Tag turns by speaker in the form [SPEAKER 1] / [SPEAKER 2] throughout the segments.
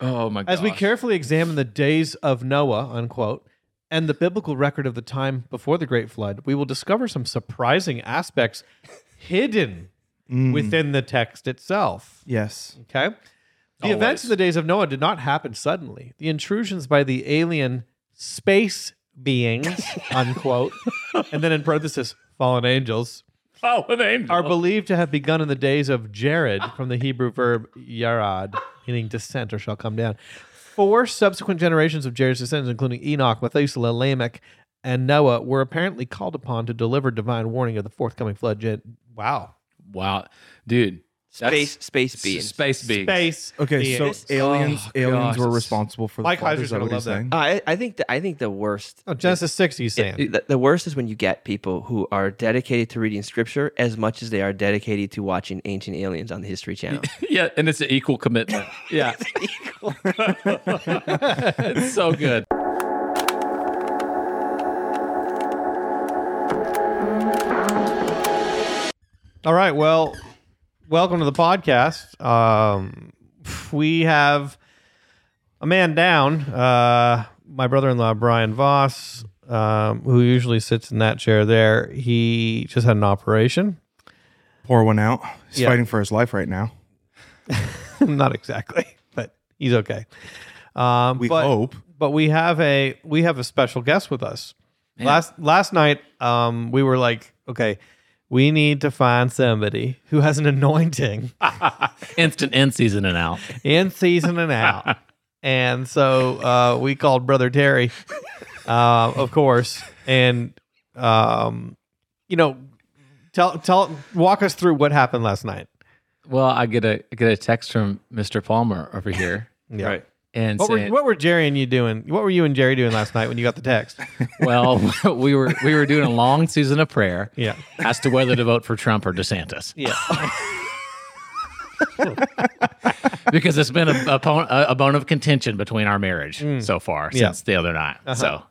[SPEAKER 1] Oh my god.
[SPEAKER 2] As we carefully examine the days of Noah, unquote, and the biblical record of the time before the Great Flood, we will discover some surprising aspects hidden within the text itself.
[SPEAKER 3] Yes.
[SPEAKER 2] Okay. The events of the days of Noah did not happen suddenly. The intrusions by the alien space beings, unquote, and then in parenthesis, fallen angels,
[SPEAKER 1] Oh, an angel.
[SPEAKER 2] are believed to have begun in the days of Jared from the Hebrew verb yarad, meaning descent or shall come down. Four subsequent generations of Jared's descendants, including Enoch, Methuselah, Lamech, and Noah, were apparently called upon to deliver divine warning of the forthcoming flood. Gen- wow.
[SPEAKER 1] wow, dude. that's-
[SPEAKER 4] Space, space
[SPEAKER 1] S-
[SPEAKER 4] beings.
[SPEAKER 1] Space beings.
[SPEAKER 2] Space.
[SPEAKER 3] Okay, so
[SPEAKER 4] Yes.
[SPEAKER 3] aliens
[SPEAKER 1] Oh,
[SPEAKER 3] aliens
[SPEAKER 1] gosh.
[SPEAKER 3] were responsible for the
[SPEAKER 2] Mike
[SPEAKER 3] flood,
[SPEAKER 2] Heiser's
[SPEAKER 3] is that
[SPEAKER 2] gonna
[SPEAKER 3] what
[SPEAKER 2] love
[SPEAKER 3] he's
[SPEAKER 2] that.
[SPEAKER 3] saying?
[SPEAKER 4] Uh, I, I think the, I think the worst.
[SPEAKER 2] Oh, Genesis 6, he's saying.
[SPEAKER 4] the, the worst is when you get people who are dedicated to reading scripture as much as they are dedicated to watching Ancient Aliens on the History Channel.
[SPEAKER 1] Yeah, and it's an equal commitment. Yeah. it's so good.
[SPEAKER 2] All right. Well, welcome to the podcast. Um, we have a man down. Uh, my brother-in-law Brian Voss, um, who usually sits in that chair there, he just had an operation.
[SPEAKER 3] Pour one out. He's
[SPEAKER 2] Yeah.
[SPEAKER 3] fighting for his life right now.
[SPEAKER 2] Not exactly, but he's okay. Um,
[SPEAKER 3] We
[SPEAKER 2] but,
[SPEAKER 3] hope.
[SPEAKER 2] but we have a we have a special guest with us. Last last night, um, we were like, okay, we need to find somebody who has an anointing.
[SPEAKER 1] Instant end season and out.
[SPEAKER 2] in season and out. And so uh, we called Brother Terry, uh, of course, and um, you know, tell tell walk us through what happened last night.
[SPEAKER 1] Well, I get a I get a text from Mr. Palmer over here.
[SPEAKER 2] Yeah.
[SPEAKER 4] Right.
[SPEAKER 1] And
[SPEAKER 2] What were,
[SPEAKER 1] saying,
[SPEAKER 2] what were Jerry and you doing? What were you and Jerry doing last night when you got the text?
[SPEAKER 1] well, we were we were doing a long season of prayer
[SPEAKER 2] Yeah.
[SPEAKER 1] as to whether to vote for Trump or DeSantis.
[SPEAKER 2] Yeah.
[SPEAKER 1] because it's been a, a, pon- a- a bone of contention between our marriage so far
[SPEAKER 2] Mm. Yeah. Uh-huh.
[SPEAKER 1] since the other night. So,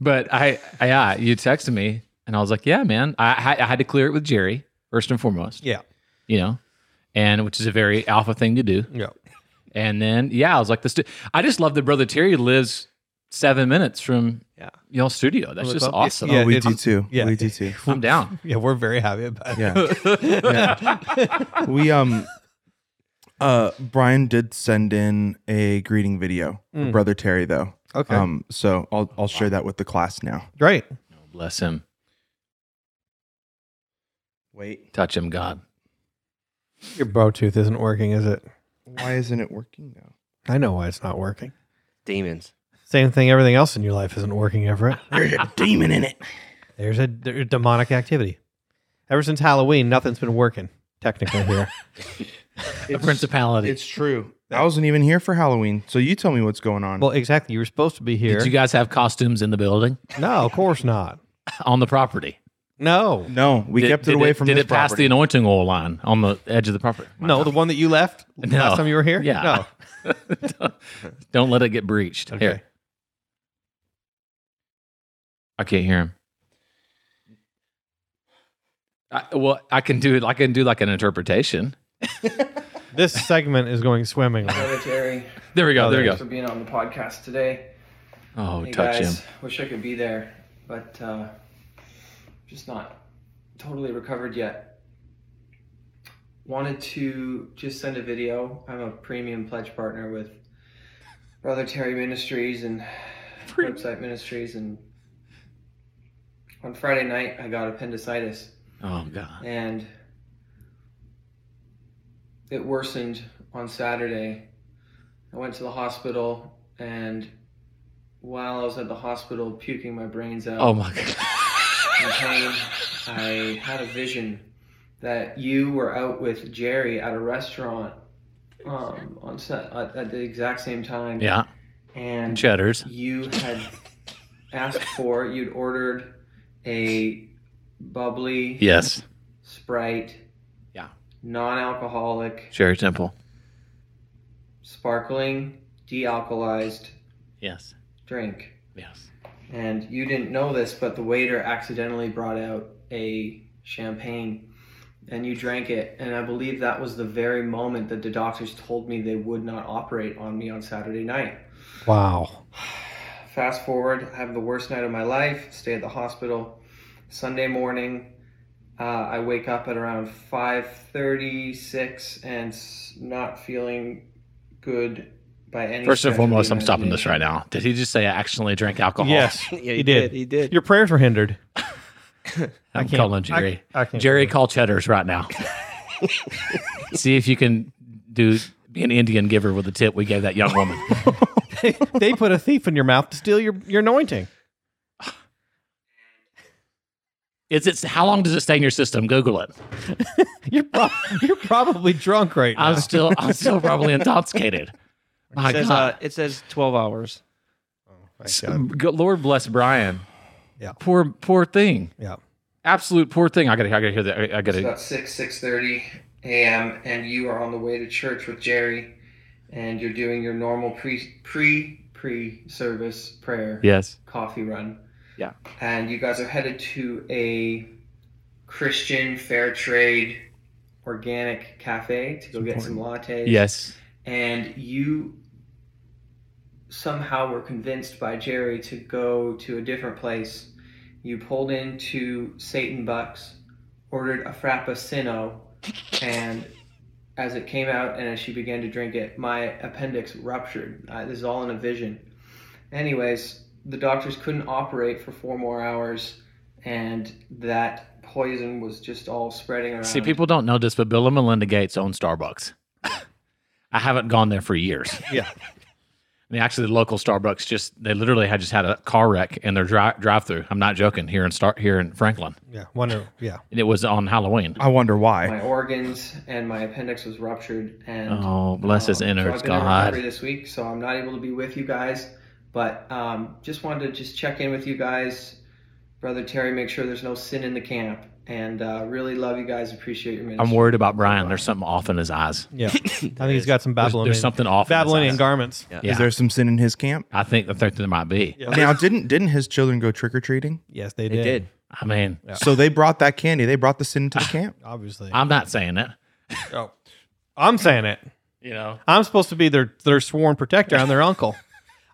[SPEAKER 1] but I, I, yeah, you texted me and I was like, yeah, man, I, I I had to clear it with Jerry first and foremost,
[SPEAKER 2] Yeah.
[SPEAKER 1] you know, and which is a very alpha thing to do.
[SPEAKER 2] Yeah.
[SPEAKER 1] And then, yeah, I was like, this, du- I just love that brother Terry lives seven minutes from
[SPEAKER 2] Yeah.
[SPEAKER 1] y'all studio. That's just
[SPEAKER 2] up-
[SPEAKER 1] awesome.
[SPEAKER 2] Yeah,
[SPEAKER 3] oh, we
[SPEAKER 2] it's-
[SPEAKER 3] do too.
[SPEAKER 2] yeah.
[SPEAKER 3] We do too.
[SPEAKER 1] I'm down.
[SPEAKER 2] Yeah, we're very happy about it.
[SPEAKER 3] Yeah. yeah. We um uh Brian did send in a greeting video for Brother Terry though.
[SPEAKER 2] Okay.
[SPEAKER 3] Um so I'll I'll share that with the class now.
[SPEAKER 2] Great.
[SPEAKER 1] Bless him.
[SPEAKER 3] Wait.
[SPEAKER 1] Touch him, God.
[SPEAKER 2] Your Bluetooth isn't working, is it?
[SPEAKER 3] Why isn't it working now?
[SPEAKER 2] I know why it's not working.
[SPEAKER 4] Demons.
[SPEAKER 2] Same thing. Everything else in your life isn't working, Everett.
[SPEAKER 3] There's a demon in it.
[SPEAKER 2] There's a there's demonic activity. Ever since Halloween, nothing's been working technically here.
[SPEAKER 1] The principality.
[SPEAKER 3] It's true. I wasn't even here for Halloween. So you tell me what's going on.
[SPEAKER 2] well, exactly. You were supposed to be here.
[SPEAKER 1] Did you guys have costumes in the building
[SPEAKER 2] no, of course not.
[SPEAKER 1] on the property?
[SPEAKER 2] No,
[SPEAKER 3] no, we kept it
[SPEAKER 1] did
[SPEAKER 3] away from
[SPEAKER 1] Did
[SPEAKER 3] this
[SPEAKER 1] it pass
[SPEAKER 3] property.
[SPEAKER 1] the anointing oil line on the edge of the property?
[SPEAKER 2] no, the one that you left
[SPEAKER 1] No.
[SPEAKER 2] last time you were here.
[SPEAKER 1] Yeah.
[SPEAKER 2] No.
[SPEAKER 1] Don't let it get breached. Here. I can't hear him. I, well, I can do it. I can do like an interpretation.
[SPEAKER 2] This segment is going swimmingly.
[SPEAKER 5] Brother Terry,
[SPEAKER 1] There we go. there we
[SPEAKER 5] thanks for
[SPEAKER 1] go.
[SPEAKER 5] being on the podcast today.
[SPEAKER 1] Oh,
[SPEAKER 5] hey
[SPEAKER 1] touch
[SPEAKER 5] guys,
[SPEAKER 1] him.
[SPEAKER 5] wish I could be there, but uh, just not totally recovered yet. Wanted to just send a video. I'm a premium pledge partner with Brother Terry Ministries and website ministries, and on Friday night I got appendicitis.
[SPEAKER 1] Oh God.
[SPEAKER 5] and it worsened on Saturday. I went to the hospital, and while I was at the hospital puking my brains out
[SPEAKER 1] Oh my God.
[SPEAKER 5] in pain, I had a vision that you were out with Jerry at a restaurant um, on set at, at the exact same time.
[SPEAKER 1] Yeah.
[SPEAKER 5] and
[SPEAKER 1] Cheddars.
[SPEAKER 5] you had asked for, you'd ordered a bubbly
[SPEAKER 1] Yes.
[SPEAKER 5] Sprite.
[SPEAKER 1] Yeah.
[SPEAKER 5] Non-alcoholic,
[SPEAKER 1] Sherry Temple.
[SPEAKER 5] sparkling, de-alkalized
[SPEAKER 1] Yes.
[SPEAKER 5] drink.
[SPEAKER 1] Yes.
[SPEAKER 5] And you didn't know this, but the waiter accidentally brought out a champagne and you drank it. And I believe that was the very moment that the doctors told me they would not operate on me on Saturday night.
[SPEAKER 2] Wow.
[SPEAKER 5] Fast forward, I have the worst night of my life, stay at the hospital. Sunday morning, uh, I wake up at around 5.30, 6, and s- not feeling good by any
[SPEAKER 1] First
[SPEAKER 5] stretch
[SPEAKER 1] and
[SPEAKER 5] of
[SPEAKER 1] foremost,
[SPEAKER 5] the
[SPEAKER 1] I'm stopping this right
[SPEAKER 5] imagination.
[SPEAKER 1] now. Did he just say I accidentally drank alcohol?
[SPEAKER 2] Yes,
[SPEAKER 4] Yeah,
[SPEAKER 2] he did.
[SPEAKER 4] He did.
[SPEAKER 2] Your prayers were hindered.
[SPEAKER 1] I'm
[SPEAKER 2] can't-
[SPEAKER 1] calling
[SPEAKER 2] I-
[SPEAKER 1] Jerry.
[SPEAKER 2] I can't-
[SPEAKER 1] Jerry, call Cheddar's right now. See if you can do be an Indian giver with the tip we gave that young woman.
[SPEAKER 2] they put a thief in your mouth to steal your, your anointing.
[SPEAKER 1] Is it how long does it stay in your system? Google it.
[SPEAKER 2] You're, pro- you're probably drunk right now.
[SPEAKER 1] I'm still I'm still probably intoxicated. My
[SPEAKER 4] It says,
[SPEAKER 1] God.
[SPEAKER 4] uh, it says 12 hours.
[SPEAKER 2] uh, Thank
[SPEAKER 1] S-
[SPEAKER 2] God.
[SPEAKER 1] g- Lord bless Brian.
[SPEAKER 2] Yeah.
[SPEAKER 1] Poor poor thing.
[SPEAKER 2] Yeah.
[SPEAKER 1] Absolute poor thing. I gotta I gotta hear that. I, I
[SPEAKER 5] It's
[SPEAKER 1] gotta
[SPEAKER 5] about six six thirty a.m. and you are on the way to church with Jerry, and you're doing your normal pre pre pre service prayer
[SPEAKER 1] Yes.
[SPEAKER 5] coffee run.
[SPEAKER 1] Yeah.
[SPEAKER 5] And you guys are headed to a Christian fair trade organic cafe to go get some lattes.
[SPEAKER 1] Yes.
[SPEAKER 5] And you somehow were convinced by Jerry to go to a different place. You pulled into Satan Bucks, ordered a frappuccino, and as it came out and as she began to drink it, my appendix ruptured. Uh, this is all in a vision. Anyways, the doctors couldn't operate for four more hours, and that poison was just all spreading around.
[SPEAKER 1] See, people don't know this, but Bill and Melinda Gates own Starbucks. I haven't gone there for years.
[SPEAKER 2] Yeah.
[SPEAKER 1] I mean, actually, the local Starbucks just—they literally had just had a car wreck in their dri- drive-through. I'm not joking. Here in start here in Franklin,
[SPEAKER 2] Yeah. Wonder. Yeah.
[SPEAKER 1] and it was on Halloween.
[SPEAKER 3] I wonder why.
[SPEAKER 5] my organs and my appendix was ruptured and
[SPEAKER 1] Oh, bless his
[SPEAKER 5] um, so
[SPEAKER 1] innards,
[SPEAKER 5] I've been in recovery
[SPEAKER 1] God.
[SPEAKER 5] this week so i'm not able to be with you guys but um, just wanted to just check in with you guys brother terry make sure there's no sin in the camp and uh, really love you guys appreciate your ministry
[SPEAKER 1] I'm worried about Brian. There's something off in his eyes.
[SPEAKER 2] Yeah. I think he's got some
[SPEAKER 1] There's,
[SPEAKER 2] Babylonian,
[SPEAKER 1] there's something off. in his
[SPEAKER 2] Babylonian
[SPEAKER 1] eyes.
[SPEAKER 2] garments.
[SPEAKER 1] Yeah.
[SPEAKER 3] Is there some sin in his camp?
[SPEAKER 1] I think I think there might be.
[SPEAKER 2] Yeah.
[SPEAKER 3] Now, didn't didn't his children go trick or treating?
[SPEAKER 2] Yes, they
[SPEAKER 4] They
[SPEAKER 2] did.
[SPEAKER 4] did.
[SPEAKER 1] I mean,
[SPEAKER 3] So they brought that candy. They brought the sin to the camp.
[SPEAKER 2] Obviously.
[SPEAKER 1] I'm not saying it.
[SPEAKER 2] oh. I'm saying it.
[SPEAKER 1] You know,
[SPEAKER 2] I'm supposed to be their their sworn protector. I'm their uncle.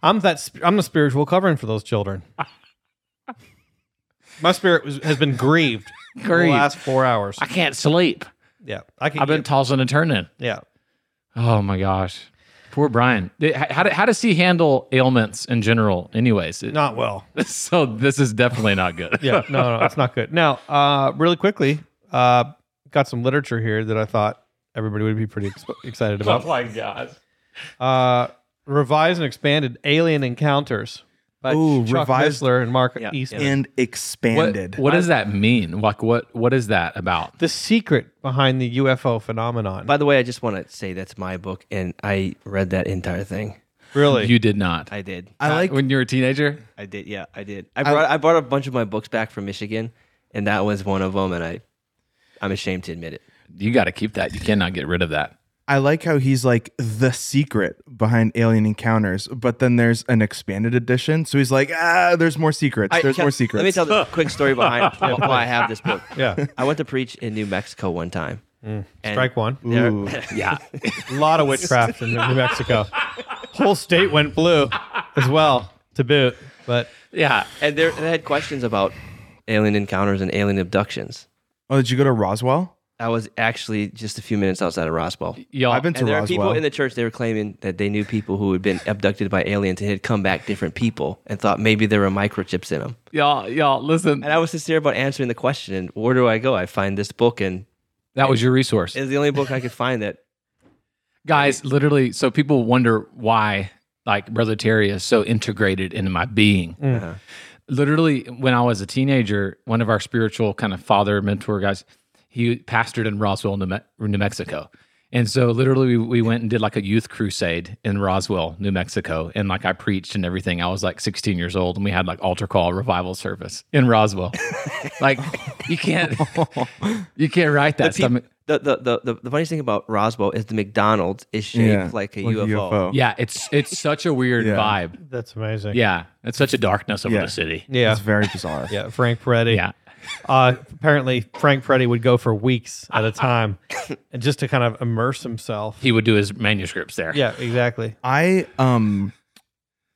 [SPEAKER 2] I'm that. sp- I'm the spiritual covering for those children. My spirit was, has been grieved for the
[SPEAKER 1] Grieved.
[SPEAKER 2] last four hours.
[SPEAKER 1] I can't sleep.
[SPEAKER 2] Yeah, I can.
[SPEAKER 1] I've been tossing and turning.
[SPEAKER 2] yeah,
[SPEAKER 1] Oh my gosh, poor Brian. Th- How, how, do- how does he handle ailments in general? Anyways, It-
[SPEAKER 2] not well.
[SPEAKER 1] so this is definitely not good.
[SPEAKER 2] Yeah, no, no, it's not good. Now, uh, really quickly, uh, got some literature here that I thought everybody would be pretty ex- excited about.
[SPEAKER 1] Oh my gosh.
[SPEAKER 2] Uh, revised and expanded Alien Encounters by
[SPEAKER 3] Ooh,
[SPEAKER 2] Chuck
[SPEAKER 3] revised
[SPEAKER 2] Missler and Mark
[SPEAKER 4] Yeah,
[SPEAKER 2] Eastman.
[SPEAKER 3] And expanded.
[SPEAKER 1] What, what does that mean? Like what what is that about?
[SPEAKER 2] The secret behind the UFO phenomenon.
[SPEAKER 4] By the way, I just want to say that's my book, and I read that entire thing.
[SPEAKER 2] really,
[SPEAKER 1] You did not.
[SPEAKER 4] I did.
[SPEAKER 3] I like
[SPEAKER 1] when you were a teenager.
[SPEAKER 4] I did. Yeah, I did. I brought I, brought a bunch of my books back from Michigan, and that was one of them. And I, I'm ashamed to admit it.
[SPEAKER 1] You got to keep that. You cannot get rid of that.
[SPEAKER 3] I like how he's like the secret behind Alien Encounters, but then there's an expanded edition. So he's like, ah, there's more secrets.
[SPEAKER 4] I-
[SPEAKER 3] there's
[SPEAKER 4] can-
[SPEAKER 3] more secrets.
[SPEAKER 4] Let me tell the quick story behind why I have this book.
[SPEAKER 2] yeah.
[SPEAKER 4] I went to preach in New Mexico one time. and
[SPEAKER 2] Strike one.
[SPEAKER 4] there-
[SPEAKER 3] Ooh.
[SPEAKER 1] Yeah.
[SPEAKER 2] A lot of witchcraft in New Mexico. Whole state went blue as well to boot. But
[SPEAKER 1] yeah.
[SPEAKER 4] and there, they had questions about alien encounters and alien abductions.
[SPEAKER 3] oh, did you go to Roswell?
[SPEAKER 4] I was actually just a few minutes outside of Roswell.
[SPEAKER 1] Y'all
[SPEAKER 3] I've been to
[SPEAKER 4] Oh, And there are
[SPEAKER 3] Roswell.
[SPEAKER 4] people in the church, they were claiming that they knew people who had been abducted by aliens and had come back different people and thought maybe there were microchips in them.
[SPEAKER 1] y'all y'all listen.
[SPEAKER 4] And I was sincere about answering the question and where do I go? I find this book and
[SPEAKER 1] That was your resource.
[SPEAKER 4] it's the only book I could find that
[SPEAKER 1] Guys, literally so people wonder why like brother Terry is so integrated into my being.
[SPEAKER 4] uh,
[SPEAKER 1] literally when I was a teenager, one of our spiritual kind of father mentor guys, he pastored in Roswell, New, Me- New Mexico. And so literally we, we went and did like a youth crusade in Roswell, New Mexico. And like I preached and everything. I was like 16 years old and we had like altar call revival service in Roswell. like you can't you can't write that stuff.
[SPEAKER 4] the, the, the, the, the funniest thing about Roswell is the McDonald's is shaped like a UFO.
[SPEAKER 1] Yeah, it's it's such a weird
[SPEAKER 3] Yeah.
[SPEAKER 1] vibe.
[SPEAKER 2] that's amazing.
[SPEAKER 1] Yeah. It's such a darkness over
[SPEAKER 3] Yeah.
[SPEAKER 1] the city.
[SPEAKER 2] Yeah.
[SPEAKER 3] It's very bizarre.
[SPEAKER 2] Yeah. Frank Peretti.
[SPEAKER 1] Yeah.
[SPEAKER 2] Uh, apparently, Frank Freddy would go for weeks at a time, and just to kind of immerse himself.
[SPEAKER 1] He would do his manuscripts there.
[SPEAKER 2] Yeah, exactly.
[SPEAKER 3] I um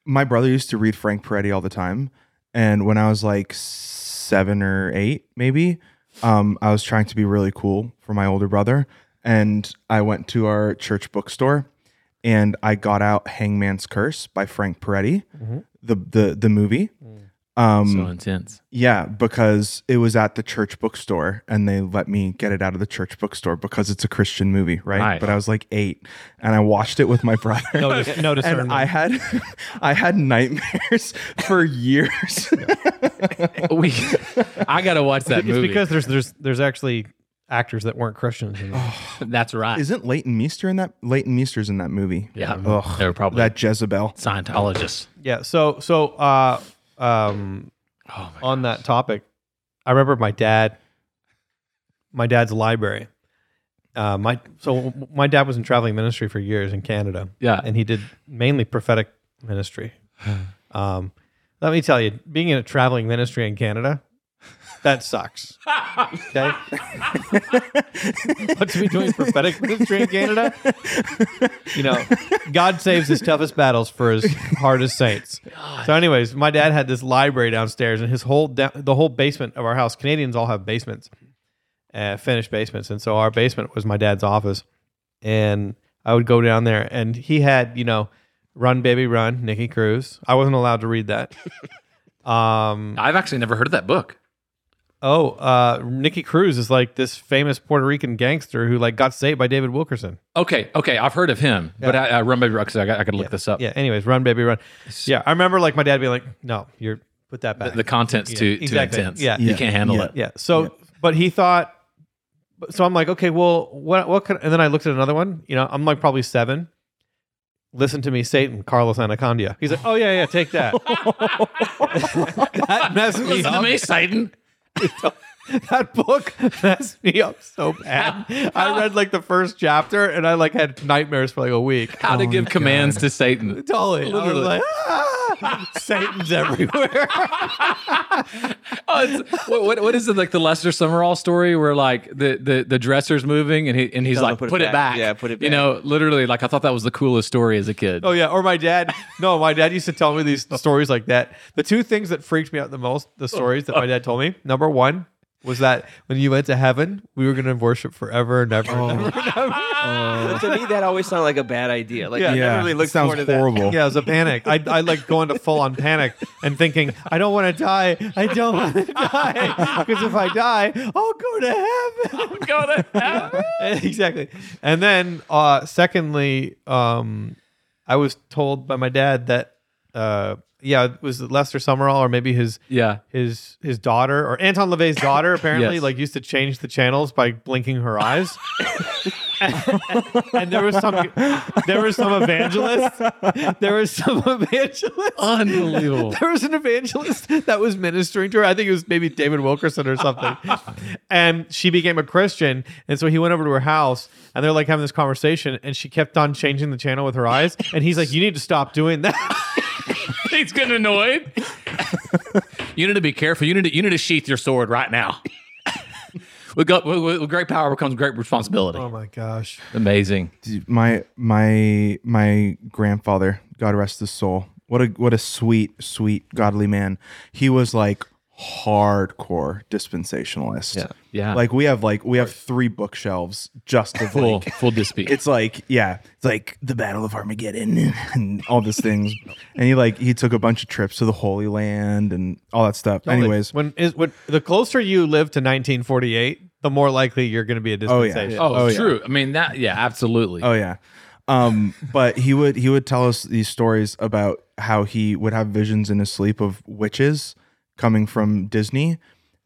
[SPEAKER 3] my brother used to read Frank Peretti all the time. And when I was like seven or eight, maybe, um, I was trying to be really cool for my older brother. And I went to our church bookstore and I got out Hangman's Curse by Frank Peretti,
[SPEAKER 2] Mhm.
[SPEAKER 3] the, the the movie. Um
[SPEAKER 1] So intense.
[SPEAKER 3] yeah, because it was at the church bookstore and they let me get it out of the church bookstore because it's a Christian movie, right?
[SPEAKER 1] Nice.
[SPEAKER 3] But I was like eight and I watched it with my brother.
[SPEAKER 2] No, dis- no discernment.
[SPEAKER 3] and I had I had nightmares for years.
[SPEAKER 1] we, I gotta watch that
[SPEAKER 2] it's
[SPEAKER 1] movie.
[SPEAKER 2] because there's there's there's actually actors that weren't Christians.
[SPEAKER 1] Oh.
[SPEAKER 2] In it.
[SPEAKER 1] that's right.
[SPEAKER 3] Isn't Leighton Meester in that Leighton Meester's in that movie?
[SPEAKER 1] Yeah,
[SPEAKER 3] Ugh,
[SPEAKER 1] they were probably
[SPEAKER 3] that Jezebel.
[SPEAKER 1] Scientologists.
[SPEAKER 2] yeah. So so uh, um,
[SPEAKER 1] Oh my
[SPEAKER 2] on that topic, I remember my dad, my dad's library. Uh, my so my dad was in traveling ministry for years in Canada,
[SPEAKER 1] Yeah.
[SPEAKER 2] and he did mainly prophetic ministry. Um, let me tell you, being in a traveling ministry in Canada, that sucks. Okay, but to be doing prophetic ministry in Canada, you know, God saves his toughest battles for his hardest saints. So, anyways, my dad had this library downstairs, and his whole da- the whole basement of our house. Canadians all have basements, uh, finished basements, and so our basement was my dad's office, and I would go down there, and he had you know, Run Baby Run, Nikki Cruz. I wasn't allowed to read that. um,
[SPEAKER 1] I've actually never heard of that book.
[SPEAKER 2] oh, uh, Nikki Cruz is like this famous Puerto Rican gangster who like got saved by David Wilkerson.
[SPEAKER 1] Okay, okay, I've heard of him, but I, I remember because I, got- I could look this up.
[SPEAKER 2] Yeah. Anyways, Run Baby Run. Yeah, I remember like my dad being like, "No, you're put that back."
[SPEAKER 1] The content's
[SPEAKER 2] Yeah,
[SPEAKER 1] too
[SPEAKER 2] exactly.
[SPEAKER 1] too intense.
[SPEAKER 2] Yeah.
[SPEAKER 1] you
[SPEAKER 3] Yeah.
[SPEAKER 1] can't handle
[SPEAKER 3] Yeah.
[SPEAKER 1] it.
[SPEAKER 2] Yeah. So, but he thought. but- So I'm like, okay, well, what, what could? And then I looked at another one. You know, I'm like probably seven. Listen to me, Satan, Carlos Anaconda. He's like, oh yeah, yeah, take that. that messed me
[SPEAKER 1] Listen to
[SPEAKER 2] up.
[SPEAKER 1] me, Satan.
[SPEAKER 2] That book messed me up so bad. I read like the first chapter, and I like had nightmares for like a week.
[SPEAKER 1] How
[SPEAKER 3] Oh,
[SPEAKER 1] to give commands to Satan.
[SPEAKER 2] Totally, I
[SPEAKER 1] Literally.
[SPEAKER 2] was like, "Ah, Satan's everywhere.
[SPEAKER 1] Oh, it's, what, what, what is it like the Lester Summerall story where like the, the, the dresser's moving and he and he's
[SPEAKER 4] Tell him
[SPEAKER 1] like put, it, back.
[SPEAKER 4] Yeah, put it
[SPEAKER 1] You
[SPEAKER 4] back.
[SPEAKER 1] know, literally like I thought that was the coolest story as a kid.
[SPEAKER 2] Oh yeah, or my dad. No, my dad used to tell me these stories like that. The two things that freaked me out the most, the stories that my dad told me. Number one was that when you went to heaven, we were going to worship forever and ever. And ever.
[SPEAKER 4] But to me, that always sounded like a bad idea. Like,
[SPEAKER 2] Yeah.
[SPEAKER 4] I never
[SPEAKER 3] Yeah,
[SPEAKER 4] really looked
[SPEAKER 3] sounds
[SPEAKER 4] forward to that.
[SPEAKER 3] horrible.
[SPEAKER 2] Yeah, it was a panic. I, I like going to full on panic and thinking, I don't want to die. I don't want to die because if I die, I'll go to heaven.
[SPEAKER 1] Go to
[SPEAKER 2] exactly. And then, uh, secondly, um, I was told by my dad that, uh, yeah, it was Lester Summerall or maybe his
[SPEAKER 1] yeah.
[SPEAKER 2] his his daughter or Anton LaVey's daughter apparently
[SPEAKER 1] Yes.
[SPEAKER 2] like used to change the channels by blinking her eyes. and, there was some there was some evangelist. There was some evangelist.
[SPEAKER 1] Unbelievable.
[SPEAKER 2] There was an evangelist that was ministering to her. I think it was maybe David Wilkerson or something. and she became a Christian. And so he went over to her house and they're like having this conversation. And she kept on changing the channel with her eyes. And he's like, You need to stop doing that.
[SPEAKER 1] He's getting annoyed. you need to be careful. You need to you need to sheath your sword right now. with, go- with, with great power becomes great responsibility.
[SPEAKER 2] oh my gosh.
[SPEAKER 1] Um, Amazing.
[SPEAKER 3] Dude, my my my grandfather, God rest his soul. What a what a sweet sweet godly man. He was like hardcore dispensationalist. Yeah.
[SPEAKER 1] Yeah.
[SPEAKER 3] Like we have like we have three bookshelves just of
[SPEAKER 1] full
[SPEAKER 3] like
[SPEAKER 1] full dispute.
[SPEAKER 3] it's like yeah it's like the battle of armageddon and all these things and he like he took a bunch of trips to the holy land and all that stuff anyways
[SPEAKER 2] when is when the closer you live to 1948, the more likely you're going to be a
[SPEAKER 3] Oh, yeah.
[SPEAKER 2] dispensation.
[SPEAKER 1] oh,
[SPEAKER 3] Oh, yeah.
[SPEAKER 1] true. I mean that yeah, absolutely.
[SPEAKER 3] oh yeah um but he would he would tell us these stories about how he would have visions in his sleep of witches coming from disney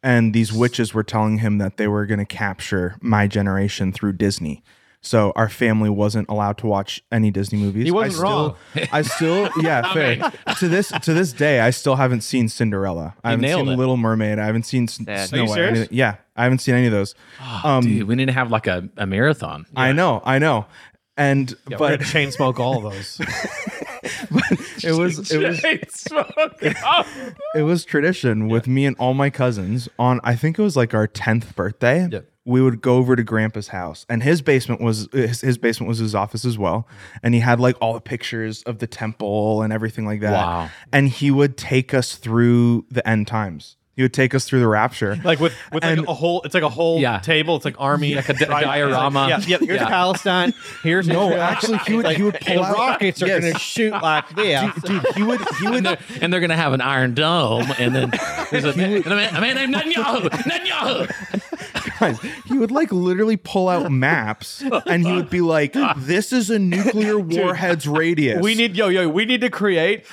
[SPEAKER 3] and these witches were telling him that they were going to capture my generation through disney so our family wasn't allowed to watch any Disney movies.
[SPEAKER 2] He wasn't
[SPEAKER 3] I still,
[SPEAKER 2] wrong.
[SPEAKER 3] I still, yeah, fair. to this to this day, I still haven't seen Cinderella. I haven't
[SPEAKER 1] nailed
[SPEAKER 3] seen
[SPEAKER 1] it.
[SPEAKER 3] Little Mermaid. I haven't seen S-
[SPEAKER 4] Sad.
[SPEAKER 3] Snow
[SPEAKER 2] Are you
[SPEAKER 3] White.
[SPEAKER 2] serious? Ah,
[SPEAKER 3] Any- Yeah, I haven't seen any of those. um,
[SPEAKER 1] Dude, we need to have like a, a marathon.
[SPEAKER 3] I know, I know. And
[SPEAKER 2] Yeah, we're
[SPEAKER 3] but
[SPEAKER 2] gonna chain smoke all of those.
[SPEAKER 3] it was it was
[SPEAKER 1] Jay Smoke. Oh,
[SPEAKER 3] it was tradition with me and all my cousins on I think it was like our 10th birthday.
[SPEAKER 1] Yep.
[SPEAKER 3] We would go over to grandpa's house and his basement was his, his basement was his office as well and he had like all the pictures of the temple and everything like that.
[SPEAKER 1] Wow.
[SPEAKER 3] And he would take us through the end times. He would take us through the rapture.
[SPEAKER 2] Like with with
[SPEAKER 3] And-
[SPEAKER 2] like a whole, it's like a whole
[SPEAKER 1] Yeah.
[SPEAKER 2] table. It's like army,
[SPEAKER 1] Like a di-
[SPEAKER 2] tri-
[SPEAKER 1] diorama.
[SPEAKER 2] Yeah, yeah, here's
[SPEAKER 1] Yeah.
[SPEAKER 2] Palestine. Here's no,
[SPEAKER 3] actually, he would- he would pull out-
[SPEAKER 2] rockets are
[SPEAKER 3] Yes.
[SPEAKER 2] gonna shoot like this.
[SPEAKER 3] Dude, he would he would
[SPEAKER 1] and, they're, and they're gonna have an iron dome, and then there's a, and a man, a man named Netanyahu. Netanyahu.
[SPEAKER 3] guys, he would like literally pull out maps and he would be like, "This is a nuclear warhead's radius."
[SPEAKER 2] We need yo yo. We need to create.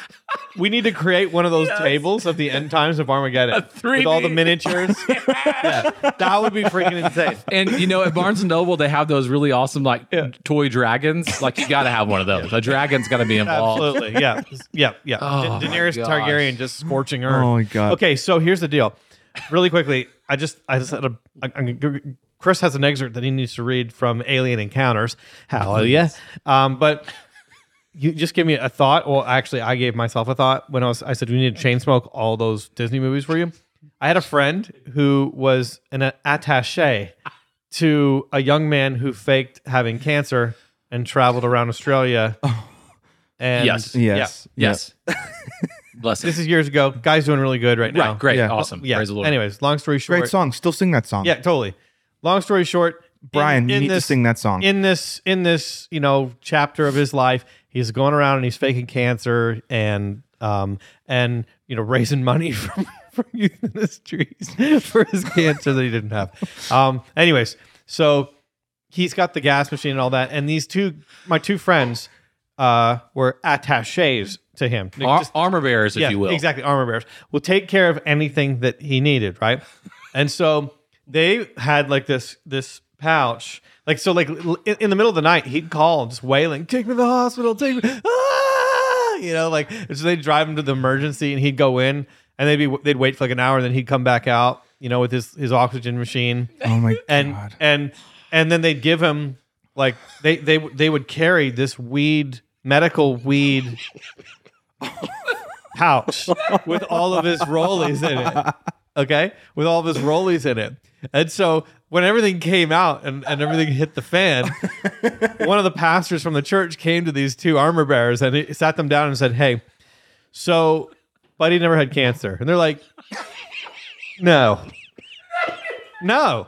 [SPEAKER 2] We need to create one of those tables at the end times of Armageddon with all the
[SPEAKER 1] 3D.
[SPEAKER 2] miniatures. yeah. That would be freaking insane.
[SPEAKER 1] And you know, at Barnes and Noble, they have those really awesome like toy dragons. Like you got to have one of those. A dragon's got to be involved.
[SPEAKER 2] Absolutely. Yeah. Yeah. Yeah.
[SPEAKER 1] Oh,
[SPEAKER 2] da-
[SPEAKER 1] my
[SPEAKER 2] Daenerys
[SPEAKER 1] gosh.
[SPEAKER 2] Targaryen just scorching her.
[SPEAKER 3] Oh, my God.
[SPEAKER 2] Okay, so here's the deal. Really quickly, I just I just had a I, I'm- Chris has an excerpt that he needs to read from Alien Encounters. Hallelujah. Um, but you just give me a thought. Well, actually, I gave myself a thought when I was. I said we need to chain smoke all those Disney movies for you. I had a friend who was an attaché to a young man who faked having cancer and traveled around Australia. And
[SPEAKER 1] Yes.
[SPEAKER 3] Yes.
[SPEAKER 1] Yes. Bless
[SPEAKER 2] this
[SPEAKER 1] it.
[SPEAKER 2] is years ago. Guy's doing really good right now.
[SPEAKER 1] Right. Great.
[SPEAKER 3] Yeah.
[SPEAKER 1] Awesome.
[SPEAKER 2] Yeah.
[SPEAKER 1] Praise the Lord.
[SPEAKER 2] Anyways, long story short.
[SPEAKER 3] Great song. Still sing that song.
[SPEAKER 2] Yeah, totally. Long story short, in-
[SPEAKER 3] Brian, you
[SPEAKER 2] in
[SPEAKER 3] need to
[SPEAKER 2] this-
[SPEAKER 3] sing that song.
[SPEAKER 2] In this, in this, you know, chapter of his life, he's going around and he's faking cancer and um and you know raising money from from youth ministries for his cancer that he didn't have. Um. Anyways, so he's got the gas machine and all that, and these two, my two friends, uh, were attaches to him.
[SPEAKER 1] Ar-
[SPEAKER 2] Just-
[SPEAKER 1] armor bearers, if you will.
[SPEAKER 2] Exactly, armor bearers will take care of anything that he needed, right? and so they had like this this pouch, like so, like l- in, in the middle of the night, he'd call just wailing, "Take me to the hospital! Take me!" Ah! You know, like and so they'd drive him to the emergency, and he'd go in, and they'd be they'd wait for like an hour, and then he'd come back out, you know, with his his oxygen machine
[SPEAKER 3] Oh my
[SPEAKER 2] and
[SPEAKER 3] god.
[SPEAKER 2] and and then they'd give him like they they they would carry this weed medical weed pouch with all of his rollies in it. Okay, with all of his rollies in it, and so when everything came out and, and everything hit the fan, one of the pastors from the church came to these two armor bearers and he sat them down and said, "Hey, so Buddy never had cancer," and they're like, "No." No,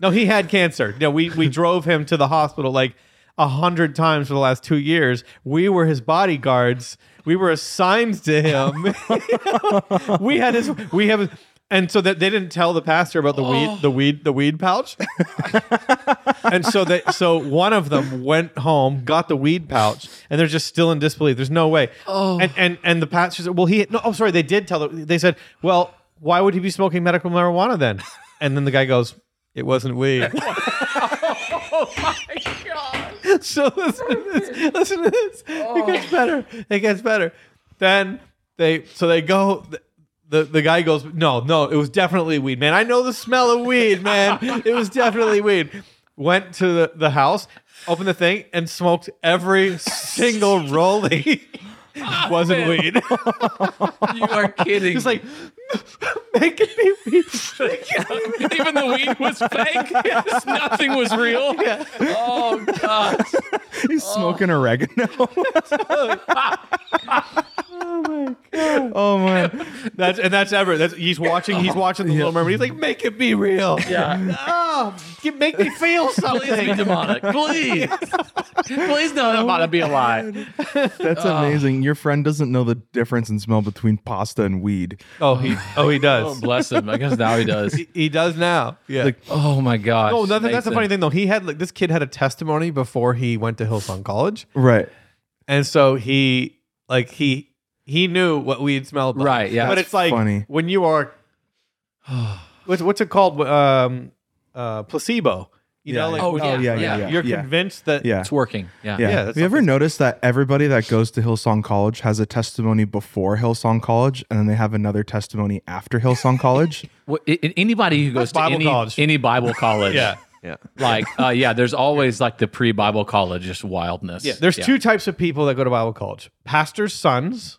[SPEAKER 2] no, he had cancer. No, we we drove him to the hospital like a hundred times for the last two years. We were his bodyguards. We were assigned to him. we had his. We have. And so that they didn't tell the pastor about the weed, the weed, the weed pouch. and so they, so one of them went home, got the weed pouch, and they're just still in disbelief. There's no way. Oh. And and and the pastor said, "Well, he no, oh, sorry, they did tell. The, they said, well, why would he be smoking medical marijuana then?" And then the guy goes, "It wasn't weed." so listen to this. Listen to this. It gets better. It gets better. Then they so they go. The, the guy goes, no, no, it was definitely weed, man. I know the smell of weed, man. It was definitely weed. Went to the, the house, opened the thing, and smoked every single rollie. Wasn't weed.
[SPEAKER 1] You are kidding.
[SPEAKER 2] He's like, make it be weed.
[SPEAKER 1] Even the weed was fake. Nothing was real. Oh God.
[SPEAKER 3] He's smoking oregano.
[SPEAKER 2] Oh
[SPEAKER 3] oh my god. Oh man.
[SPEAKER 2] That's and that's ever. That's he's watching. He's watching the Little Mermaid. He's like, make it be real.
[SPEAKER 1] Yeah.
[SPEAKER 2] Oh, get- make me feel
[SPEAKER 1] Please be
[SPEAKER 2] something.
[SPEAKER 1] demonic. Please. Please no, I'm about to be alive.
[SPEAKER 3] That's
[SPEAKER 2] Ah.
[SPEAKER 3] amazing. Your friend doesn't know the difference in smell between pasta and weed.
[SPEAKER 2] oh, he oh he
[SPEAKER 1] Oh,
[SPEAKER 2] does.
[SPEAKER 1] bless him. I guess now he does.
[SPEAKER 2] he, he does now. Yeah.
[SPEAKER 3] Like,
[SPEAKER 1] Oh my gosh.
[SPEAKER 2] oh, nothing. That's the
[SPEAKER 1] Nathan.
[SPEAKER 2] funny thing though. He had like this kid had a testimony before he went to Hillsong College,
[SPEAKER 3] Right.
[SPEAKER 2] and so he like he he knew what weed smelled like.
[SPEAKER 1] Right, yeah.
[SPEAKER 2] But
[SPEAKER 1] That's
[SPEAKER 2] it's like
[SPEAKER 3] funny.
[SPEAKER 2] when you are what's what's it called? Um, uh, placebo. You know,
[SPEAKER 3] Yeah.
[SPEAKER 2] like
[SPEAKER 1] Oh, yeah,
[SPEAKER 3] yeah,
[SPEAKER 1] yeah.
[SPEAKER 3] yeah, yeah.
[SPEAKER 2] you're
[SPEAKER 3] yeah.
[SPEAKER 2] convinced that
[SPEAKER 3] yeah.
[SPEAKER 1] It's working. Yeah.
[SPEAKER 3] Yeah.
[SPEAKER 2] Yeah,
[SPEAKER 3] Have
[SPEAKER 2] that's
[SPEAKER 3] you ever noticed that everybody that goes to Hillsong College has a testimony before Hillsong College and then they have another testimony after Hillsong College?
[SPEAKER 1] Well, i- i- anybody who goes
[SPEAKER 2] Bible
[SPEAKER 1] to any,
[SPEAKER 2] college.
[SPEAKER 1] any Bible college
[SPEAKER 2] Yeah.
[SPEAKER 4] Yeah.
[SPEAKER 1] Like, uh, yeah, there's always like the pre Bible college just wildness.
[SPEAKER 2] Yeah, there's two types of people that go to Bible college: pastors' sons,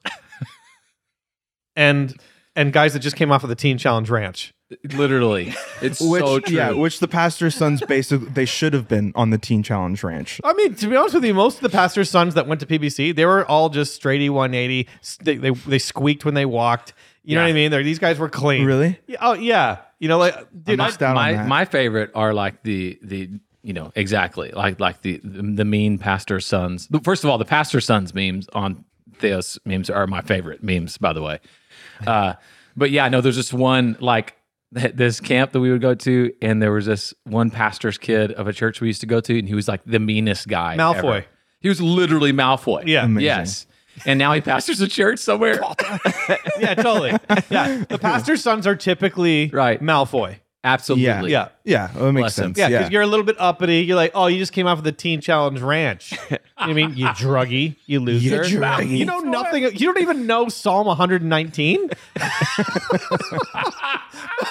[SPEAKER 2] and and guys that just came off of the Teen Challenge Ranch.
[SPEAKER 1] Literally. It's
[SPEAKER 3] Which,
[SPEAKER 1] so true.
[SPEAKER 3] yeah, which the pastor's sons basically they should have been on the Teen Challenge Ranch.
[SPEAKER 2] I mean, to be honest with you, most of the pastors' sons that went to PBC, they were all just straighty 180. S- They they, they squeaked when they walked. You know
[SPEAKER 1] Yeah.
[SPEAKER 2] what I mean? They're, these guys were clean.
[SPEAKER 3] Really?
[SPEAKER 2] Yeah, oh yeah. You know, like dude, I-
[SPEAKER 3] missed out on
[SPEAKER 1] my
[SPEAKER 3] that.
[SPEAKER 1] my favorite are like the the you know exactly like like the the mean pastor sons. First of all, the pastor sons memes on Theos memes are my favorite memes, by the way. Uh, but yeah, no, there's this one like th- this camp that we would go to, and there was this one pastor's kid of a church we used to go to, and he was like the meanest guy.
[SPEAKER 2] Malfoy.
[SPEAKER 1] ever. He was literally Malfoy.
[SPEAKER 2] Yeah. Amazing.
[SPEAKER 1] Yes. And now he pastors a church somewhere.
[SPEAKER 2] yeah, totally. Yeah, the pastors' sons are typically
[SPEAKER 1] Right.
[SPEAKER 2] Malfoy.
[SPEAKER 1] Absolutely.
[SPEAKER 2] Yeah.
[SPEAKER 3] Yeah, well, that makes
[SPEAKER 1] Bless him.
[SPEAKER 3] sense.
[SPEAKER 2] Yeah,
[SPEAKER 3] Yeah,
[SPEAKER 2] because you're a little bit uppity. You're like, oh, you just came off of the Teen Challenge Ranch. You know what I mean, you druggy, you loser.
[SPEAKER 3] You druggy.
[SPEAKER 2] You know nothing. You don't even know Psalm 119.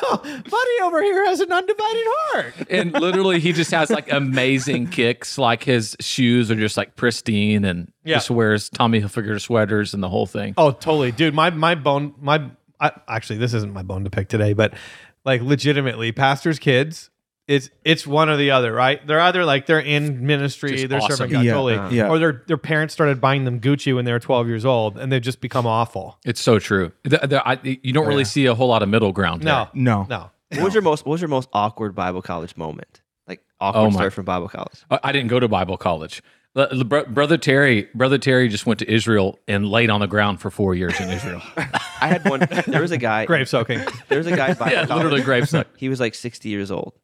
[SPEAKER 2] Buddy over here has an undivided heart.
[SPEAKER 1] and literally he just has like amazing kicks like his shoes are just like pristine and
[SPEAKER 2] Yeah.
[SPEAKER 1] just wears tommy hilfiger sweaters and the whole thing
[SPEAKER 2] Oh, totally, dude. My my bone. My I, actually, this isn't my bone to pick today, but like legitimately, pastors' kids. It's it's one or the other, right? They're either like they're in ministry,
[SPEAKER 1] Just
[SPEAKER 2] they're
[SPEAKER 1] awesome.
[SPEAKER 2] serving God,
[SPEAKER 3] Yeah,
[SPEAKER 2] totally,
[SPEAKER 3] uh, yeah.
[SPEAKER 2] or their their parents started buying them Gucci when they were 12 years old, and they've just become awful.
[SPEAKER 1] it's so true The- the- I- you don't really see a whole lot of middle ground
[SPEAKER 2] No,
[SPEAKER 1] there.
[SPEAKER 3] No.
[SPEAKER 2] no.
[SPEAKER 4] What was your most What was your most awkward Bible college moment? Like awkward
[SPEAKER 1] Oh, my-
[SPEAKER 4] story from Bible college.
[SPEAKER 1] I- i didn't go to bible college Le- Le- Bro- brother terry brother terry just went to israel and laid on the ground for four years in israel
[SPEAKER 4] I had one. There was a guy.
[SPEAKER 2] Grave soaking.
[SPEAKER 4] There was a guy. at Bible
[SPEAKER 1] yeah
[SPEAKER 4] college.
[SPEAKER 1] literally gravesite
[SPEAKER 4] He was like 60 years old.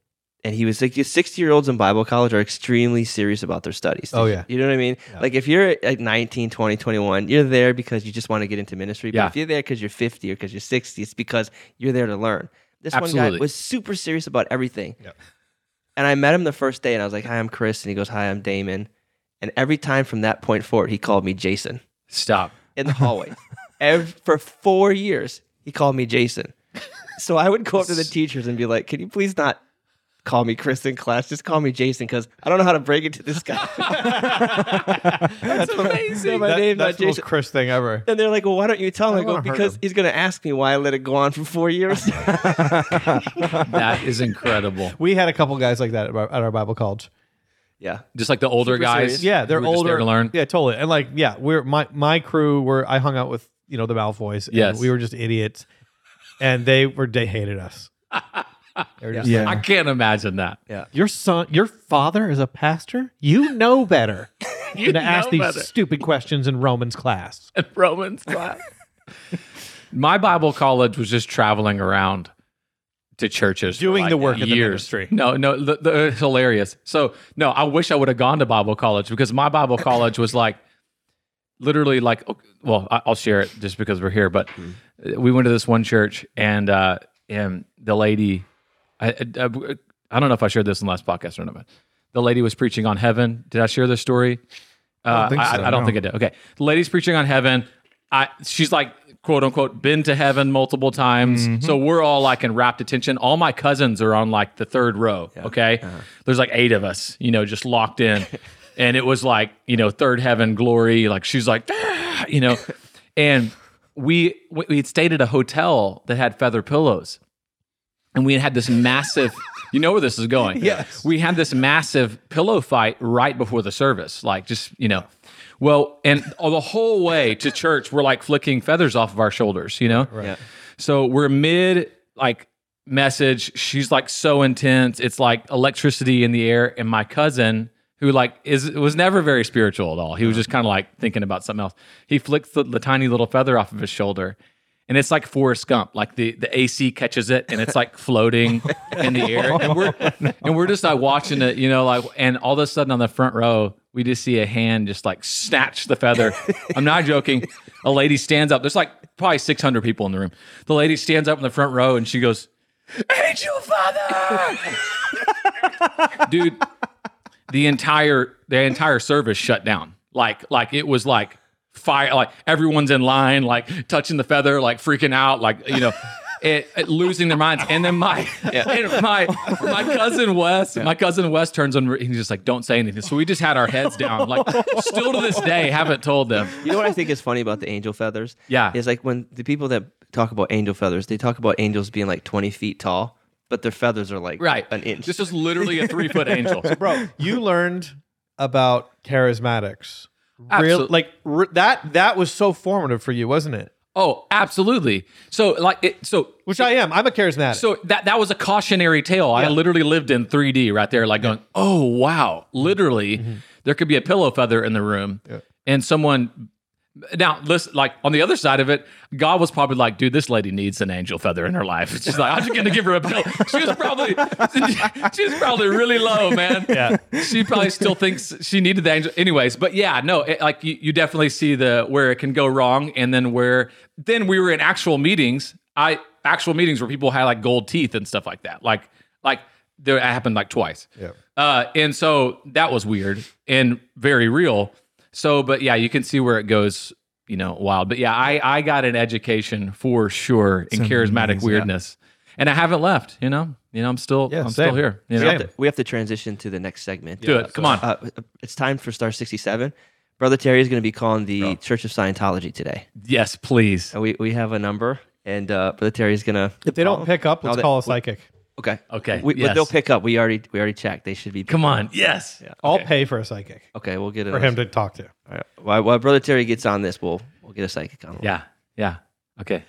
[SPEAKER 4] And he was like, 60 year olds in Bible college are extremely serious about their studies.
[SPEAKER 2] Oh, yeah.
[SPEAKER 4] You know what I mean?
[SPEAKER 2] Yeah.
[SPEAKER 4] Like, if you're like 19, 20, 21, you're there because you just want to get into ministry.
[SPEAKER 1] Yeah.
[SPEAKER 4] But if you're there because you're 50 or because you're 60, it's because you're there to learn. This one guy
[SPEAKER 1] Absolutely.
[SPEAKER 4] was super serious about everything.
[SPEAKER 2] Yeah.
[SPEAKER 4] And I met him the first day and I was like, Hi, I'm Chris. And he goes, Hi, I'm Damon. And every time from that point forward, he called me Jason
[SPEAKER 1] stop
[SPEAKER 4] in the hallway. Ev for four years, he called me Jason. So I would go up to the teachers and be like, "Can you please not call me Chris in class? Just call me Jason because I don't know how to break it to this guy."
[SPEAKER 2] that's
[SPEAKER 4] amazing. My
[SPEAKER 2] that-
[SPEAKER 4] name's not
[SPEAKER 2] that's the most
[SPEAKER 4] Jason.
[SPEAKER 2] Chris thing ever.
[SPEAKER 4] and they're like, "Well, why don't you tell him?" I go,
[SPEAKER 3] wanna hurt
[SPEAKER 4] "Because
[SPEAKER 3] him."
[SPEAKER 4] he's gonna ask me why I let it go on for four years."
[SPEAKER 1] that is incredible
[SPEAKER 2] We had a couple guys like that at our, at our Bible college.
[SPEAKER 4] yeah,
[SPEAKER 1] just like the older
[SPEAKER 4] Super
[SPEAKER 1] guys
[SPEAKER 4] serious.
[SPEAKER 2] Yeah, they're
[SPEAKER 1] who were just
[SPEAKER 2] older.
[SPEAKER 1] there to learn
[SPEAKER 2] Yeah, totally. And like, yeah, we're my my crew were I hung out with you know the Malfoys. And
[SPEAKER 1] Yes.
[SPEAKER 2] we were just idiots, and they were they hated us. They were just like,
[SPEAKER 3] Yeah.
[SPEAKER 1] i can't imagine that
[SPEAKER 2] your son, your father is a pastor. You know better than to ask
[SPEAKER 1] know
[SPEAKER 2] these
[SPEAKER 1] better."
[SPEAKER 2] stupid questions in Romans class.
[SPEAKER 1] Romans class. My Bible college was just traveling around to churches, for,
[SPEAKER 2] Doing
[SPEAKER 1] like,
[SPEAKER 2] the work of the
[SPEAKER 1] years.
[SPEAKER 2] ministry.
[SPEAKER 1] No, no, the, the, it's hilarious. So, no, I wish I would have gone to Bible college because my Bible college was like literally like. okay, Well, I- I'll share it just because we're here, but uh,
[SPEAKER 2] Mm-hmm.
[SPEAKER 1] we went to this one church and uh, and the lady, I, I, I- I don't know if I shared this in the last podcast or not, but the lady was preaching on heaven. Did I share this story?
[SPEAKER 3] don't
[SPEAKER 1] Uh,
[SPEAKER 3] think so,
[SPEAKER 1] I, I don't
[SPEAKER 3] no.
[SPEAKER 1] think I did. Okay, the lady's preaching on heaven. I she's like quote unquote been to heaven multiple times,
[SPEAKER 3] Mm-hmm.
[SPEAKER 1] so we're all like in rapt attention. All my cousins are on like the third row. Okay,
[SPEAKER 3] Uh-huh.
[SPEAKER 1] there's like eight of us, you know, just locked in, and it was like you know third heaven glory. Like she's like, "Ah," you know, and we we we had stayed at a hotel that had feather pillows and we had this massive you know where this is going yes we had this massive pillow fight right before the service like just you know well and all the whole way to church we're like flicking feathers off of our shoulders you know
[SPEAKER 4] Yeah.
[SPEAKER 1] so we're mid like message she's like so intense it's like electricity in the air and my cousin who like is was never very spiritual at all he was just kind of like thinking about something else he flicks the, the tiny little feather off of his shoulder and it's like Forrest Gump, like the, the AC catches it and it's like floating in the air, and we're and we're just like watching it, you know, like and all of a sudden on the front row we just see a hand just like snatch the feather. I'm not joking. A lady stands up. There's like probably 600 people in the room. The lady stands up in the front row and she goes, "Angel Father." dude the entire the entire service shut down like like it was like fire like everyone's in line like touching the feather like freaking out like you know at, at losing their minds. And then my and my my cousin Wes, my cousin Wes turns on. He's just like, "Don't say anything." So we just had our heads down. Like, still to this day, haven't told them.
[SPEAKER 4] You know what I think is funny about the angel feathers?
[SPEAKER 1] Yeah.
[SPEAKER 4] Is like when the people that talk about angel feathers, they talk about angels being like 20 feet tall, but their feathers are like
[SPEAKER 1] Right,
[SPEAKER 4] an inch.
[SPEAKER 1] This is literally a three foot angel.
[SPEAKER 2] bro. You learned about charismatics. Real,
[SPEAKER 1] Absolute-
[SPEAKER 2] like re- that. That was so formative for you, wasn't it?
[SPEAKER 1] Oh, absolutely. So like, it, so
[SPEAKER 2] Which I am. I'm a charismatic.
[SPEAKER 1] So that that was a cautionary tale. I literally lived in 3D right there, like going, "Oh wow!" Literally, there could be a pillow feather in the room, and someone. Now, listen, like on the other side of it, God was probably like, "Dude, this lady needs an angel feather in her life." She's like, "I'm just gonna give her a pillow." She was probably she was probably really low, man. Yeah, she probably still thinks she needed the angel. Anyways, but yeah, no, it, like you, you definitely see the where it can go wrong, and then where then we were in actual meetings. I actual meetings where people had like gold teeth and stuff like that. Like like there it happened like twice. Yeah. Uh, and so that was weird and very real. So, but yeah, you can see where it goes, you know, wild. But yeah, I I got an education for sure in charismatic
[SPEAKER 3] amazing.
[SPEAKER 1] weirdness, and I haven't left. You know, you know, I'm still
[SPEAKER 2] Yeah,
[SPEAKER 1] I'm
[SPEAKER 2] same.
[SPEAKER 1] still here. You know?
[SPEAKER 4] we, have to, we have to transition to the next segment.
[SPEAKER 1] Do it. Come on.
[SPEAKER 4] Uh, it's time for Star 67. Brother Terry is going to be calling the
[SPEAKER 1] Oh.
[SPEAKER 4] Church of Scientology today.
[SPEAKER 1] yes, please.
[SPEAKER 4] And we, we have a number, and uh, Brother Terry is going to.
[SPEAKER 2] if they don't pick up,
[SPEAKER 4] No,
[SPEAKER 2] let's
[SPEAKER 4] they-
[SPEAKER 2] call a
[SPEAKER 4] we-
[SPEAKER 2] psychic.
[SPEAKER 4] Okay.
[SPEAKER 1] Okay,
[SPEAKER 4] We, But
[SPEAKER 1] yes.
[SPEAKER 4] they'll pick up. We already we already checked. They should be.
[SPEAKER 1] Come on. Yes.
[SPEAKER 2] I'll pay for a psychic
[SPEAKER 4] Okay, we'll get it.
[SPEAKER 2] for him to talk to.
[SPEAKER 4] While, while Brother Terry gets on this, we'll we'll get a psychic on.
[SPEAKER 1] Yeah. Yeah. Okay.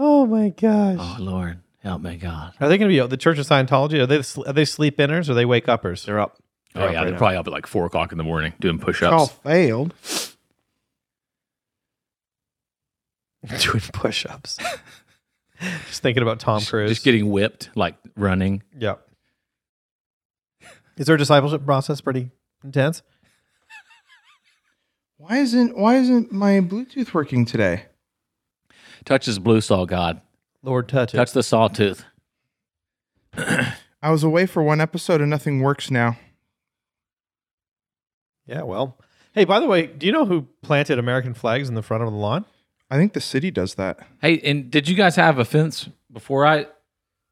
[SPEAKER 2] Oh my gosh.
[SPEAKER 1] Oh Lord, help me, God.
[SPEAKER 2] Are they going to be the Church of Scientology? Are they are they sleep inners or are they wake uppers? They're up.
[SPEAKER 1] Oh yeah, they're probably up at like four o'clock in the morning doing
[SPEAKER 3] Carl
[SPEAKER 1] push-ups.
[SPEAKER 3] failed.
[SPEAKER 2] doing push ups. Just thinking about Tom Cruise.
[SPEAKER 1] Just getting whipped, like running.
[SPEAKER 2] Yep. Is their discipleship process pretty intense?
[SPEAKER 3] Why isn't Why isn't my Bluetooth working today?
[SPEAKER 1] Touch his blue saw, God.
[SPEAKER 2] Lord touch it.
[SPEAKER 1] Touch the sawtooth.
[SPEAKER 3] I was away for one episode and nothing works now.
[SPEAKER 2] Yeah, well. Hey, by the way, do you know who planted American flags in the front of the lawn?
[SPEAKER 3] I think the city does that.
[SPEAKER 1] Hey, and did you guys have a fence before I?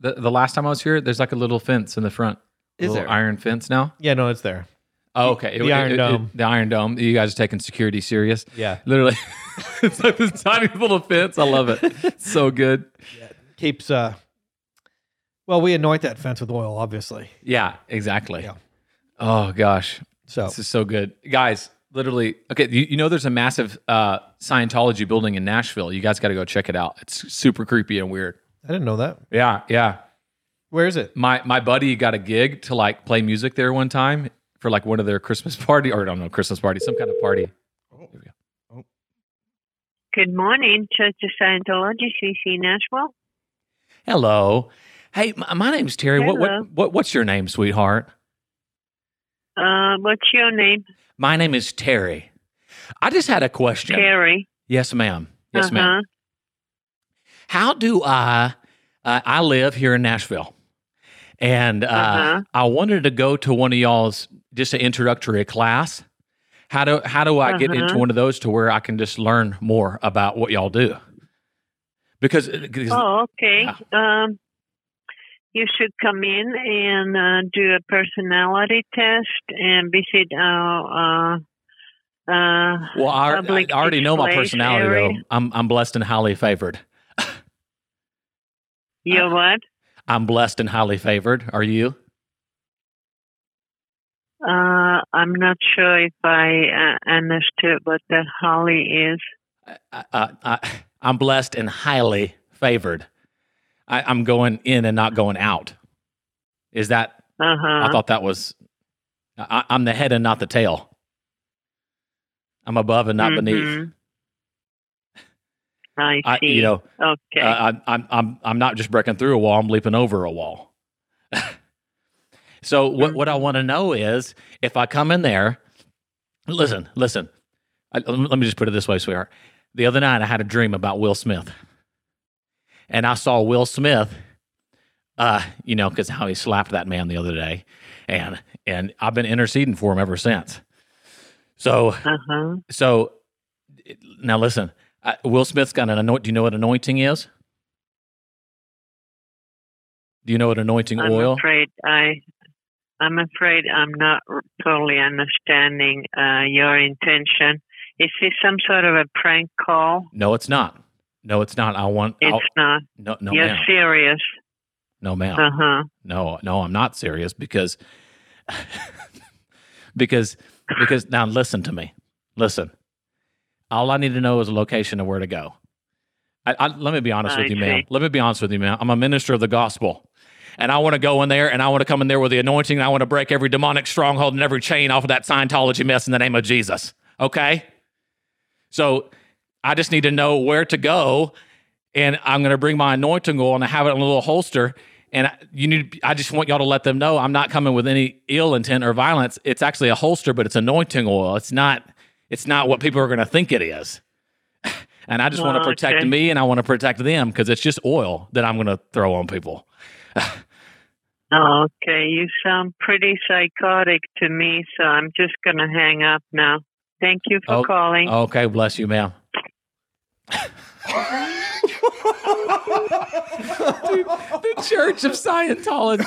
[SPEAKER 1] The, the last time I was here, there's like a little fence in the front.
[SPEAKER 4] Is
[SPEAKER 1] little
[SPEAKER 4] there?
[SPEAKER 1] iron fence now?
[SPEAKER 2] Yeah, no, it's there.
[SPEAKER 1] Oh, okay.
[SPEAKER 2] the Iron Dome.
[SPEAKER 1] the Iron Dome. You guys are taking security serious.
[SPEAKER 2] Yeah.
[SPEAKER 1] Literally, it's like this tiny little fence. I love it. So good.
[SPEAKER 2] Keeps uh well, we anoint that fence with oil, obviously.
[SPEAKER 1] Yeah, exactly.
[SPEAKER 2] Yeah.
[SPEAKER 1] Oh gosh,
[SPEAKER 2] So
[SPEAKER 1] This is so good. Guys, literally, okay, you, you know there's a massive uh, Scientology building in Nashville. You guys got to go check it out. It's super creepy and weird.
[SPEAKER 2] I didn't know that.
[SPEAKER 1] Yeah, yeah.
[SPEAKER 2] Where is it?
[SPEAKER 1] My my buddy got a gig to like play music there one time for like one of their Christmas party or I don't know, Christmas party, some kind of party.
[SPEAKER 6] Good morning, Church of Scientology, CC Nashville.
[SPEAKER 1] Hello. Hey, my, my name's Terry. What,
[SPEAKER 6] Hello.
[SPEAKER 1] what what what's your name, sweetheart?
[SPEAKER 6] Uh, what's your name?
[SPEAKER 1] My name is Terry. I just had a question.
[SPEAKER 6] Terry.
[SPEAKER 1] Yes, ma'am. Yes,
[SPEAKER 6] uh-huh.
[SPEAKER 1] ma'am. how do I? Uh, I live here in Nashville, and uh,
[SPEAKER 6] Uh-huh.
[SPEAKER 1] I wanted to go to one of y'all's just an introductory class. How do how do I get into
[SPEAKER 6] Uh-huh.
[SPEAKER 1] one of those to where I can just learn more about what y'all do? Because, uh, because-
[SPEAKER 6] Oh, okay.
[SPEAKER 1] Ah.
[SPEAKER 6] Um, you should come in and uh, do a personality test and visit our. Uh, uh,
[SPEAKER 1] well, I, I
[SPEAKER 6] public
[SPEAKER 1] already know my
[SPEAKER 6] displays
[SPEAKER 1] personality
[SPEAKER 6] area.
[SPEAKER 1] though. I'm I'm blessed and highly favored.
[SPEAKER 6] your what?
[SPEAKER 1] I'm blessed and highly favored. Are you?
[SPEAKER 6] Uh, I'm not sure if I uh, understood what the holly is.
[SPEAKER 1] I, I, I, I'm blessed and highly favored. I, I'm going in and not going out. Is that
[SPEAKER 6] Uh
[SPEAKER 1] I
[SPEAKER 6] huh.
[SPEAKER 1] thought that was I, I'm the head and not the tail. I'm above and not beneath.
[SPEAKER 6] Mm-hmm. I
[SPEAKER 1] I,
[SPEAKER 6] see.
[SPEAKER 1] you know,
[SPEAKER 6] okay.
[SPEAKER 1] uh, I, I'm I'm I'm not just breaking through a wall. I'm leaping over a wall. so what what I want to know is if I come in there, listen, listen. I, let me just put it this way, sweetheart. The other night I had a dream about Will Smith, and I saw Will Smith. Uh, you know, because how he slapped that man the other day, and and I've been interceding for him ever since. So
[SPEAKER 6] uh huh.
[SPEAKER 1] so uh, it- now listen, I, Will Smith's got an anoint. Do you know what anointing is? Do you know what anointing
[SPEAKER 6] I'm
[SPEAKER 1] oil?
[SPEAKER 6] afraid I, I'm afraid I'm not r- totally understanding uh, your intention. Is this some sort of a prank call?
[SPEAKER 1] No, it's not. No, it's not. I want.
[SPEAKER 6] It's
[SPEAKER 1] I'll-
[SPEAKER 6] not.
[SPEAKER 1] no, no,
[SPEAKER 6] You're
[SPEAKER 1] ma'am.
[SPEAKER 6] serious.
[SPEAKER 1] No, ma'am.
[SPEAKER 6] Uh huh.
[SPEAKER 1] No, no, I'm not serious because because because now listen to me. Listen. All I need to know is a location of where to go. I, I, let me be honest with
[SPEAKER 6] I
[SPEAKER 1] you, ma'am.
[SPEAKER 6] see.
[SPEAKER 1] Let me be honest with you, ma'am. I'm a minister of the gospel. And I want to go in there and I want to come in there with the anointing and I want to break every demonic stronghold and every chain off of that Scientology mess in the name of Jesus. Okay? So I just need to know where to go and I'm going to bring my anointing oil and I have it in a little holster. And I- you need, I just want y'all to let them know I'm not coming with any ill intent or violence. It's actually a holster, but it's anointing oil. It's not, it's not what people are going to think it is. and I just want to
[SPEAKER 6] Well,
[SPEAKER 1] protect
[SPEAKER 6] okay.
[SPEAKER 1] me and I want to protect them because it's just oil that I'm going to throw on people.
[SPEAKER 6] Oh, Okay, you sound pretty psychotic to me, so I'm just going to hang up now. Thank you for
[SPEAKER 1] Oh,
[SPEAKER 6] calling.
[SPEAKER 1] Okay, bless you, ma'am. the Church of Scientology.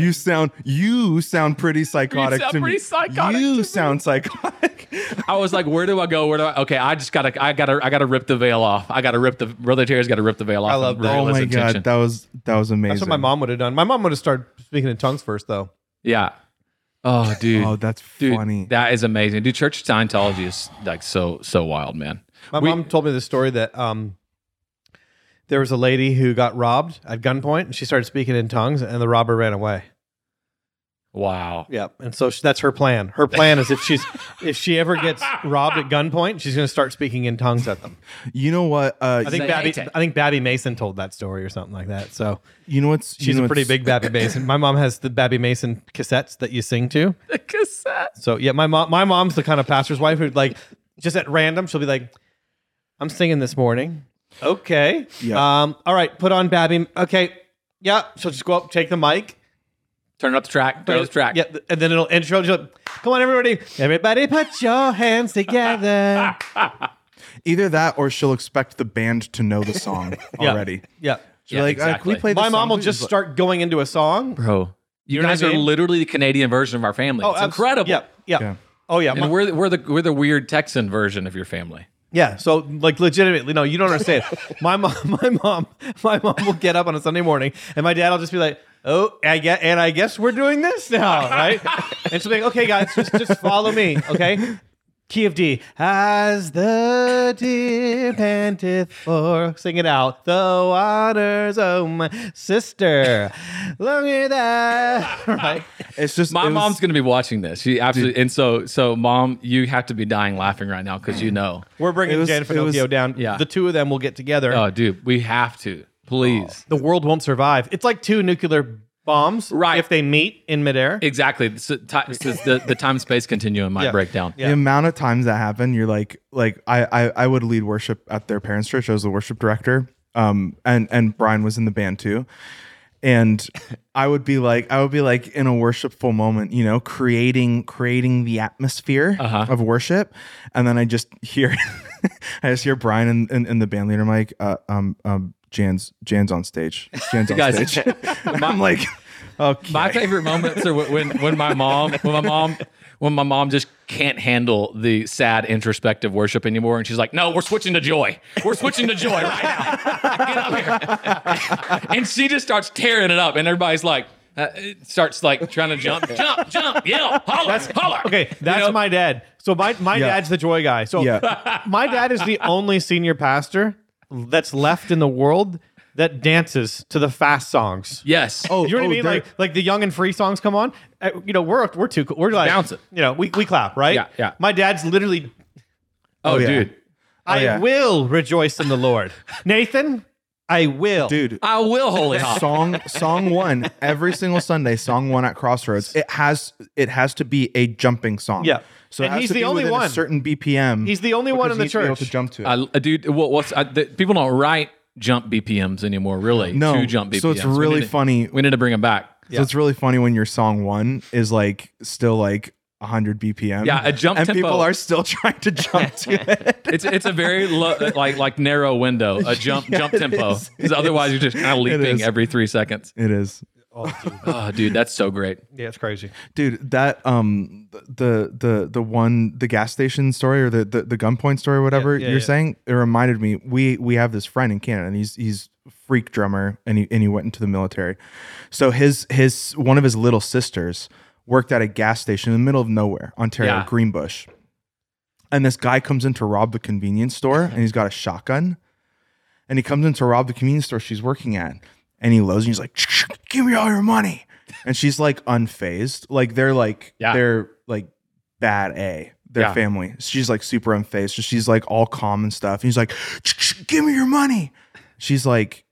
[SPEAKER 3] you sound you sound pretty psychotic
[SPEAKER 1] sound
[SPEAKER 3] to
[SPEAKER 1] pretty
[SPEAKER 3] me.
[SPEAKER 1] psychotic
[SPEAKER 3] you
[SPEAKER 1] to me.
[SPEAKER 3] sound psychotic.
[SPEAKER 1] I was like, where do I go? Where do I? Okay, I just gotta, I gotta, I gotta rip the veil off. I gotta rip the brother Terry's gotta rip the veil off.
[SPEAKER 2] I love
[SPEAKER 1] of
[SPEAKER 2] that.
[SPEAKER 3] oh
[SPEAKER 1] Riola's
[SPEAKER 3] my
[SPEAKER 1] intention.
[SPEAKER 3] god, that was that was amazing.
[SPEAKER 2] That's what my mom would have done. My mom would have started speaking in tongues first, though.
[SPEAKER 1] Yeah. Oh, dude,
[SPEAKER 3] Oh, that's
[SPEAKER 1] dude,
[SPEAKER 3] funny.
[SPEAKER 1] that is amazing, dude. Church of Scientology is like so, so wild, man.
[SPEAKER 2] My
[SPEAKER 1] We-
[SPEAKER 2] mom told me the story that um, there was a lady who got robbed at gunpoint, and she started speaking in tongues, and the robber ran away.
[SPEAKER 1] Wow.
[SPEAKER 2] Yep. And so she, that's her plan. Her plan is if she's if she ever gets robbed at gunpoint, she's going to start speaking in tongues at them.
[SPEAKER 3] you know what? Uh,
[SPEAKER 2] I think
[SPEAKER 1] Say
[SPEAKER 2] Babby,
[SPEAKER 1] hey, Ted.
[SPEAKER 2] I think Babby Mason told that story or something like that. So
[SPEAKER 3] you know what's you
[SPEAKER 2] she's
[SPEAKER 3] know
[SPEAKER 2] a pretty
[SPEAKER 3] what's-
[SPEAKER 2] big Babby Mason. My mom has the Babby Mason cassettes that you sing to.
[SPEAKER 1] The cassette.
[SPEAKER 2] So yeah, my mom, my mom's the kind of pastor's wife who'd like just at random she'll be like, "I'm singing this morning." Okay.
[SPEAKER 3] Yeah.
[SPEAKER 2] Um. All right. Put on Babby. Okay. Yeah. She'll just go up, take the mic,
[SPEAKER 1] Turn up the track. Turn up the track.
[SPEAKER 2] yeah, th- and then it'll intro. she'll- Come on, everybody! Everybody, put your hands together.
[SPEAKER 3] Either that or she'll expect the band to know the song
[SPEAKER 2] Yeah.
[SPEAKER 3] already.
[SPEAKER 2] yeah.
[SPEAKER 1] Yeah,
[SPEAKER 3] She'll be like, uh,
[SPEAKER 1] exactly.
[SPEAKER 3] can we play
[SPEAKER 2] My
[SPEAKER 3] this
[SPEAKER 2] mom
[SPEAKER 3] song,
[SPEAKER 2] will
[SPEAKER 3] please?"
[SPEAKER 2] just start going into a song.
[SPEAKER 1] bro. You
[SPEAKER 2] know
[SPEAKER 1] guys
[SPEAKER 2] what I
[SPEAKER 1] are
[SPEAKER 2] mean? Oh,
[SPEAKER 1] literally the Canadian version of our family. it's
[SPEAKER 2] abs-
[SPEAKER 1] incredible.
[SPEAKER 2] Yeah, yeah.
[SPEAKER 3] Yeah.
[SPEAKER 2] Oh yeah,
[SPEAKER 1] And
[SPEAKER 2] my-
[SPEAKER 1] we're the- we're the we're the weird Texan version of your family.
[SPEAKER 2] yeah. So like, legitimately, no, you don't understand. my mom, my mom, my mom will get up on a Sunday morning, and my dad will just be like, "Oh, I get, and I guess we're doing this now, right?" and she'll be like, "Okay, guys, just just follow me, okay." Key of D. As the deer panteth for, sing it out, the waters, oh my sister, long at that, right?
[SPEAKER 3] It's just
[SPEAKER 1] My
[SPEAKER 3] it was-
[SPEAKER 1] mom's going to be watching this. She absolutely. And so, so mom, you have to be dying laughing right now because you know.
[SPEAKER 2] We're bringing
[SPEAKER 3] It was-
[SPEAKER 2] Jan
[SPEAKER 3] it was-
[SPEAKER 2] Finocchio down.
[SPEAKER 1] yeah.
[SPEAKER 2] The two of them will get together.
[SPEAKER 1] Oh, dude, we have to. Please.
[SPEAKER 2] the world won't survive. It's like two nuclear bombs
[SPEAKER 1] Right.
[SPEAKER 2] if they meet in midair.
[SPEAKER 1] Exactly. This is ti- this is the, the time space continuum might
[SPEAKER 2] Yeah.
[SPEAKER 1] break down.
[SPEAKER 2] Yeah.
[SPEAKER 3] the amount of times that happened you're like like I, I i would lead worship at their parents church i was the worship director um and and brian was in the band too and i would be like i would be like in a worshipful moment you know creating creating the atmosphere
[SPEAKER 1] Uh-huh.
[SPEAKER 3] of worship and then i just hear i just hear brian and, and, and the band leader mike uh, um um jan's jan's on stage jan's on
[SPEAKER 1] Guys.
[SPEAKER 3] stage and i'm like okay
[SPEAKER 1] My favorite moments are wh- when when my mom when my mom when my mom just can't handle the sad introspective worship anymore, and she's like, "No, we're switching to joy. We're switching to joy right now. Get up here!" and she just starts tearing it up, and everybody's like. Uh, it starts like trying to jump, jump, jump, yell, holler, holler.
[SPEAKER 2] Okay, that's
[SPEAKER 1] You know?
[SPEAKER 2] my dad. So my, my
[SPEAKER 3] Yeah.
[SPEAKER 2] dad's the joy guy. So
[SPEAKER 3] Yeah.
[SPEAKER 2] my dad is the only senior pastor that's left in the world that dances to the fast songs.
[SPEAKER 1] yes. Oh,
[SPEAKER 2] You know what I
[SPEAKER 3] oh,
[SPEAKER 2] mean?
[SPEAKER 3] there-
[SPEAKER 2] Like like the young and free songs come on. Uh, you know we're we're too cool. we're like
[SPEAKER 1] Bounce it.
[SPEAKER 2] You know we, we clap right.
[SPEAKER 1] Yeah, yeah.
[SPEAKER 2] My dad's literally.
[SPEAKER 1] oh,
[SPEAKER 3] yeah.
[SPEAKER 1] dude,
[SPEAKER 2] I
[SPEAKER 3] Oh, yeah.
[SPEAKER 2] will rejoice in the Lord, Nathan. I will,
[SPEAKER 3] dude
[SPEAKER 1] I will holy hop.
[SPEAKER 3] song song one every single Sunday. Song one at Crossroads. It has it has to be a jumping song.
[SPEAKER 2] Yeah.
[SPEAKER 3] So
[SPEAKER 2] And
[SPEAKER 3] it has
[SPEAKER 2] he's
[SPEAKER 3] to
[SPEAKER 2] the
[SPEAKER 3] be
[SPEAKER 2] only
[SPEAKER 3] within
[SPEAKER 2] one.
[SPEAKER 3] A certain BPM.
[SPEAKER 2] He's the only one
[SPEAKER 3] because
[SPEAKER 2] in the
[SPEAKER 3] you need to be able
[SPEAKER 2] church.
[SPEAKER 3] to jump to. It.
[SPEAKER 1] I, I- dude, what, what's I, the, people don't write jump BPMs anymore, really.
[SPEAKER 3] no.
[SPEAKER 1] two jump BPMs.
[SPEAKER 3] so it's
[SPEAKER 1] We
[SPEAKER 3] really
[SPEAKER 1] need to-
[SPEAKER 3] funny.
[SPEAKER 1] We need to bring them back.
[SPEAKER 3] So it's really funny when your song one is like still like 100 BPM.
[SPEAKER 1] Yeah, a jump
[SPEAKER 3] and
[SPEAKER 1] tempo.
[SPEAKER 3] people are still trying to jump to it.
[SPEAKER 1] it's it's a very low, like like narrow window, a jump
[SPEAKER 3] Yeah,
[SPEAKER 1] jump
[SPEAKER 3] it
[SPEAKER 1] tempo.
[SPEAKER 3] is.
[SPEAKER 1] Because
[SPEAKER 3] It
[SPEAKER 1] otherwise,
[SPEAKER 3] is.
[SPEAKER 1] you're just kind of
[SPEAKER 3] It
[SPEAKER 1] leaping
[SPEAKER 3] is.
[SPEAKER 1] every three seconds.
[SPEAKER 3] It is.
[SPEAKER 2] Oh, dude.
[SPEAKER 1] Oh, dude, that's so great.
[SPEAKER 2] yeah, it's crazy.
[SPEAKER 3] Dude, that um th- the the the one the gas station story or the the, the gunpoint story or whatever
[SPEAKER 2] yeah,
[SPEAKER 3] you're
[SPEAKER 2] yeah.
[SPEAKER 3] saying, it reminded me we we have this friend in Canada and he's he's a freak drummer and he and he went into the military. So his his one of his little sisters worked at a gas station in the middle of nowhere, Ontario,
[SPEAKER 1] Yeah.
[SPEAKER 3] Greenbush. And this guy comes in to rob the convenience store and he's got a shotgun. And he comes in to rob the convenience store she's working at. And he loads and he's like, give me all your money. And she's like unfazed. Like they're like,
[SPEAKER 1] Yeah.
[SPEAKER 3] they're like bad A, their
[SPEAKER 1] Yeah.
[SPEAKER 3] family. She's like super unfazed. So she's like all calm and stuff. And he's like, give me your money. She's like,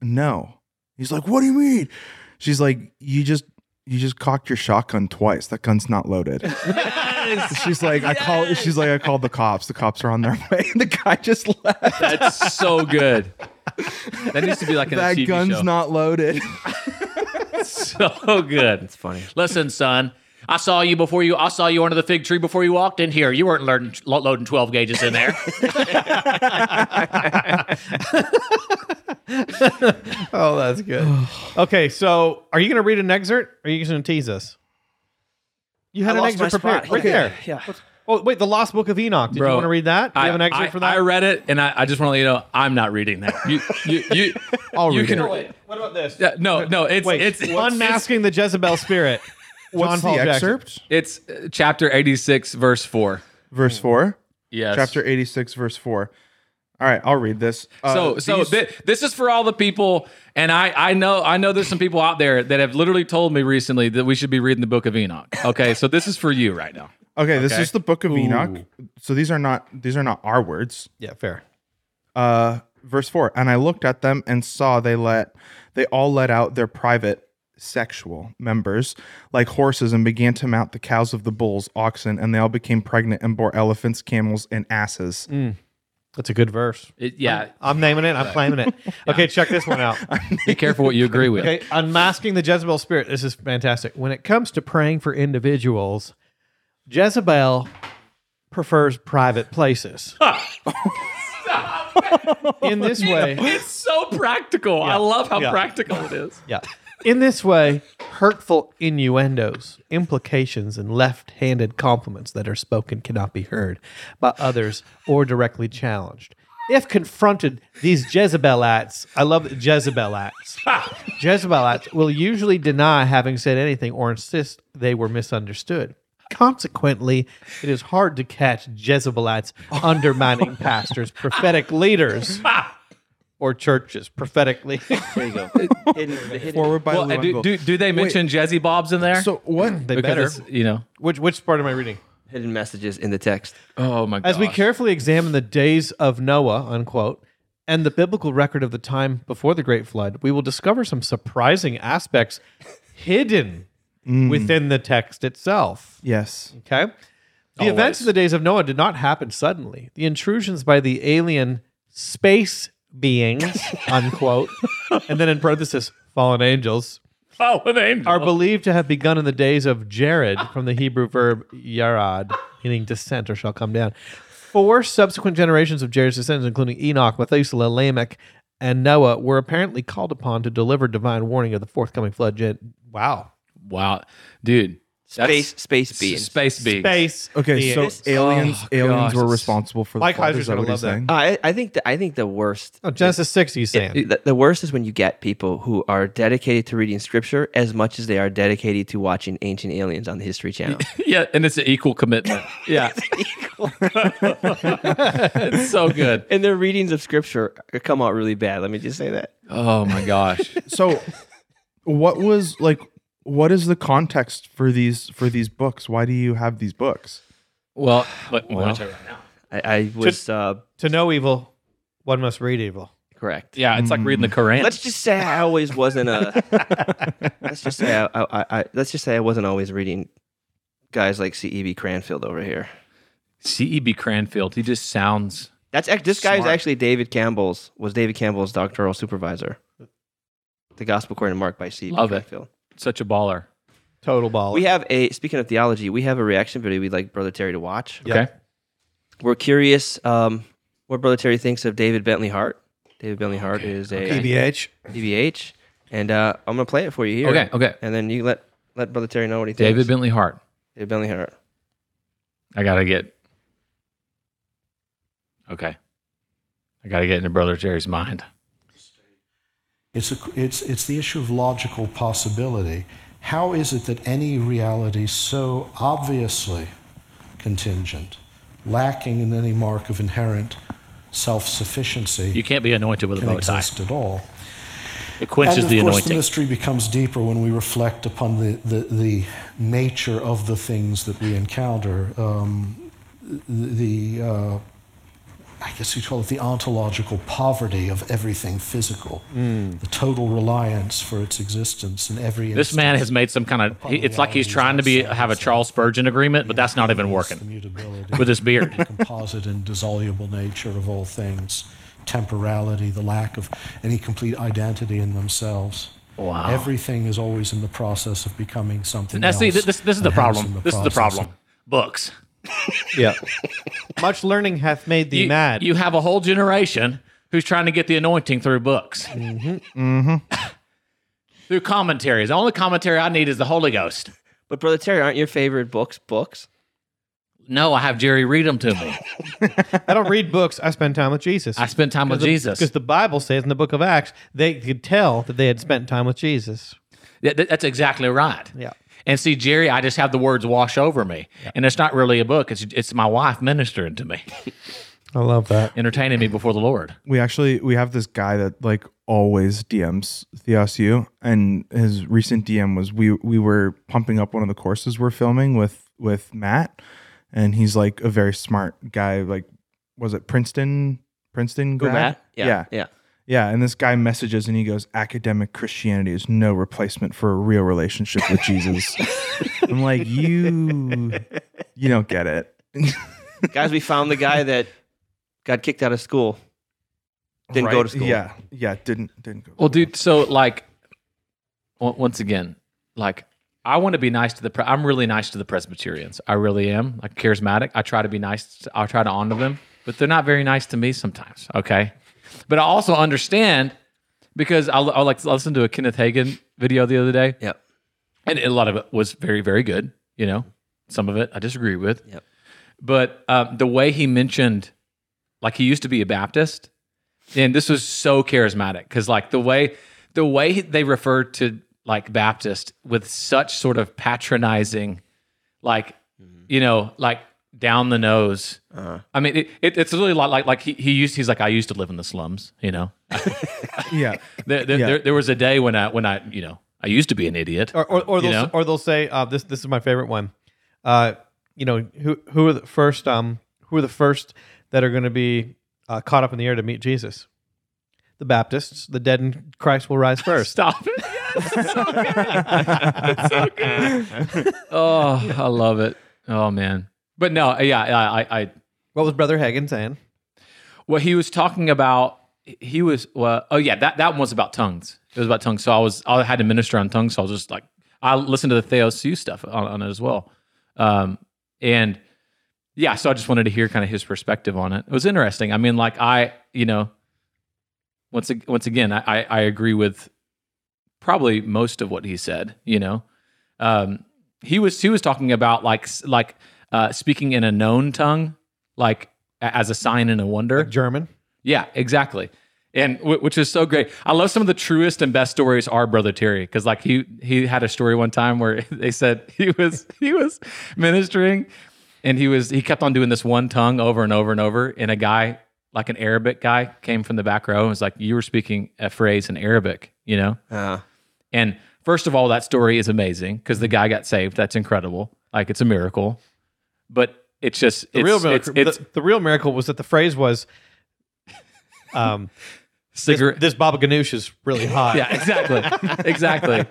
[SPEAKER 3] no. He's like, what do you mean? She's like, you just you just cocked your shotgun twice. That gun's not loaded. she's like, I call she's like, I called the cops. The cops are on their way. the guy just left.
[SPEAKER 1] That's so good. That needs to be like in
[SPEAKER 3] that
[SPEAKER 1] a TV
[SPEAKER 3] gun's
[SPEAKER 1] show.
[SPEAKER 3] not loaded.
[SPEAKER 1] so good.
[SPEAKER 4] It's funny.
[SPEAKER 1] Listen, son. I saw you before you. I saw you under the fig tree before you walked in here. You weren't learning, lo- loading twelve gauges in there.
[SPEAKER 2] Oh, that's good. okay, so are you going to read an excerpt or are you going to tease us? You had
[SPEAKER 4] I
[SPEAKER 2] an
[SPEAKER 4] lost my
[SPEAKER 2] excerpt prepared.
[SPEAKER 4] spot.
[SPEAKER 2] Right
[SPEAKER 4] Yeah,
[SPEAKER 2] there.
[SPEAKER 4] yeah.
[SPEAKER 2] Oh, wait, The Lost Book of Enoch. Did
[SPEAKER 1] Bro,
[SPEAKER 2] you want to read that? Do you have an excerpt
[SPEAKER 1] I,
[SPEAKER 2] for
[SPEAKER 1] I
[SPEAKER 2] that?
[SPEAKER 1] read it, and I, I just want to let you know I'm not reading that. You, you, you,
[SPEAKER 3] I'll
[SPEAKER 1] you
[SPEAKER 3] read
[SPEAKER 1] can.
[SPEAKER 3] it.
[SPEAKER 1] re-
[SPEAKER 2] what about this?
[SPEAKER 1] Yeah, no, no, it's
[SPEAKER 2] wait,
[SPEAKER 1] it's
[SPEAKER 2] Unmasking the Jezebel Spirit. John
[SPEAKER 3] What's
[SPEAKER 2] Paul
[SPEAKER 3] the
[SPEAKER 2] Jackson.
[SPEAKER 3] excerpt?
[SPEAKER 1] It's, it's uh, chapter eighty six, verse four.
[SPEAKER 3] Verse four.
[SPEAKER 1] Mm. Yes,
[SPEAKER 3] Chapter eighty six, verse four. All right, I'll read this. Uh,
[SPEAKER 1] so so
[SPEAKER 3] these-
[SPEAKER 1] thi- this is for all the people and I I know I know there's some people out there that have literally told me recently that we should be reading the book of Enoch. Okay, so this is for you right now.
[SPEAKER 3] okay, this
[SPEAKER 1] okay.
[SPEAKER 3] is the book of Enoch. So these are not these are not our words.
[SPEAKER 2] Yeah, fair.
[SPEAKER 3] uh, verse four. And I looked at them and saw they let they all let out their private sexual members like horses and began to mount the cows of the bulls, oxen, and they all became pregnant and bore elephants, camels, and asses.
[SPEAKER 1] Mm.
[SPEAKER 2] That's a good verse.
[SPEAKER 1] It, yeah,
[SPEAKER 2] I'm naming it. I'm claiming it. Okay, check this one out.
[SPEAKER 1] be careful what you agree with.
[SPEAKER 2] Okay, unmasking the Jezebel spirit. This is fantastic. When it comes to praying for individuals, Jezebel prefers private places. In this way,
[SPEAKER 1] It's so practical. I love how
[SPEAKER 2] yeah.
[SPEAKER 1] practical it is.
[SPEAKER 2] yeah. In this way, hurtful innuendos, implications, and left-handed compliments that are spoken cannot be heard by others or directly challenged. If confronted, these Jezebelites, I love the Jezebelites. Jezebelites will usually deny having said anything or insist they were misunderstood. Consequently, it is hard to catch Jezebelites undermining pastors, prophetic leaders, or churches. Prophetic leaders.
[SPEAKER 4] There you go. Hidden- the hidden-
[SPEAKER 3] Forward by
[SPEAKER 1] Well,
[SPEAKER 3] Lou
[SPEAKER 1] and do,
[SPEAKER 3] Engle.
[SPEAKER 1] do do they mention Jazzy Bob's in there?
[SPEAKER 3] so what?
[SPEAKER 2] They
[SPEAKER 1] because
[SPEAKER 2] better.
[SPEAKER 1] it's, you know.
[SPEAKER 2] Which which part am I reading?
[SPEAKER 4] hidden messages in the text.
[SPEAKER 1] Oh my god.
[SPEAKER 2] As we carefully examine the days of Noah, unquote, and the biblical record of the time before the great flood, we will discover some surprising aspects hidden within the text itself.
[SPEAKER 3] yes.
[SPEAKER 2] Okay. The events of the days of Noah did not happen suddenly. The intrusions by the alien space beings, unquote, and then in parenthesis, fallen angels,
[SPEAKER 1] Oh, an angel.
[SPEAKER 2] are believed to have begun in the days of Jared from the Hebrew verb yarad, meaning descent or shall come down. Four subsequent generations of Jared's descendants, including Enoch, Methuselah, Lamech, and Noah, were apparently called upon to deliver divine warning of the forthcoming flood. Gen- wow.
[SPEAKER 1] wow, dude. That's-
[SPEAKER 4] Space, space
[SPEAKER 1] s-
[SPEAKER 4] beings.
[SPEAKER 1] Space beings.
[SPEAKER 2] Base.
[SPEAKER 3] Okay, so
[SPEAKER 2] beings.
[SPEAKER 3] aliens
[SPEAKER 1] Oh, gosh.
[SPEAKER 3] aliens were responsible for the
[SPEAKER 2] Mike
[SPEAKER 3] flood,
[SPEAKER 2] Heiser's
[SPEAKER 3] is that
[SPEAKER 2] gonna
[SPEAKER 3] what he's
[SPEAKER 2] love that.
[SPEAKER 3] saying?
[SPEAKER 4] Uh, I, I think the, I think the worst.
[SPEAKER 2] Oh, Genesis 6, he's saying.
[SPEAKER 4] The, the worst is when you get people who are dedicated to reading scripture as much as they are dedicated to watching Ancient Aliens on the History Channel.
[SPEAKER 1] Yeah, and it's an equal commitment. Yeah, it's so good.
[SPEAKER 4] and their readings of scripture come out really bad. Let me just say that.
[SPEAKER 1] Oh my gosh.
[SPEAKER 3] so what was like what is the context for these for these books? Why do you have these books?
[SPEAKER 1] Well, but,
[SPEAKER 4] Well. I, I was uh,
[SPEAKER 2] to know evil, one must read evil.
[SPEAKER 4] correct.
[SPEAKER 1] yeah, it's like reading the Koran.
[SPEAKER 4] Let's just say I always wasn't a. let's just say I, I, I. Let's just say I wasn't always reading guys like C.E.B. Cranfield over here.
[SPEAKER 1] C.E.B. E Cranfield. He just sounds.
[SPEAKER 4] That's act- this guy is
[SPEAKER 1] Smart.
[SPEAKER 4] actually David Campbell's was David Campbell's doctoral supervisor. The Gospel according to Mark by C.E.B.
[SPEAKER 1] Love it.
[SPEAKER 4] Cranfield.
[SPEAKER 1] such a baller.
[SPEAKER 2] Total ball.
[SPEAKER 4] We have a speaking of theology, we have a reaction video we'd like Brother Terry to watch.
[SPEAKER 2] Yeah.
[SPEAKER 1] Okay.
[SPEAKER 4] We're curious um, what Brother Terry thinks of David Bentley Hart. David Bentley Hart is a
[SPEAKER 3] PBH.
[SPEAKER 4] DBH, and uh, I'm gonna play it for you here.
[SPEAKER 1] Okay. Okay.
[SPEAKER 4] And then you let let Brother Terry know what he thinks.
[SPEAKER 1] David Bentley Hart.
[SPEAKER 4] David Bentley Hart.
[SPEAKER 1] I gotta get. Okay. I gotta get into Brother Jerry's mind.
[SPEAKER 7] It's, a, it's, it's the issue of logical possibility. How is it that any reality so obviously contingent, lacking in any mark of inherent self
[SPEAKER 1] You
[SPEAKER 7] sufficiency,
[SPEAKER 1] can't be anointed with a
[SPEAKER 7] can
[SPEAKER 1] bow tie.
[SPEAKER 7] exist at all?
[SPEAKER 1] It quenches
[SPEAKER 7] and
[SPEAKER 1] the
[SPEAKER 7] of course, the
[SPEAKER 1] anointing.
[SPEAKER 7] mystery becomes deeper when we reflect upon the, the, the nature of the things that we encounter. Um, the, uh, I guess you'd call it the ontological poverty of everything physical, the total reliance for its existence in every
[SPEAKER 1] Hmm. This man has made some kind of. It's like he's trying to be have a Charles Spurgeon agreement, but that's not even working with his beard.
[SPEAKER 7] the composite and dissoluble nature of all things, temporality, the lack of any complete identity in themselves.
[SPEAKER 1] Wow.
[SPEAKER 7] Everything is always in the process of becoming something
[SPEAKER 1] Now,
[SPEAKER 7] else.
[SPEAKER 1] see, th- this this is the
[SPEAKER 7] and hence in
[SPEAKER 1] problem. This is the
[SPEAKER 7] process
[SPEAKER 1] problem. Books.
[SPEAKER 2] yeah. Much learning hath made thee
[SPEAKER 1] You,
[SPEAKER 2] mad.
[SPEAKER 1] you have a whole generation who's trying to get the anointing through books,
[SPEAKER 2] Mm-hmm.
[SPEAKER 1] through commentaries. The only commentary I need is the Holy Ghost.
[SPEAKER 4] But Brother Terry, aren't your favorite books books?
[SPEAKER 1] No, I have Jerry read them to me.
[SPEAKER 2] I don't read books. I spend time with Jesus.
[SPEAKER 1] I spent time with Jesus.
[SPEAKER 2] Because the Bible says in the book of Acts, they could tell that they had spent time with Jesus.
[SPEAKER 1] Yeah, th- that's exactly right.
[SPEAKER 2] Yeah.
[SPEAKER 1] And see, Jerry, I just have the words wash over me, and it's not really a book. It's it's my wife ministering to me,
[SPEAKER 2] I love that.
[SPEAKER 1] entertaining me before the Lord.
[SPEAKER 3] We actually we have this guy that like always DMs Theosu, and his recent DM was we we were pumping up one of the courses we're filming with with Matt, and he's like a very smart guy. Like, was it Princeton? Princeton grad?
[SPEAKER 4] Yeah.
[SPEAKER 3] Yeah.
[SPEAKER 4] Yeah.
[SPEAKER 3] Yeah, and this guy messages and he goes, "Academic Christianity is no replacement for a real relationship with Jesus." I'm like, "You you don't get it."
[SPEAKER 4] Guys, we found the guy that got kicked out of school. Didn't go
[SPEAKER 3] Right?
[SPEAKER 4] to school.
[SPEAKER 3] Yeah. Yeah, didn't didn't go.
[SPEAKER 1] Well, dude, so like, on- once again, like I want to be nice to the. Pre- I'm really nice to the Presbyterians. I really am. Like charismatic. I try to be nice. I try to honor them, but they're not very nice to me sometimes. Okay, but I also understand because I, I like listened to a Kenneth Hagan video the other day.
[SPEAKER 4] Yep.
[SPEAKER 1] and a lot of it was very very good you know some of it i disagree with
[SPEAKER 4] Yep.
[SPEAKER 1] but um, the way he mentioned like he used to be a baptist and this was so charismatic because like the way the way he- they refer to like baptist with such sort of patronizing like you know like down the nose i mean it, it, it's really like like, like he, he used he's like i used to live in the slums you know
[SPEAKER 3] Yeah.
[SPEAKER 1] there, there,
[SPEAKER 3] Yeah.
[SPEAKER 1] there, there was a day when i when i you know i used to be an idiot
[SPEAKER 2] Or or, or
[SPEAKER 1] You
[SPEAKER 2] they'll
[SPEAKER 1] know?
[SPEAKER 2] s or they'll say uh, this this is my favorite one. Uh, you know who who are the first um who are the first that are going to be uh, caught up in the air to meet Jesus? The Baptists, the dead in Christ will rise first.
[SPEAKER 1] Stop it. Yes, so good. It's so good. Oh, I love it. Oh man. But no, yeah, I, I, I
[SPEAKER 2] What was Brother Hagin saying?
[SPEAKER 1] well, he was talking about he was well, oh yeah, that, that one was about tongues. It was about tongues. So I was I had to minister on tongues, so I was just like I listened to the Theos Sue stuff on, on it as well. Um and yeah, so I just wanted to hear kind of his perspective on it. It was interesting. I mean, like I, you know, once ag- once again, I, I I agree with probably most of what he said. You know, um, he was he was talking about like s- like uh, speaking in a known tongue, like a- as a sign and a wonder.
[SPEAKER 2] German.
[SPEAKER 1] Yeah, exactly. And wh- which is so great. I love some of the truest and best stories are Brother Terry because like he he had a story one time where they said he was he was ministering and he was he kept on doing this one tongue over and over and over and a guy like an Arabic guy came from the back row and was like you were speaking a phrase in Arabic, you know?
[SPEAKER 2] Uh-huh.
[SPEAKER 4] Uh,
[SPEAKER 1] And first of all, that story is amazing because the guy got saved. That's incredible. Like it's a miracle. But it's just
[SPEAKER 2] The
[SPEAKER 1] it's,
[SPEAKER 2] real
[SPEAKER 1] it's,
[SPEAKER 2] miracle.
[SPEAKER 1] it's
[SPEAKER 2] the, the real miracle was that the phrase was, um, this,
[SPEAKER 1] cigarette
[SPEAKER 2] this Baba Ganoush is really hot.
[SPEAKER 1] Yeah, exactly, exactly.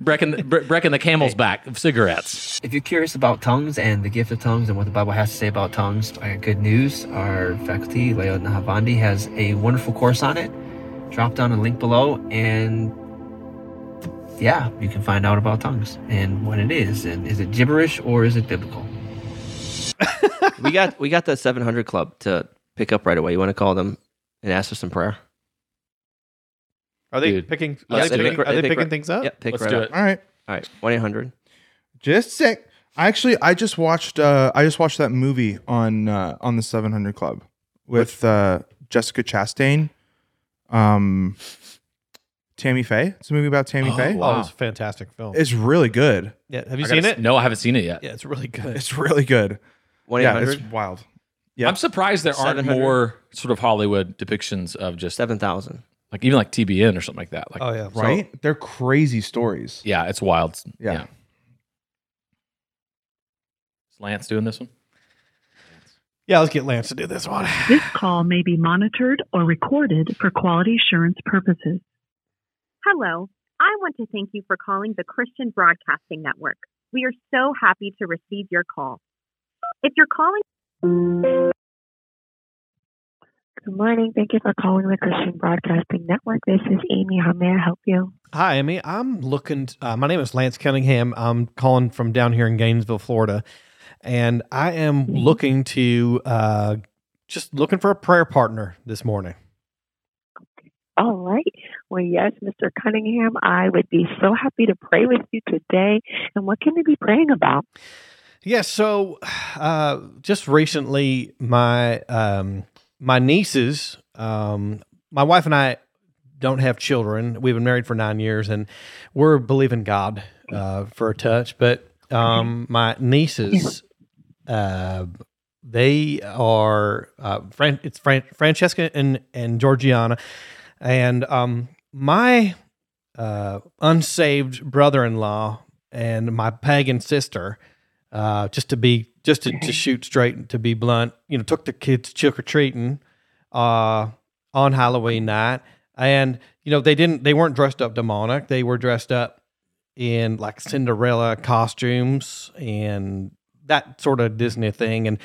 [SPEAKER 1] Breaking the, bre- breaking the camel's back of cigarettes.
[SPEAKER 8] If you're curious about tongues and the gift of tongues and what the Bible has to say about tongues, I got good news. Our faculty, Leo Nahavandi, has a wonderful course on it. Drop down a link below and yeah, you can find out about tongues and what it is, and is it gibberish or is it biblical?
[SPEAKER 4] we got we got the 700 Club to pick up right away. You want to call them and ask for some prayer?
[SPEAKER 2] Are they
[SPEAKER 1] Dude.
[SPEAKER 2] picking? Are
[SPEAKER 1] Let's
[SPEAKER 2] they
[SPEAKER 1] do
[SPEAKER 2] picking,
[SPEAKER 4] it.
[SPEAKER 2] are they
[SPEAKER 4] They pick
[SPEAKER 2] picking
[SPEAKER 4] right-
[SPEAKER 2] things up?
[SPEAKER 4] Yep, pick
[SPEAKER 1] Let's
[SPEAKER 4] right
[SPEAKER 1] do
[SPEAKER 4] up.
[SPEAKER 1] it.
[SPEAKER 3] All right.
[SPEAKER 4] All right, 1 800.
[SPEAKER 3] Just sick. I actually I just watched uh I just watched that movie on uh on the 700 Club with uh Jessica Chastain. Um Tammy Faye. It's a movie about Tammy
[SPEAKER 1] Oh,
[SPEAKER 3] Faye.
[SPEAKER 1] wow.
[SPEAKER 2] Oh, it's a fantastic film.
[SPEAKER 3] It's really good.
[SPEAKER 2] yeah, have you
[SPEAKER 1] I
[SPEAKER 2] seen
[SPEAKER 1] gotta-
[SPEAKER 2] it?
[SPEAKER 1] No, I haven't seen it yet.
[SPEAKER 2] Yeah, it's really good.
[SPEAKER 3] It's really good.
[SPEAKER 4] 1
[SPEAKER 3] Yeah, it's
[SPEAKER 4] 800.
[SPEAKER 3] wild. Yeah.
[SPEAKER 1] I'm surprised there aren't
[SPEAKER 4] 700.
[SPEAKER 1] more sort of Hollywood depictions of just
[SPEAKER 4] 7,000.
[SPEAKER 1] like even like TBN or something like that. Like,
[SPEAKER 2] Oh yeah,
[SPEAKER 3] Right? They're crazy stories.
[SPEAKER 1] yeah, it's wild.
[SPEAKER 3] Yeah.
[SPEAKER 1] Is Lance doing this one?
[SPEAKER 2] Yeah, let's get Lance to do this one.
[SPEAKER 9] This call may be monitored or recorded for quality assurance purposes.
[SPEAKER 10] Hello. I want to thank you for calling the Christian Broadcasting Network. We are so happy to receive your call. If you're calling
[SPEAKER 9] Good morning. Thank you for calling the Christian Broadcasting Network. This is Amy. How may I help you?
[SPEAKER 2] Hi, Amy. I'm looking. t- uh, my name is Lance Cunningham. I'm calling from down here in Gainesville, Florida, and I am looking to uh, just looking for a prayer partner this morning.
[SPEAKER 9] All right. Well, yes, Mr. Cunningham, I would be so happy to pray with you today. And what can we be praying about?
[SPEAKER 2] Yeah. So, uh, just recently, my um, my nieces, um, my wife and I don't have children. We've been married for nine years, and we're believing God uh, for a touch. But um, my nieces, uh, they are uh, Fran- it's Fran- Francesca and and Georgiana, and um, my uh, unsaved brother-in-law and my pagan sister uh, just to be just to, to shoot straight and to be blunt you know took the kids trick or treating uh, on halloween night and you know they didn't they weren't dressed up demonic they were dressed up in like cinderella costumes and that sort of disney thing and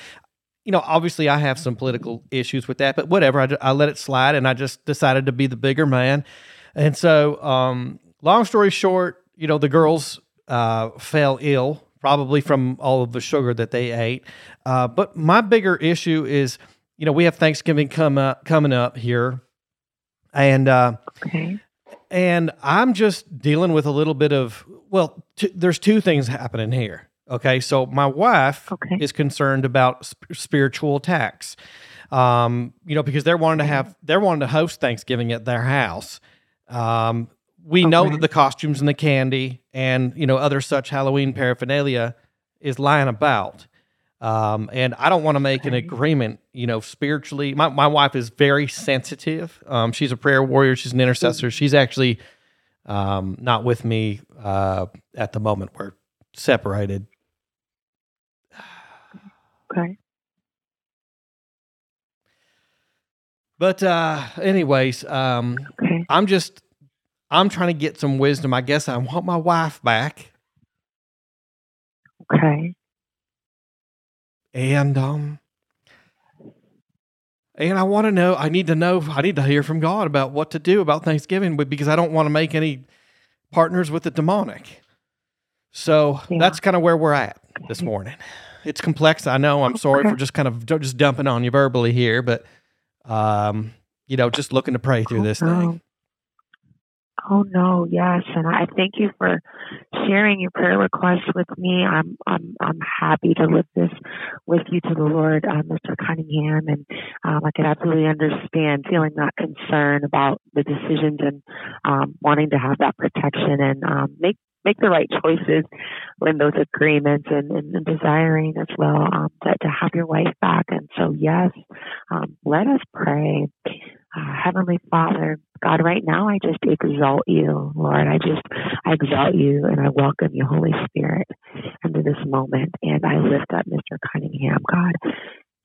[SPEAKER 2] you know obviously i have some political issues with that but whatever i, ju- I let it slide and i just decided to be the bigger man and so, um, long story short, you know, the girls uh, fell ill, probably from all of the sugar that they ate. Uh, but my bigger issue is, you know, we have Thanksgiving come up, coming up here, and uh,
[SPEAKER 9] Okay.
[SPEAKER 2] and I'm just dealing with a little bit of well, t- there's two things happening here. Okay, so my wife
[SPEAKER 9] Okay.
[SPEAKER 2] is concerned about sp- spiritual attacks, um, you know, because they're wanting to have they're wanting to host Thanksgiving at their house. Um, we know
[SPEAKER 9] Okay.
[SPEAKER 2] that the costumes and the candy and you know other such Halloween paraphernalia is lying about. Um, and I don't want to make an
[SPEAKER 9] Okay.
[SPEAKER 2] agreement, you know, spiritually. My, my wife is very sensitive. Um, she's a prayer warrior. She's an intercessor. She's actually um, not with me uh, at the moment. We're separated.
[SPEAKER 9] Okay.
[SPEAKER 2] But uh, anyways, um,
[SPEAKER 9] Okay.
[SPEAKER 2] I'm just I'm trying to get some wisdom. I guess I want my wife back,
[SPEAKER 9] Okay.
[SPEAKER 2] and um, and I want to know. I need to know. I need to hear from God about what to do about Thanksgiving but- because I don't want to make any partners with the demonic. So
[SPEAKER 9] Yeah.
[SPEAKER 2] that's kind of where we're at this morning. It's complex. I know. I'm sorry
[SPEAKER 9] Okay.
[SPEAKER 2] for just kind of just dumping on you verbally here, but um, you know, just looking to pray through this thing.
[SPEAKER 9] Oh no, yes, and I thank you for sharing your prayer request with me. I'm I'm I'm happy to lift this with you to the Lord, uh, Mr. Cunningham, and um, I could absolutely understand feeling that concern about the decisions and um, wanting to have that protection and um, make make the right choices in those agreements and, and, and desiring as well um, to, to have your wife back. And so, yes, um, let us pray. Uh, Heavenly Father, God, right now I just exalt you, Lord. I just I exalt you and I welcome you, Holy Spirit, into this moment. And I lift up Mr. Cunningham, God.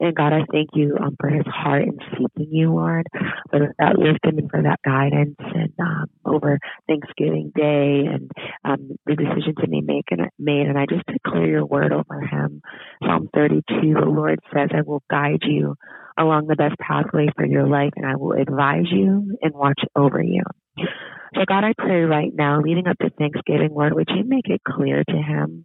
[SPEAKER 9] And God, I thank you um, for his heart in seeking you, Lord, for that wisdom and for that guidance and um, over Thanksgiving Day and um, the decisions that he make and made. And I just declare your word over him. Psalm 32, the Lord says, I will guide you along the best pathway for your life, and I will advise you and watch over you. So, God, I pray right now, leading up to Thanksgiving, Lord, would you make it clear to him,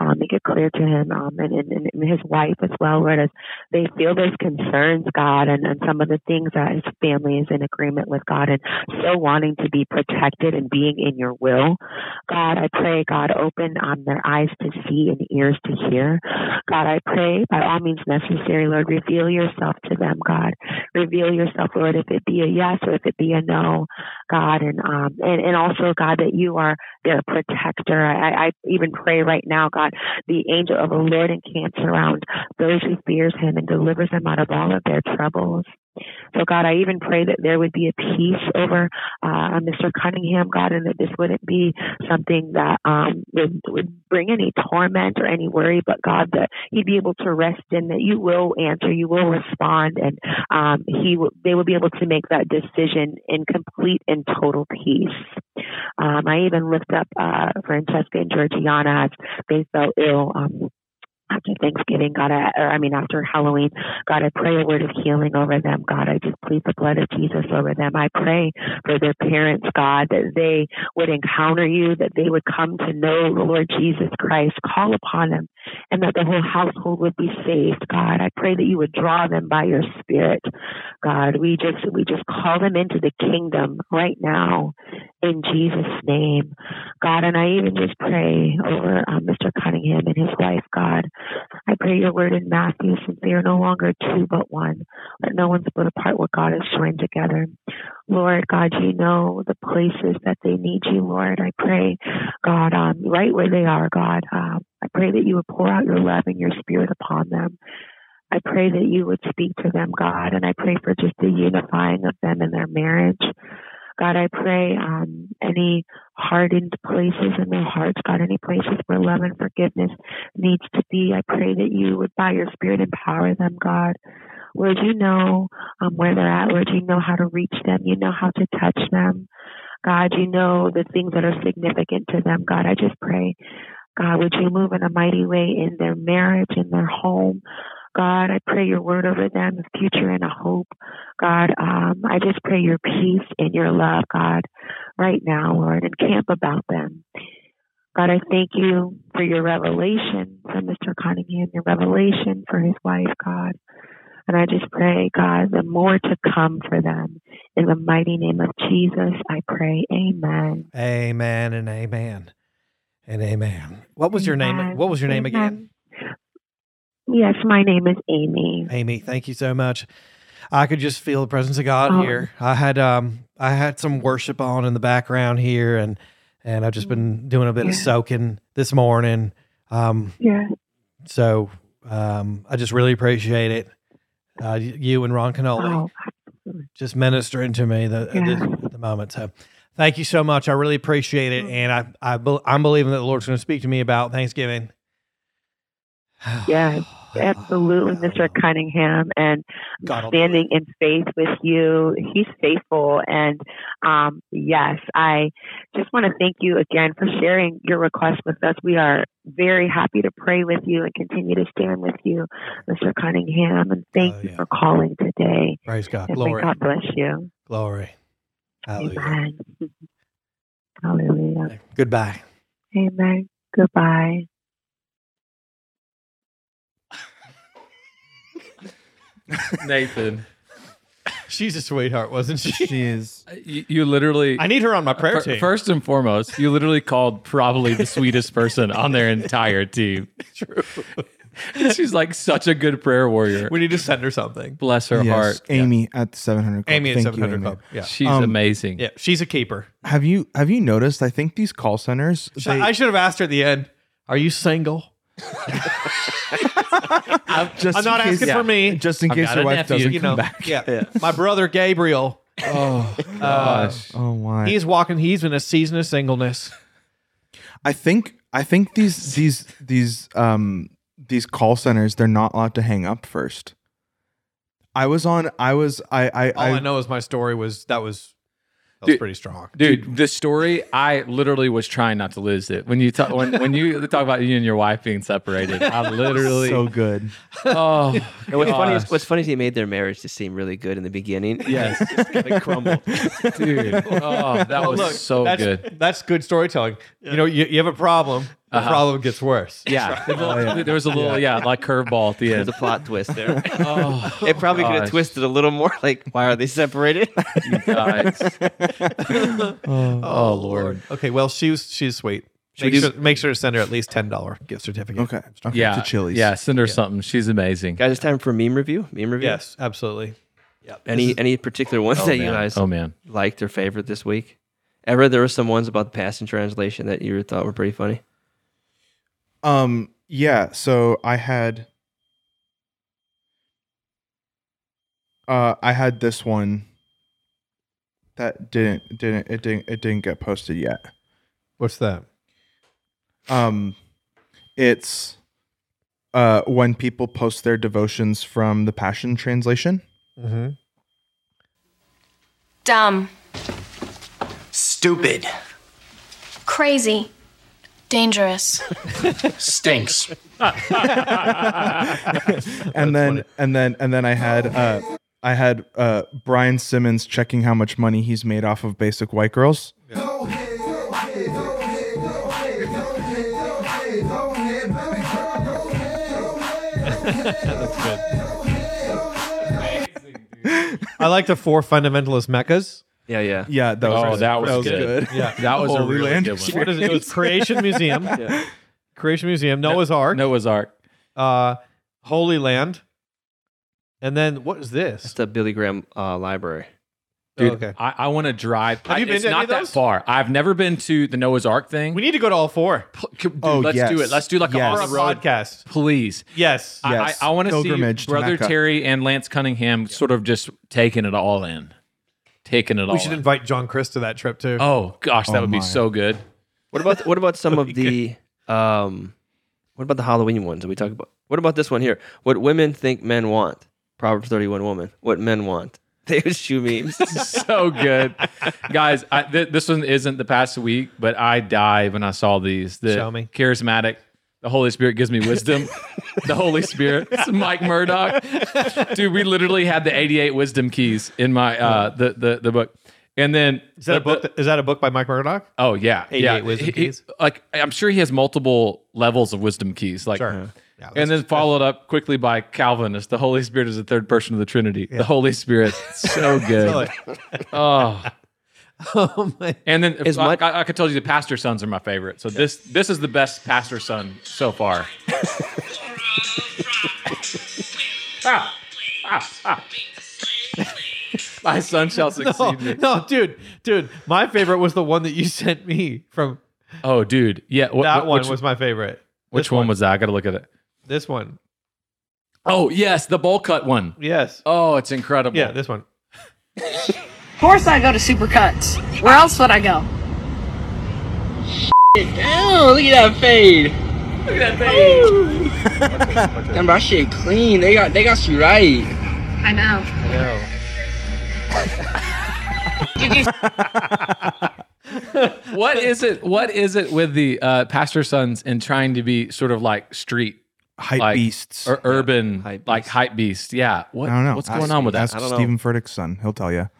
[SPEAKER 9] um, make it clear to him um, and, and, and his wife as well, Lord, as they feel those concerns, God, and, and some of the things that his family is in agreement with, God, and so wanting to be protected and being in your will. God, I pray, God, open um, their eyes to see and ears to hear. God, I pray by all means necessary, Lord, reveal yourself to them, God. Reveal yourself, Lord, if it be a yes or if it be a no, God, and um, and, and also, God, that you are their protector. I, I even pray right now, God, the angel of the Lord encamps around those who fears him and delivers them out of all of their troubles. So, God, I even pray that there would be a peace over uh, Mr. Cunningham, God, and that this wouldn't be something that um, would, would bring any torment or any worry, but God, that he'd be able to rest in that you will answer, you will respond, and um, he w- they will be able to make that decision in complete and total peace. Um, I even lift up uh, Francesca and Georgiana as they fell ill. Um, after Thanksgiving, God, I, or I mean, after Halloween, God, I pray a word of healing over them. God, I just plead the blood of Jesus over them. I pray for their parents, God, that they would encounter you, that they would come to know the Lord Jesus Christ, call upon him, and that the whole household would be saved, God. I pray that you would draw them by your spirit, God. We just, we just call them into the kingdom right now in Jesus' name, God. And I even just pray over um, Mr. Cunningham and his wife, God. I pray your word in Matthew, since they are no longer two but one. Let no one split apart what God has joined together. Lord God, you know the places that they need you, Lord. I pray, God, um, right where they are, God. Um, I pray that you would pour out your love and your spirit upon them. I pray that you would speak to them, God, and I pray for just the unifying of them in their marriage. God, I pray um, any hardened places in their hearts, God, any places where love and forgiveness needs to be, I pray that you would, by your Spirit, empower them, God. Lord, you know um, where they're at. Lord, you know how to reach them. You know how to touch them. God, you know the things that are significant to them. God, I just pray, God, would you move in a mighty way in their marriage, in their home. God, I pray your word over them, a future and a hope. God, um, I just pray your peace and your love, God, right now, Lord, and camp about them. God, I thank you for your revelation for Mr. Cunningham, your revelation for his wife, God. And I just pray, God, the more to come for them. In the mighty name of Jesus, I pray. Amen.
[SPEAKER 2] Amen and amen and amen. What was your name?
[SPEAKER 9] Amen.
[SPEAKER 2] What was your name again?
[SPEAKER 9] Amen. Yes, my name is Amy.
[SPEAKER 2] Amy, thank you so much. I could just feel the presence of God
[SPEAKER 9] Oh.
[SPEAKER 2] here. I had um I had some worship on in the background here and and I've just been doing a bit of
[SPEAKER 9] Yeah.
[SPEAKER 2] soaking this morning. Um
[SPEAKER 9] Yes.
[SPEAKER 2] so um I just really appreciate it. Uh y- you and Ron Canoli
[SPEAKER 9] Oh,
[SPEAKER 2] just ministering to me the, at, this,
[SPEAKER 9] Yeah. Mm.
[SPEAKER 2] at the moment. So thank you so much. I really appreciate it and I I bel I'm believing that the Lord's going to speak to me about Thanksgiving.
[SPEAKER 9] Yes, absolutely, Mr. Cunningham. And
[SPEAKER 2] God will do
[SPEAKER 9] standing in faith with you, he's faithful. And um, yes, I just want to thank you again for sharing your request with us. We are very happy to pray with you and continue to stand with you, Mr. Cunningham. And thank
[SPEAKER 2] Oh,
[SPEAKER 9] you
[SPEAKER 2] yeah.
[SPEAKER 9] for calling today.
[SPEAKER 2] Praise God.
[SPEAKER 9] And may
[SPEAKER 2] Glory.
[SPEAKER 9] God bless you.
[SPEAKER 2] Glory. Hallelujah.
[SPEAKER 9] Amen. Hallelujah.
[SPEAKER 2] Goodbye.
[SPEAKER 9] Amen. Goodbye.
[SPEAKER 1] Nathan,
[SPEAKER 2] She's a sweetheart, wasn't she?
[SPEAKER 3] She is.
[SPEAKER 1] Uh, you, you literally.
[SPEAKER 2] I need her on my prayer
[SPEAKER 1] fir-
[SPEAKER 2] team.
[SPEAKER 1] First and foremost, you literally called probably the sweetest person on their entire team. True. She's like such a good prayer warrior.
[SPEAKER 2] we need to send her something.
[SPEAKER 1] Bless her
[SPEAKER 3] yes,
[SPEAKER 1] heart.
[SPEAKER 3] Amy at the 700 Club.
[SPEAKER 2] Amy at
[SPEAKER 3] Thank you,
[SPEAKER 2] 700
[SPEAKER 3] Amy.
[SPEAKER 2] Club. Yeah.
[SPEAKER 1] She's
[SPEAKER 3] Um,
[SPEAKER 1] amazing.
[SPEAKER 2] Yeah. She's a keeper.
[SPEAKER 3] Have you have you noticed? I think these call centers.
[SPEAKER 2] Sh-
[SPEAKER 3] they-
[SPEAKER 2] I should have asked her at the end, Are you single?
[SPEAKER 3] just
[SPEAKER 2] I'm not
[SPEAKER 3] in case-
[SPEAKER 2] asking for me.
[SPEAKER 3] Just in
[SPEAKER 1] I've
[SPEAKER 3] case
[SPEAKER 1] got
[SPEAKER 3] your
[SPEAKER 1] a
[SPEAKER 3] wife
[SPEAKER 1] nephew,
[SPEAKER 3] doesn't
[SPEAKER 2] you
[SPEAKER 3] come
[SPEAKER 2] know,
[SPEAKER 3] back.
[SPEAKER 2] yeah. My brother Gabriel,
[SPEAKER 3] Oh
[SPEAKER 2] gosh.
[SPEAKER 3] oh my.
[SPEAKER 2] he's walking, he's in a season of singleness.
[SPEAKER 3] I think I think these these these um these call centers they're not allowed to hang up first. I was on I was I I,
[SPEAKER 2] All Oh, I,
[SPEAKER 3] I,
[SPEAKER 2] know is my story was that was That was
[SPEAKER 1] Dude.
[SPEAKER 2] pretty strong.
[SPEAKER 1] dude. The story, I literally was trying not to lose it when you talk when, when you talk about you and your wife being separated. I literally,
[SPEAKER 3] so good.
[SPEAKER 1] oh,
[SPEAKER 4] And what's funny is
[SPEAKER 1] gosh.
[SPEAKER 4] what's funny is they made their marriage to seem really good in the beginning.
[SPEAKER 1] Yes.
[SPEAKER 4] It's just like crumbled.
[SPEAKER 1] dude, oh, that was
[SPEAKER 2] look,
[SPEAKER 1] so
[SPEAKER 2] that's,
[SPEAKER 1] good.
[SPEAKER 2] That's good storytelling. You know, you, you have a problem. The
[SPEAKER 1] Uh-huh.
[SPEAKER 2] problem gets worse.
[SPEAKER 1] Yeah, There's a little- there was a little yeah, like curveball at the
[SPEAKER 4] There's
[SPEAKER 1] end.
[SPEAKER 4] a plot twist there.
[SPEAKER 1] Oh,
[SPEAKER 4] It probably could have
[SPEAKER 1] gosh.
[SPEAKER 4] twisted a little more. Like, why are they separated?
[SPEAKER 1] You guys.
[SPEAKER 2] Oh,
[SPEAKER 1] Lord.
[SPEAKER 2] Okay. Well, she was she's sweet.
[SPEAKER 4] Should we
[SPEAKER 2] Make
[SPEAKER 4] do-
[SPEAKER 2] sure, make sure to send her at least ten dollar gift certificate.
[SPEAKER 3] Okay. okay.
[SPEAKER 1] Yeah,
[SPEAKER 3] To Chili's.
[SPEAKER 1] Yeah, send her something. She's amazing.
[SPEAKER 4] Guys, it's time for meme review. Meme review.
[SPEAKER 2] Yes, absolutely.
[SPEAKER 4] Any any particular ones
[SPEAKER 1] Oh,
[SPEAKER 4] that
[SPEAKER 1] man.
[SPEAKER 4] you guys
[SPEAKER 1] Oh man.
[SPEAKER 4] liked or favorite this week? Ever there were some ones about the past in translation that you thought were pretty funny.
[SPEAKER 3] Um. Yeah. So I had. Uh, I had this one. That didn't didn't it didn't it didn't get posted yet.
[SPEAKER 2] What's that?
[SPEAKER 3] Um, it's uh when people post their devotions from the Passion Translation.
[SPEAKER 2] Mm-hmm.
[SPEAKER 11] Dumb.
[SPEAKER 12] Stupid.
[SPEAKER 11] Crazy. Dangerous.
[SPEAKER 12] Stinks.
[SPEAKER 3] and then and then and then I had uh I had uh Brian Simmons checking how much money he's made off of basic white girls.
[SPEAKER 2] I like the four fundamentalist meccas.
[SPEAKER 4] Yeah, yeah.
[SPEAKER 3] Yeah, that was
[SPEAKER 1] Oh, that was good.
[SPEAKER 2] Yeah.
[SPEAKER 1] That was a
[SPEAKER 3] Holy
[SPEAKER 1] really
[SPEAKER 3] land.
[SPEAKER 1] good one.
[SPEAKER 2] What is it? It was Creation Museum. Creation Museum, Noah's Ark,
[SPEAKER 1] Noah's Ark.
[SPEAKER 2] uh, Holy Land, and then what is
[SPEAKER 4] It's
[SPEAKER 2] this?
[SPEAKER 4] the Billy Graham uh, library.
[SPEAKER 2] Oh,
[SPEAKER 1] Dude,
[SPEAKER 2] okay.
[SPEAKER 1] I, I want to drive.
[SPEAKER 2] Have you
[SPEAKER 1] I-
[SPEAKER 2] been
[SPEAKER 1] it's
[SPEAKER 2] to any
[SPEAKER 1] not
[SPEAKER 2] of
[SPEAKER 1] that
[SPEAKER 2] those?
[SPEAKER 1] far. I've never been to the Noah's Ark thing.
[SPEAKER 2] We need to go to all four
[SPEAKER 1] P- c- dude,
[SPEAKER 3] Oh,
[SPEAKER 1] let's do
[SPEAKER 3] yes.
[SPEAKER 1] it. Let's do like
[SPEAKER 3] Yes.
[SPEAKER 1] a
[SPEAKER 2] for a
[SPEAKER 1] on the road.
[SPEAKER 2] podcast.
[SPEAKER 1] Please.
[SPEAKER 2] Yes.
[SPEAKER 1] I-
[SPEAKER 3] Yes.
[SPEAKER 1] I, I want to see
[SPEAKER 3] Pilgrimage to
[SPEAKER 1] Brother
[SPEAKER 3] Mecca.
[SPEAKER 1] Terry and Lance Cunningham sort of just taking it all in. Taking it all
[SPEAKER 2] we should
[SPEAKER 1] in.
[SPEAKER 2] invite John Chris to that trip too.
[SPEAKER 1] Oh gosh, that
[SPEAKER 3] Oh,
[SPEAKER 1] would
[SPEAKER 3] my.
[SPEAKER 1] be so good.
[SPEAKER 4] What about what about some of the um what about the Halloween ones that we talk about? What about this one here? What women think men want. Proverbs 31 woman. What men want. They would shoe memes.
[SPEAKER 1] so good, guys. I, th- this one isn't the past week, but I died when I saw these. The
[SPEAKER 2] Show me.
[SPEAKER 1] charismatic. The Holy Spirit gives me wisdom. the Holy Spirit. It's Mike Murdoch. Dude, we literally had the 88 wisdom keys in my uh the the, the book. And then
[SPEAKER 2] is that a book? That, is that a book by Mike Murdoch?
[SPEAKER 1] Oh yeah,
[SPEAKER 2] 88
[SPEAKER 1] yeah.
[SPEAKER 2] wisdom
[SPEAKER 1] He- he-
[SPEAKER 2] keys.
[SPEAKER 1] like I'm sure he has multiple levels of wisdom keys. Like,
[SPEAKER 2] Sure. Yeah,
[SPEAKER 1] and then followed up quickly by Calvinist. The Holy Spirit is the third person of the Trinity. The Holy Spirit, so good. oh,
[SPEAKER 2] oh my!
[SPEAKER 1] and then
[SPEAKER 4] As
[SPEAKER 1] I,
[SPEAKER 4] much-
[SPEAKER 1] I, I could tell you the pastor sons are my favorite. So this this is the best pastor son so far. Ah, ah, ah. my son shall
[SPEAKER 2] Oh,
[SPEAKER 1] succeed me.
[SPEAKER 2] no, dude, dude. My favorite was the one that you sent me from.
[SPEAKER 1] Oh, dude, yeah. wh-
[SPEAKER 2] that
[SPEAKER 1] wh-
[SPEAKER 2] one
[SPEAKER 1] which,
[SPEAKER 2] was my favorite.
[SPEAKER 1] which
[SPEAKER 2] this
[SPEAKER 1] one
[SPEAKER 2] one.
[SPEAKER 1] was that? I got to look at it.
[SPEAKER 2] This one,
[SPEAKER 1] Oh yes, the bowl cut one.
[SPEAKER 2] yes,
[SPEAKER 1] Oh, it's incredible.
[SPEAKER 2] yeah, this one.
[SPEAKER 11] Of course I go to Supercuts. Where else would I go?
[SPEAKER 12] Oh, look at that fade. Look at that fade. Damn, bro, that shit clean. They got they got you right.
[SPEAKER 11] I know.
[SPEAKER 1] what is it? What is it with the uh, pastor sons and trying to be sort of like street
[SPEAKER 3] Hype
[SPEAKER 1] Like,
[SPEAKER 3] beasts.
[SPEAKER 1] or urban,
[SPEAKER 4] hype
[SPEAKER 1] like
[SPEAKER 4] beast.
[SPEAKER 1] hype beast? Yeah. What,
[SPEAKER 3] I don't know.
[SPEAKER 1] What's
[SPEAKER 3] Ask-
[SPEAKER 1] going on with that?
[SPEAKER 3] Ask
[SPEAKER 4] I don't know.
[SPEAKER 3] Stephen Furtick's son. He'll tell you.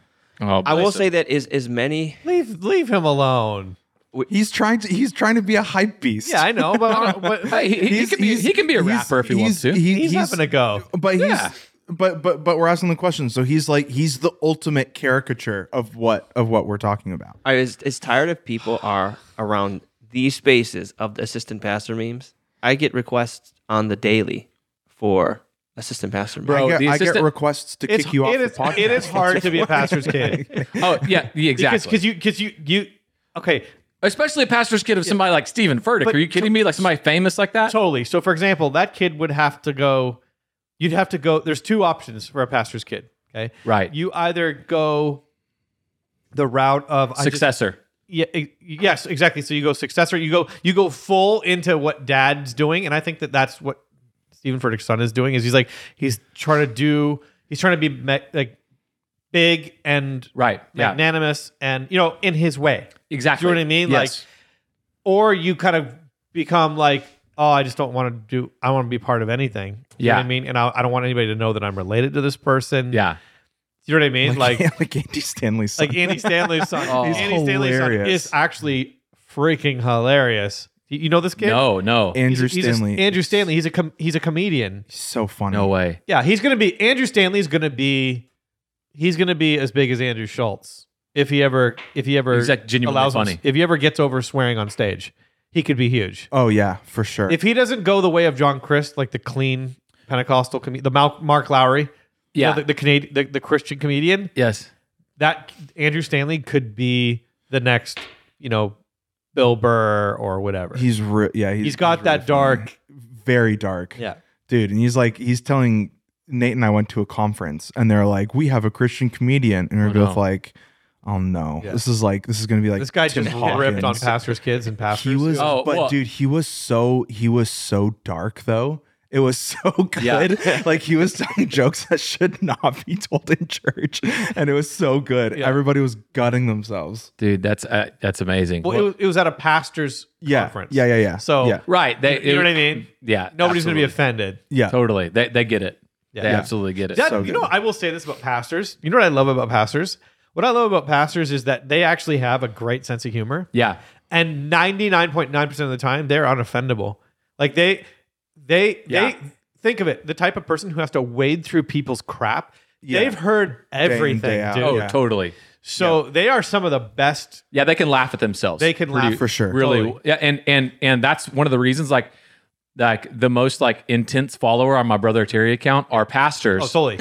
[SPEAKER 1] Oh,
[SPEAKER 4] I will
[SPEAKER 1] bless
[SPEAKER 4] say
[SPEAKER 1] him.
[SPEAKER 4] that is as many
[SPEAKER 2] Leave, leave him alone.
[SPEAKER 3] He's trying to. He's trying to be a hype beast.
[SPEAKER 2] Yeah, I know, but, but,
[SPEAKER 1] Hey, he, he
[SPEAKER 3] He's-
[SPEAKER 1] can be,
[SPEAKER 3] he's-
[SPEAKER 1] he can be a
[SPEAKER 3] he's-
[SPEAKER 1] rapper if he wants to.
[SPEAKER 3] he's- he-
[SPEAKER 2] he's, having a go.
[SPEAKER 3] But he's
[SPEAKER 1] Yeah.
[SPEAKER 3] but but but we're asking the question. So he's like he's the ultimate caricature of what of what we're talking about.
[SPEAKER 4] I was as tired of people are around these spaces of the assistant pastor memes. I get requests on the daily for assistant pastor memes.
[SPEAKER 1] Bro,
[SPEAKER 3] I
[SPEAKER 1] the
[SPEAKER 3] get, I get
[SPEAKER 1] assistant-
[SPEAKER 3] requests to
[SPEAKER 2] It's-
[SPEAKER 3] kick you off
[SPEAKER 2] it
[SPEAKER 3] the
[SPEAKER 2] is-
[SPEAKER 3] podcast.
[SPEAKER 2] it is hard to be a pastor's kid.
[SPEAKER 1] oh yeah, yeah, exactly.
[SPEAKER 2] Because you because you you okay
[SPEAKER 1] Especially a pastor's kid of somebody like Stephen Furtick. Are you kidding me? Like somebody famous like that?
[SPEAKER 2] totally. So for example, that kid would have to go. You'd have to go. There's two options for a pastor's kid. Okay,
[SPEAKER 1] Right.
[SPEAKER 2] you either go the route of I just-
[SPEAKER 1] Successor.
[SPEAKER 2] yeah, e- yes, exactly. So you go successor. You go you go full into what dad's doing, and I think that that's what Stephen Furtick's son is doing. Is he's like he's trying to do. He's trying to be me- like big and
[SPEAKER 1] right,
[SPEAKER 2] yeah. magnanimous, and you know, in his way. Exactly. Do you know what I mean? Like, or you kind of become like, oh, I just don't want to do. I want to be part of anything. You know
[SPEAKER 1] Yeah.
[SPEAKER 2] what I mean, and I, I don't want anybody to know that I'm related to this person.
[SPEAKER 1] Yeah.
[SPEAKER 2] You know what I mean? Like,
[SPEAKER 3] yeah, like Andy Stanley's son.
[SPEAKER 2] like Andy Stanley's son.
[SPEAKER 3] Oh. He's
[SPEAKER 2] Andy Stanley's son
[SPEAKER 3] hilarious.
[SPEAKER 2] is actually freaking hilarious. You- You know this kid?
[SPEAKER 1] No, no.
[SPEAKER 3] Andrew
[SPEAKER 2] He's a- he's a-
[SPEAKER 3] Stanley.
[SPEAKER 2] Andrew Stanley. He's a com- he's a comedian.
[SPEAKER 3] so funny.
[SPEAKER 1] No way.
[SPEAKER 2] Yeah, he's gonna be Andrew Stanley's gonna be he's gonna be as big as Andrew Schultz if he ever if he ever
[SPEAKER 1] He's, like, genuinely
[SPEAKER 2] allows him-
[SPEAKER 1] funny.
[SPEAKER 2] if he ever gets over swearing on stage, he could be huge.
[SPEAKER 3] Oh yeah, for sure.
[SPEAKER 2] If he doesn't go the way of John Christ, like the clean Pentecostal comedian, the Mal- Mark Lowry, you know,
[SPEAKER 1] Yeah.
[SPEAKER 2] the, the Canadian, the, the Christian comedian,
[SPEAKER 1] Yes.
[SPEAKER 2] that Andrew Stanley could be the next, you know, Bill Burr or whatever.
[SPEAKER 3] he's re- yeah, he's,
[SPEAKER 2] he's got that dark.
[SPEAKER 3] very dark.
[SPEAKER 2] Yeah.
[SPEAKER 3] Dude, and he's like he's telling Nate and I went to a conference and they're like, We have a Christian comedian and we're
[SPEAKER 1] Oh,
[SPEAKER 3] both
[SPEAKER 1] no.
[SPEAKER 3] like, Oh no.
[SPEAKER 2] Yeah.
[SPEAKER 3] This is like this is gonna be like
[SPEAKER 2] this guy
[SPEAKER 3] Tim
[SPEAKER 2] just
[SPEAKER 3] Hawkins.
[SPEAKER 2] ripped on pastors' kids and pastors.
[SPEAKER 3] He was
[SPEAKER 1] Oh,
[SPEAKER 3] but
[SPEAKER 1] well-
[SPEAKER 3] dude, he was so he was so dark though. It was so good.
[SPEAKER 1] Yeah.
[SPEAKER 3] like he was telling jokes that should not be told in church. And it was so good.
[SPEAKER 2] Yeah.
[SPEAKER 3] Everybody was gutting themselves.
[SPEAKER 1] Dude, that's uh, that's amazing.
[SPEAKER 2] Well, it was, it was at a pastor's
[SPEAKER 3] Yeah.
[SPEAKER 2] conference.
[SPEAKER 3] Yeah, yeah, yeah.
[SPEAKER 2] So
[SPEAKER 3] yeah.
[SPEAKER 1] right. They,
[SPEAKER 2] you know what I mean?
[SPEAKER 1] Yeah.
[SPEAKER 2] Nobody's going to be
[SPEAKER 1] absolutely.
[SPEAKER 2] offended.
[SPEAKER 3] Yeah.
[SPEAKER 1] Totally. They, they get it.
[SPEAKER 2] Yeah.
[SPEAKER 1] They
[SPEAKER 2] Yeah.
[SPEAKER 1] absolutely get it.
[SPEAKER 2] That,
[SPEAKER 3] so
[SPEAKER 2] you
[SPEAKER 3] good.
[SPEAKER 2] know, I will say this about pastors. You know what I love about pastors? What I love about pastors is that they actually have a great sense of humor.
[SPEAKER 1] yeah.
[SPEAKER 2] And 99.9% of the time, they're unoffendable. Like they, they,
[SPEAKER 1] Yeah.
[SPEAKER 2] they think of it the type of person who has to wade through people's crap.
[SPEAKER 3] Yeah.
[SPEAKER 2] They've heard
[SPEAKER 3] in, day
[SPEAKER 2] everything,
[SPEAKER 3] out.
[SPEAKER 2] dude.
[SPEAKER 1] Oh,
[SPEAKER 3] Yeah.
[SPEAKER 1] totally.
[SPEAKER 2] So they are some of the best.
[SPEAKER 1] Yeah, they can laugh at themselves.
[SPEAKER 2] They can
[SPEAKER 1] Pretty-
[SPEAKER 2] laugh
[SPEAKER 3] for sure.
[SPEAKER 1] Really.
[SPEAKER 2] Totally.
[SPEAKER 1] Yeah, and and and that's one of the reasons like like the most like intense follower on my brother Terry account are pastors.
[SPEAKER 2] Oh, totally.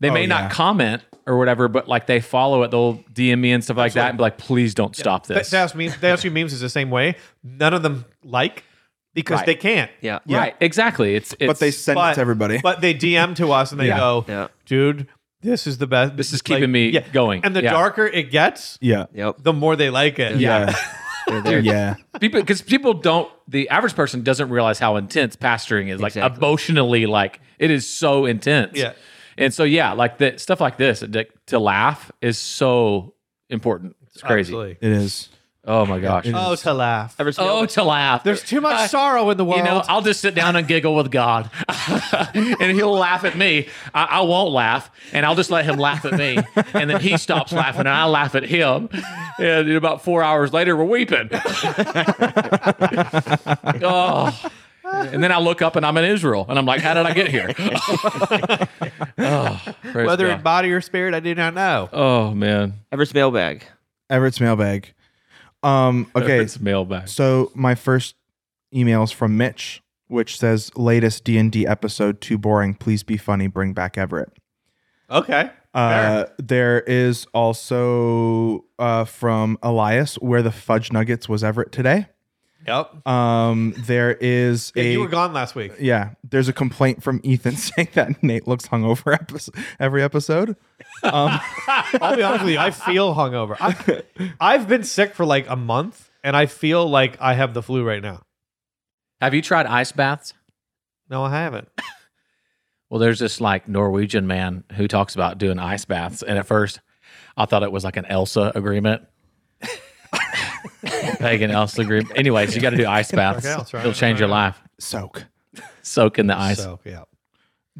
[SPEAKER 1] they may
[SPEAKER 3] Oh, yeah.
[SPEAKER 1] not comment or whatever, but like they follow it. They'll DM me and stuff like that and be like, please don't stop
[SPEAKER 2] They,
[SPEAKER 1] this.
[SPEAKER 2] they ask me. They ask you memes is the same way. None of them like because
[SPEAKER 1] Right.
[SPEAKER 2] they can't.
[SPEAKER 4] Yeah.
[SPEAKER 1] Right. Exactly. It's, it's
[SPEAKER 3] but they sent it
[SPEAKER 2] but-
[SPEAKER 3] to everybody.
[SPEAKER 2] But they DM to us and they
[SPEAKER 3] Yeah.
[SPEAKER 2] go,
[SPEAKER 4] Yeah.
[SPEAKER 2] dude, this is the best.
[SPEAKER 1] This is keeping me going.
[SPEAKER 2] And the
[SPEAKER 1] Yeah.
[SPEAKER 2] darker it gets,
[SPEAKER 3] yeah.
[SPEAKER 4] Yep.
[SPEAKER 2] the more they like it.
[SPEAKER 1] Yeah.
[SPEAKER 4] They're there.
[SPEAKER 3] Yeah. yeah.
[SPEAKER 1] people because people don't the average person doesn't realize how intense pastoring is like
[SPEAKER 4] Exactly.
[SPEAKER 1] emotionally like it is so intense
[SPEAKER 2] Yeah.
[SPEAKER 1] and so yeah like the stuff like this to, to laugh is so important it's crazy
[SPEAKER 2] Absolutely.
[SPEAKER 3] It is.
[SPEAKER 1] oh my gosh
[SPEAKER 2] Oh, to laugh.
[SPEAKER 4] Ever seen
[SPEAKER 1] oh
[SPEAKER 4] that?
[SPEAKER 1] to laugh Uh,
[SPEAKER 2] There's too much sorrow in the world.
[SPEAKER 1] you know i'll just sit down and giggle with god and he'll laugh at me I, I won't laugh and i'll just let him laugh at me and then he stops laughing and i laugh at him and about four hours later we're weeping oh. and then i look up and i'm in israel and i'm like how did i get here oh, praise
[SPEAKER 2] Whether in
[SPEAKER 1] God.
[SPEAKER 2] body or spirit, I do not know.
[SPEAKER 1] oh man
[SPEAKER 4] Everett's mailbag.
[SPEAKER 3] Everett's mailbag. Um, okay.
[SPEAKER 1] it's mailbag
[SPEAKER 3] So my first emails from Mitch, which says latest D and D episode too boring. Please be funny. Bring back Everett.
[SPEAKER 2] Okay.
[SPEAKER 3] Uh, there is also uh, from Elias where the fudge nuggets was Everett today.
[SPEAKER 2] Yep.
[SPEAKER 3] Um, there is
[SPEAKER 2] Yeah,
[SPEAKER 3] a
[SPEAKER 2] you were gone last week.
[SPEAKER 3] yeah. There's a complaint from Ethan saying that Nate looks hungover episode, every episode. Um,
[SPEAKER 2] I'll be honest with you. I feel hungover. I've, I've been sick for like a month, and I feel like I have the flu right now.
[SPEAKER 1] have you tried ice baths
[SPEAKER 2] No, I haven't.
[SPEAKER 1] Well, there's this like Norwegian man who talks about doing ice baths, and at first, I thought it was like an Elsa agreement, like an Elsa agreement. Anyways, you got to do ice baths.
[SPEAKER 2] Okay, I'll try
[SPEAKER 1] It'll
[SPEAKER 2] it.
[SPEAKER 1] change your
[SPEAKER 2] All right.
[SPEAKER 1] life.
[SPEAKER 3] soak.
[SPEAKER 1] Soak in the ice.
[SPEAKER 2] So yeah.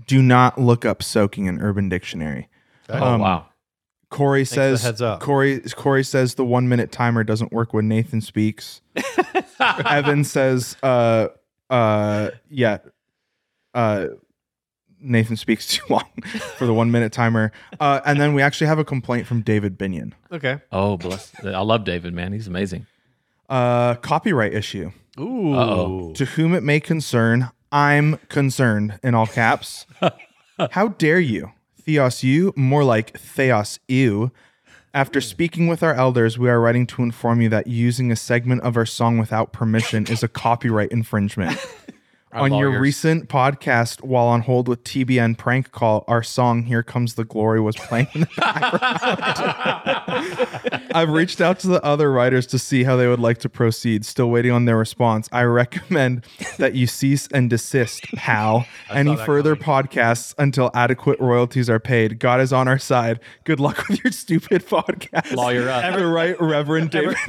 [SPEAKER 3] Do not look up soaking in Urban Dictionary.
[SPEAKER 1] oh
[SPEAKER 3] Um,
[SPEAKER 1] wow!
[SPEAKER 3] Corey
[SPEAKER 2] for the
[SPEAKER 3] says
[SPEAKER 2] heads up.
[SPEAKER 3] Corey Corey says the one minute timer doesn't work when Nathan speaks. Evan says uh uh yeah uh Nathan speaks too long for the one minute timer. Uh, and then we actually have a complaint from David Binion.
[SPEAKER 2] Okay.
[SPEAKER 1] Oh bless! I love David, man. He's amazing.
[SPEAKER 3] Uh, copyright issue.
[SPEAKER 2] Ooh.
[SPEAKER 1] Uh-oh.
[SPEAKER 3] To whom it may concern, I'm concerned in all caps. How dare you, Theos you, more like Theos you. After speaking with our elders, we are writing to inform you that using a segment of our song without permission is a copyright infringement. on your
[SPEAKER 1] lawyers.
[SPEAKER 3] recent podcast, while on hold with TBN prank call, our song "Here Comes the Glory" was playing in the background. I've reached out to the other writers to see how they would like to proceed. Still waiting on their response. I recommend that you cease and desist, pal. Any further podcasts until adequate royalties are paid. God is on our side. Good luck with your stupid podcast.
[SPEAKER 1] Lawyer up.
[SPEAKER 3] Ever right, Reverend David.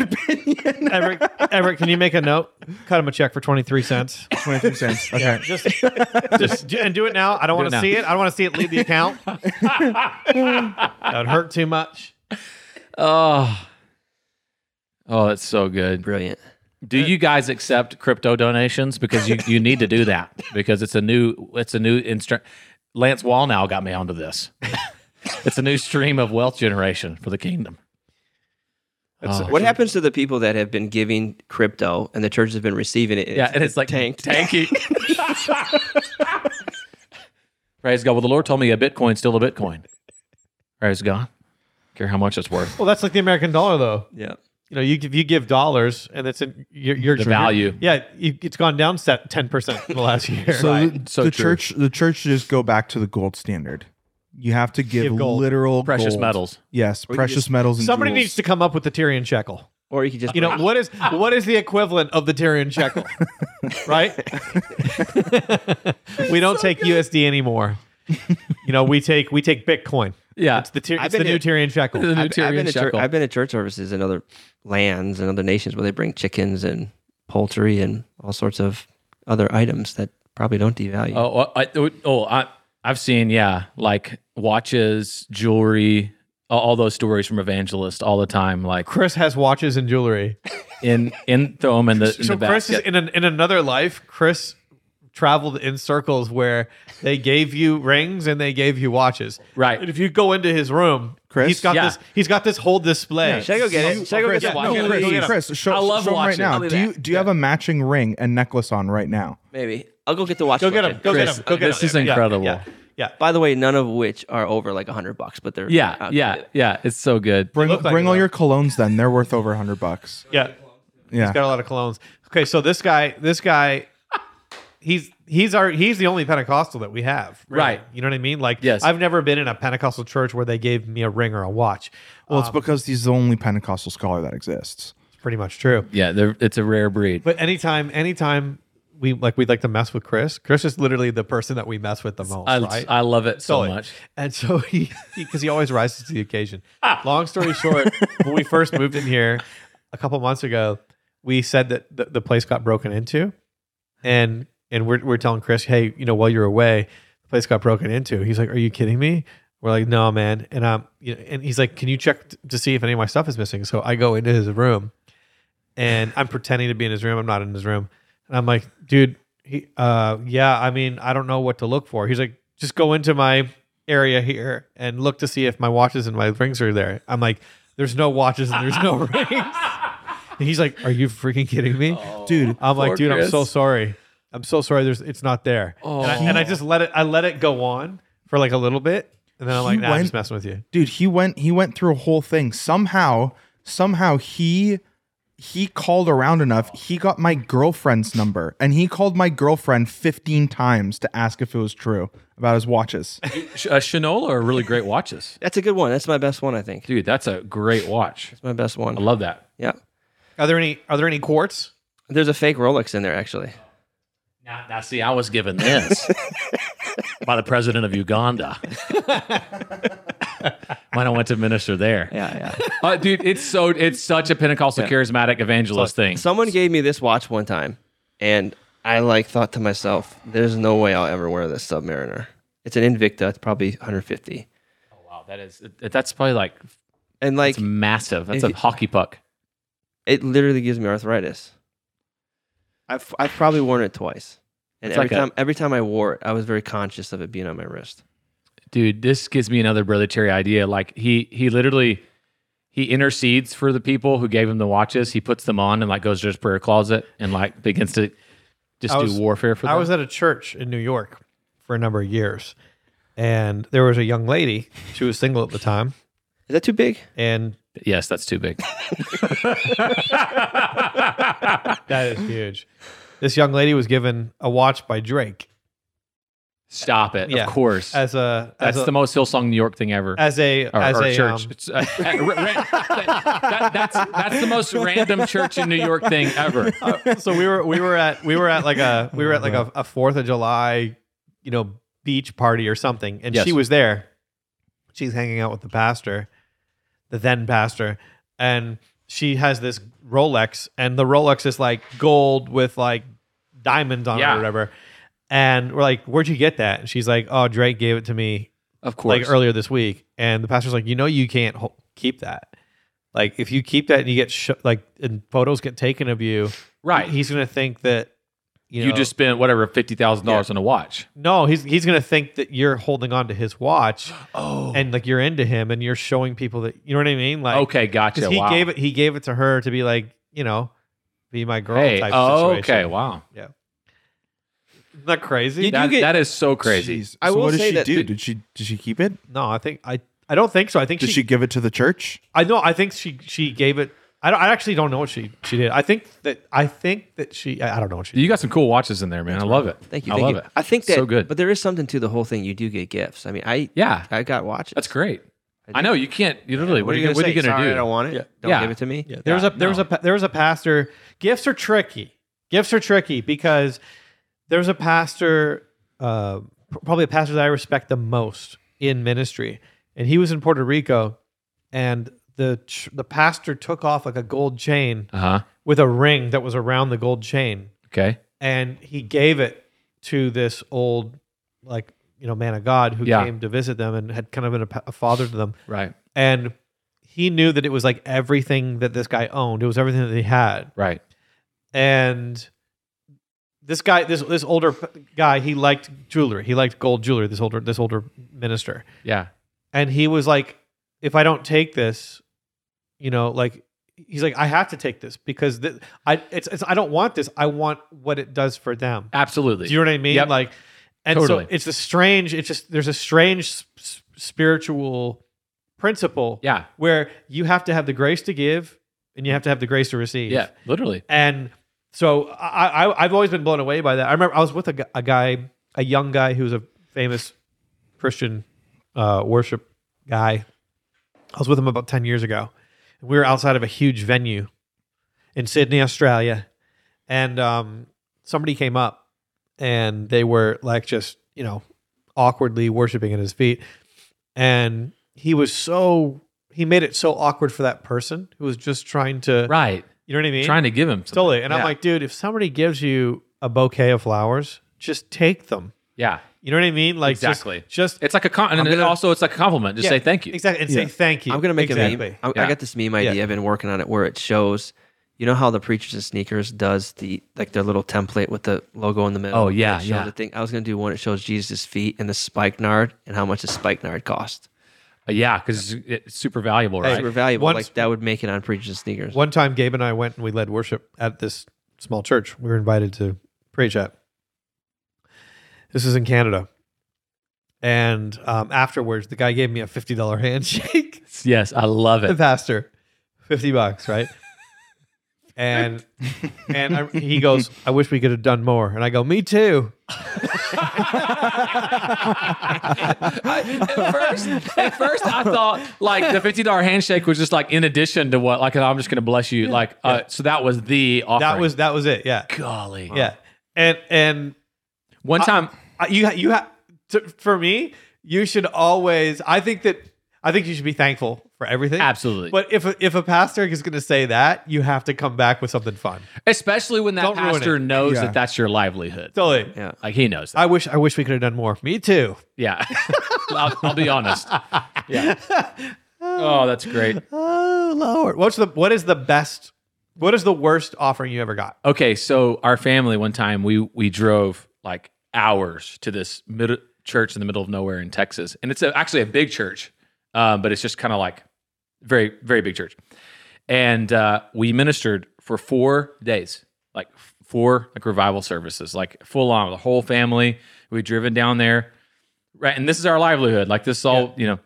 [SPEAKER 2] Everett, Everett, can you make a note? Cut him a check for twenty three cents.
[SPEAKER 3] Twenty three cents. Okay.
[SPEAKER 2] just, just do, and do it now. I don't
[SPEAKER 3] Do
[SPEAKER 2] want to
[SPEAKER 3] it now.
[SPEAKER 2] see it. I don't want to see it leave the account. that would hurt too much.
[SPEAKER 1] Oh, oh, that's so good.
[SPEAKER 4] Brilliant.
[SPEAKER 1] Do you guys accept crypto donations? Because you, you need to do that because it's a new it's a new instru- Lance Wall now got me onto this. it's a new stream of wealth generation for the kingdom. Oh.
[SPEAKER 4] what happens to the people that have been giving crypto and the church has been receiving it?
[SPEAKER 1] Yeah, and it's like
[SPEAKER 4] tanked.
[SPEAKER 1] Tanky. Praise God. Well, the Lord told me a Bitcoin's still a Bitcoin. Praise God. Care how much it's worth.
[SPEAKER 2] Well, that's like the American dollar, though.
[SPEAKER 4] Yeah.
[SPEAKER 2] You know, you give you give dollars, and it's in your, your
[SPEAKER 1] The value.
[SPEAKER 2] Yeah, you, it's gone down set ten percent in the last year.
[SPEAKER 3] So,
[SPEAKER 2] Right.
[SPEAKER 3] the,
[SPEAKER 1] So
[SPEAKER 3] the
[SPEAKER 1] true.
[SPEAKER 3] church, the church should just go back to the gold standard. You have to give,
[SPEAKER 2] Give gold.
[SPEAKER 3] literal
[SPEAKER 1] Precious
[SPEAKER 3] gold.
[SPEAKER 1] metals.
[SPEAKER 3] Yes,
[SPEAKER 4] Or you
[SPEAKER 3] precious
[SPEAKER 4] just-
[SPEAKER 3] metals. And
[SPEAKER 2] somebody
[SPEAKER 3] jewels.
[SPEAKER 2] needs to come up with the Tyrian shekel.
[SPEAKER 4] Or you could just
[SPEAKER 2] You know what is what is the equivalent of the Tyrian shekel? right? we don't take USD anymore. you know, we take we take Bitcoin.
[SPEAKER 1] Yeah.
[SPEAKER 2] It's the Tyr-
[SPEAKER 4] I've
[SPEAKER 2] it's the
[SPEAKER 4] been
[SPEAKER 2] new
[SPEAKER 4] to-
[SPEAKER 2] Tyrian shekel.
[SPEAKER 1] The new
[SPEAKER 4] I've, I've
[SPEAKER 1] Tyrian
[SPEAKER 4] been to church,
[SPEAKER 1] shekel.
[SPEAKER 4] I've been to church services in other lands and other nations where they bring chickens and poultry and all sorts of other items that probably don't devalue.
[SPEAKER 1] Oh, well, I, oh, I, I've seen, yeah, like watches, jewelry, all, all those stories from evangelists all the time. Like
[SPEAKER 2] Chris has watches and jewelry.
[SPEAKER 1] in in throw them in the, in
[SPEAKER 2] so
[SPEAKER 1] the
[SPEAKER 2] Chris is
[SPEAKER 1] basket.
[SPEAKER 2] in an, in another life. Chris traveled in circles where they gave you rings and they gave you watches.
[SPEAKER 1] Right.
[SPEAKER 2] And if you go into his room,
[SPEAKER 3] Chris?
[SPEAKER 2] he's got
[SPEAKER 1] Yeah.
[SPEAKER 2] this. He's got this whole display.
[SPEAKER 4] Should I go get it? Should I go
[SPEAKER 3] Chris,
[SPEAKER 4] get
[SPEAKER 2] Yeah,
[SPEAKER 4] that?
[SPEAKER 2] no,
[SPEAKER 4] watch?
[SPEAKER 2] Go get
[SPEAKER 3] Chris,
[SPEAKER 2] him.
[SPEAKER 3] Chris, show,
[SPEAKER 1] I love
[SPEAKER 3] show 'em right
[SPEAKER 1] watches.
[SPEAKER 3] now.
[SPEAKER 1] I'll do
[SPEAKER 3] Do you do you have a matching ring and necklace on right now?
[SPEAKER 4] Maybe. I'll go get the watch.
[SPEAKER 2] Go get
[SPEAKER 4] collection.
[SPEAKER 2] him. Go get
[SPEAKER 1] Chris,
[SPEAKER 2] him. Go get
[SPEAKER 1] this
[SPEAKER 2] him.
[SPEAKER 1] is incredible.
[SPEAKER 2] Yeah. yeah.
[SPEAKER 4] By the way, none of which are over like a hundred bucks, but they're
[SPEAKER 1] Yeah,
[SPEAKER 4] out-
[SPEAKER 1] yeah, yeah. It's so good.
[SPEAKER 3] Bring
[SPEAKER 2] look like
[SPEAKER 3] bring
[SPEAKER 2] it,
[SPEAKER 3] all
[SPEAKER 2] though.
[SPEAKER 3] your colognes then. They're worth over hundred bucks.
[SPEAKER 2] yeah.
[SPEAKER 3] Yeah.
[SPEAKER 2] He's got a lot of colognes. Okay, so this guy, this guy, he's he's our he's the only Pentecostal that we have, really.
[SPEAKER 1] Right.
[SPEAKER 2] You know what I mean? Like,
[SPEAKER 1] Yes.
[SPEAKER 2] I've never been in a Pentecostal church where they gave me a ring or a watch.
[SPEAKER 3] well, it's because he's the only Pentecostal scholar that exists.
[SPEAKER 2] It's pretty much true.
[SPEAKER 1] Yeah, they're- it's a rare breed.
[SPEAKER 2] But anytime, anytime we like, we'd like to mess with Chris. Chris is literally the person that we mess with the most,
[SPEAKER 1] I,
[SPEAKER 2] right?
[SPEAKER 1] I love it so
[SPEAKER 2] Totally.
[SPEAKER 1] much.
[SPEAKER 2] And so he, because he, always rises to the occasion. Long story short, when we first moved in here a couple months ago, we said that the, the place got broken into, and and we're we're telling Chris, hey, you know, while you're away, the place got broken into. He's like, are you kidding me? We're like, no, man. And um, you know, and he's like, can you check t- to see if any of my stuff is missing? So I go into his room, and I'm pretending to be in his room. I'm not in his room, and I'm like, dude, he, uh, yeah. I mean, I don't know what to look for. He's like, just go into my area here and look to see if my watches and my rings are there. I'm like, there's no watches and there's no rings. And he's like, are you freaking kidding me?
[SPEAKER 3] Dude,
[SPEAKER 2] I'm like,
[SPEAKER 1] poor
[SPEAKER 2] dude, I'm
[SPEAKER 1] Chris.
[SPEAKER 2] so sorry. I'm so sorry. There's, it's not there. And, I,
[SPEAKER 1] Oh.
[SPEAKER 2] and I just let it, I let it go on for like a little bit. And then I'm like,
[SPEAKER 3] He
[SPEAKER 2] nah, I'm
[SPEAKER 3] went-
[SPEAKER 2] just messing with you.
[SPEAKER 3] dude he went he went through a whole thing somehow somehow he he called around enough he got my girlfriend's number and he called my girlfriend 15 times to ask if it was true about his watches
[SPEAKER 1] Sh- uh, Shinola are really great watches,
[SPEAKER 4] That's a good one. That's my best one, I think.
[SPEAKER 1] dude. That's a great watch.
[SPEAKER 4] That's my best one.
[SPEAKER 1] I love that.
[SPEAKER 4] Yeah.
[SPEAKER 2] Are there any, are there any quartz?
[SPEAKER 4] There's a fake Rolex in there actually.
[SPEAKER 1] Now, now see, I was given this by the president of Uganda when I went to minister there.
[SPEAKER 4] Yeah, yeah.
[SPEAKER 1] Uh, dude, it's so it's such a Pentecostal charismatic evangelist thing.
[SPEAKER 4] Someone gave me this watch one time, and I like thought to myself, "There's no way I'll ever wear this Submariner." It's an Invicta. It's probably 150,
[SPEAKER 1] wow, that is that's probably like
[SPEAKER 4] and like
[SPEAKER 1] it's massive. That's
[SPEAKER 4] if
[SPEAKER 1] a
[SPEAKER 4] you-
[SPEAKER 1] hockey puck.
[SPEAKER 4] it literally gives me arthritis. I've I've probably worn it twice, and
[SPEAKER 1] It's
[SPEAKER 4] every
[SPEAKER 1] like a-
[SPEAKER 4] time every time I wore it, I was very conscious of it being on my wrist.
[SPEAKER 1] Dude, this gives me another brother Terry idea. Like he he literally he intercedes for the people who gave him the watches. He puts them on and like goes to his prayer closet and like begins to just
[SPEAKER 2] I
[SPEAKER 1] do
[SPEAKER 2] was-
[SPEAKER 1] warfare for them.
[SPEAKER 2] I was at a church in New York for a number of years, and there was a young lady. She was single at the time,
[SPEAKER 4] Is that too big?
[SPEAKER 2] and
[SPEAKER 1] yes, that's too big.
[SPEAKER 2] that is huge. This young lady was given a watch by Drake,
[SPEAKER 1] Stop it.
[SPEAKER 2] Yeah.
[SPEAKER 1] Of course.
[SPEAKER 2] As a as
[SPEAKER 1] That's
[SPEAKER 2] a-
[SPEAKER 1] the most Hillsong New York thing ever.
[SPEAKER 2] As a-
[SPEAKER 1] Or-
[SPEAKER 2] as
[SPEAKER 1] or
[SPEAKER 2] a,
[SPEAKER 1] church.
[SPEAKER 2] um,
[SPEAKER 1] It's, uh, ra- ra- that- that's that's the most random church in New York thing ever.
[SPEAKER 2] Uh, so we were we were at we were at like a we were at like a, a Fourth of July, you know, beach party or something, and
[SPEAKER 1] Yes.
[SPEAKER 2] she was there. She's hanging out with the pastor, the then pastor, and she has this Rolex, and the Rolex is like gold with like diamonds on it
[SPEAKER 1] Yeah.
[SPEAKER 2] or whatever. And we're like, "Where'd you get that?" And she's like, "Oh, Drake gave it to me,
[SPEAKER 1] of course.
[SPEAKER 2] like earlier this week." And the pastor's like, "You know, you can't ho- keep that." Like if you keep that and you get sh- like and photos get taken of you,
[SPEAKER 1] Right.
[SPEAKER 2] He's gonna think that you,
[SPEAKER 1] You,
[SPEAKER 2] know-
[SPEAKER 1] just spent whatever fifty thousand dollars
[SPEAKER 2] Yeah.
[SPEAKER 1] on a watch.
[SPEAKER 2] no. He's he's gonna think that you're holding on to his watch,
[SPEAKER 1] Oh.
[SPEAKER 2] and like you're into him, and you're showing people that you know what I mean. Like
[SPEAKER 1] okay,
[SPEAKER 2] 'cause
[SPEAKER 1] gotcha.
[SPEAKER 2] he
[SPEAKER 1] wow.
[SPEAKER 2] gave it he gave it to her to be like you know, be my girl
[SPEAKER 1] Hey,
[SPEAKER 2] type
[SPEAKER 1] oh,
[SPEAKER 2] situation.
[SPEAKER 1] okay, wow.
[SPEAKER 2] yeah. Isn't that crazy?
[SPEAKER 4] Did you
[SPEAKER 1] That-
[SPEAKER 4] get-
[SPEAKER 1] that is so crazy.
[SPEAKER 3] Jeez.
[SPEAKER 4] I
[SPEAKER 3] so
[SPEAKER 4] will
[SPEAKER 3] what did
[SPEAKER 4] say
[SPEAKER 3] she
[SPEAKER 4] that
[SPEAKER 3] do?
[SPEAKER 4] the-
[SPEAKER 3] did she did she keep it?
[SPEAKER 2] no, I think I I don't think so. I think
[SPEAKER 3] Did she, give it to the church?
[SPEAKER 2] I know. I think she she gave it. I, don't, I actually don't know what she she did. I think that I think that she. I I don't know what she.
[SPEAKER 1] You got some cool watches in there, man. I love it.
[SPEAKER 4] Thank you.
[SPEAKER 1] I
[SPEAKER 4] thank
[SPEAKER 1] love
[SPEAKER 4] you.
[SPEAKER 1] it.
[SPEAKER 4] I think that,
[SPEAKER 1] so good.
[SPEAKER 4] But there is something to the whole thing. You do get gifts. I mean, I
[SPEAKER 1] yeah,
[SPEAKER 4] I got watches.
[SPEAKER 1] that's great. I know you can't. You literally.
[SPEAKER 4] What are you
[SPEAKER 1] gonna-
[SPEAKER 4] gonna,
[SPEAKER 1] What are you
[SPEAKER 4] say?
[SPEAKER 1] going to
[SPEAKER 4] Sorry,
[SPEAKER 1] do?
[SPEAKER 4] I don't want it.
[SPEAKER 1] Yeah.
[SPEAKER 4] Don't
[SPEAKER 1] Yeah.
[SPEAKER 4] give it to me.
[SPEAKER 2] Yeah, there was a there was a pa- there was a pastor. Gifts are tricky. Gifts are tricky because there was a pastor, uh, pr- probably a pastor that I respect the most in ministry, and he was in Puerto Rico, and the ch- the pastor took off like a gold chain
[SPEAKER 1] Uh huh.
[SPEAKER 2] with a ring that was around the gold chain,
[SPEAKER 1] Okay.
[SPEAKER 2] and he gave it to this old like you know man of God who
[SPEAKER 1] Yeah.
[SPEAKER 2] came to visit them and had kind of been a, pa- a father to them
[SPEAKER 1] Right.
[SPEAKER 2] and he knew that it was like everything that this guy owned. It was everything that he had,
[SPEAKER 1] Right.
[SPEAKER 2] and this guy, this this older p- guy, he liked jewelry. He liked gold jewelry. This older this older minister,
[SPEAKER 1] Yeah.
[SPEAKER 2] and he was like, "If I don't take this, you know, like." He's like, I have to take this because th- I it's, it's I don't want this. I want what it does for them.
[SPEAKER 1] Absolutely.
[SPEAKER 2] Do you know what I mean?
[SPEAKER 1] Yep.
[SPEAKER 2] Like, and
[SPEAKER 1] Totally.
[SPEAKER 2] so it's a strange. It's just there's a strange s- s- spiritual principle
[SPEAKER 1] yeah.
[SPEAKER 2] where you have to have the grace to give and you have to have the grace to receive.
[SPEAKER 1] Yeah. Literally.
[SPEAKER 2] And so I, I I've always been blown away by that. I remember I was with a, gu- a guy, a young guy who was a famous Christian uh, worship guy. I was with him about ten years ago. We were outside of a huge venue in Sydney, Australia, and um, somebody came up and they were like just you know awkwardly worshiping at his feet, and he was so he made it so awkward for that person who was just trying to
[SPEAKER 1] Right.
[SPEAKER 2] you know what I mean
[SPEAKER 1] Trying to give him. something.
[SPEAKER 2] totally. And I'm
[SPEAKER 1] Yeah.
[SPEAKER 2] like, dude, if somebody gives you a bouquet of flowers, just take them.
[SPEAKER 1] Yeah.
[SPEAKER 2] You know what I mean? Like just-
[SPEAKER 1] Exactly.
[SPEAKER 2] Just,
[SPEAKER 1] It's like a con- and
[SPEAKER 4] I'm gonna-
[SPEAKER 1] also it's like a compliment. Just
[SPEAKER 2] Yeah,
[SPEAKER 1] say thank you.
[SPEAKER 2] exactly and say
[SPEAKER 3] Yeah.
[SPEAKER 2] thank you.
[SPEAKER 4] I'm gonna make a
[SPEAKER 2] exactly.
[SPEAKER 4] meme. I,
[SPEAKER 1] Yeah.
[SPEAKER 4] I got this meme idea. I've been working on it where it shows, you know how the preachers and sneakers does the like their little template with the logo in the middle.
[SPEAKER 1] Oh, yeah,
[SPEAKER 4] It shows
[SPEAKER 1] yeah.
[SPEAKER 4] The thing I was gonna do one. It shows Jesus' feet and the spikenard and how much the spikenard cost.
[SPEAKER 1] Uh, yeah, because it's super valuable, right?
[SPEAKER 4] Super valuable.
[SPEAKER 2] once-
[SPEAKER 4] like that would make it on preachers and sneakers.
[SPEAKER 2] One time, Gabe and I went and we led worship at this small church we were invited to preach at. This is in Canada. And um, afterwards, the guy gave me a $50 handshake.
[SPEAKER 1] Yes, I love
[SPEAKER 2] the
[SPEAKER 1] it.
[SPEAKER 2] pastor, fifty bucks, right? and and I, he goes, "I wish we could have done more." And I go, "Me too."
[SPEAKER 1] at first, at first, I thought like the fifty dollar handshake was just like in addition to what like I'm just gonna bless you like uh, so that was the offering.
[SPEAKER 2] That was that was it. Yeah,
[SPEAKER 1] golly.
[SPEAKER 2] yeah. And and
[SPEAKER 1] One time,
[SPEAKER 2] I, you ha- you ha- t- for me, you should always. I think that I think you should be thankful for everything.
[SPEAKER 1] absolutely.
[SPEAKER 2] But if a, if a pastor is going to say that, you have to come back with something fun.
[SPEAKER 1] Especially when that
[SPEAKER 2] Don't ruin
[SPEAKER 1] pastor
[SPEAKER 2] it.
[SPEAKER 1] knows
[SPEAKER 3] Yeah.
[SPEAKER 1] that that's your livelihood.
[SPEAKER 2] Totally.
[SPEAKER 4] yeah.
[SPEAKER 1] Like he knows that.
[SPEAKER 2] I wish I wish we could have done more. Me too.
[SPEAKER 1] yeah. I'll, I'll be honest. Yeah. Oh, that's great.
[SPEAKER 2] Oh Lord, what's the what is the best? What is the worst offering you ever got?
[SPEAKER 1] Okay, so our family one time we we drove like hours to this mid- church in the middle of nowhere in Texas, and it's a, actually a big church, um, but it's just kind of like very very big church, and uh, we ministered for four days, like f- four like revival services, like full on the whole family. We driven down there, right, and this is our livelihood, like this is all you know,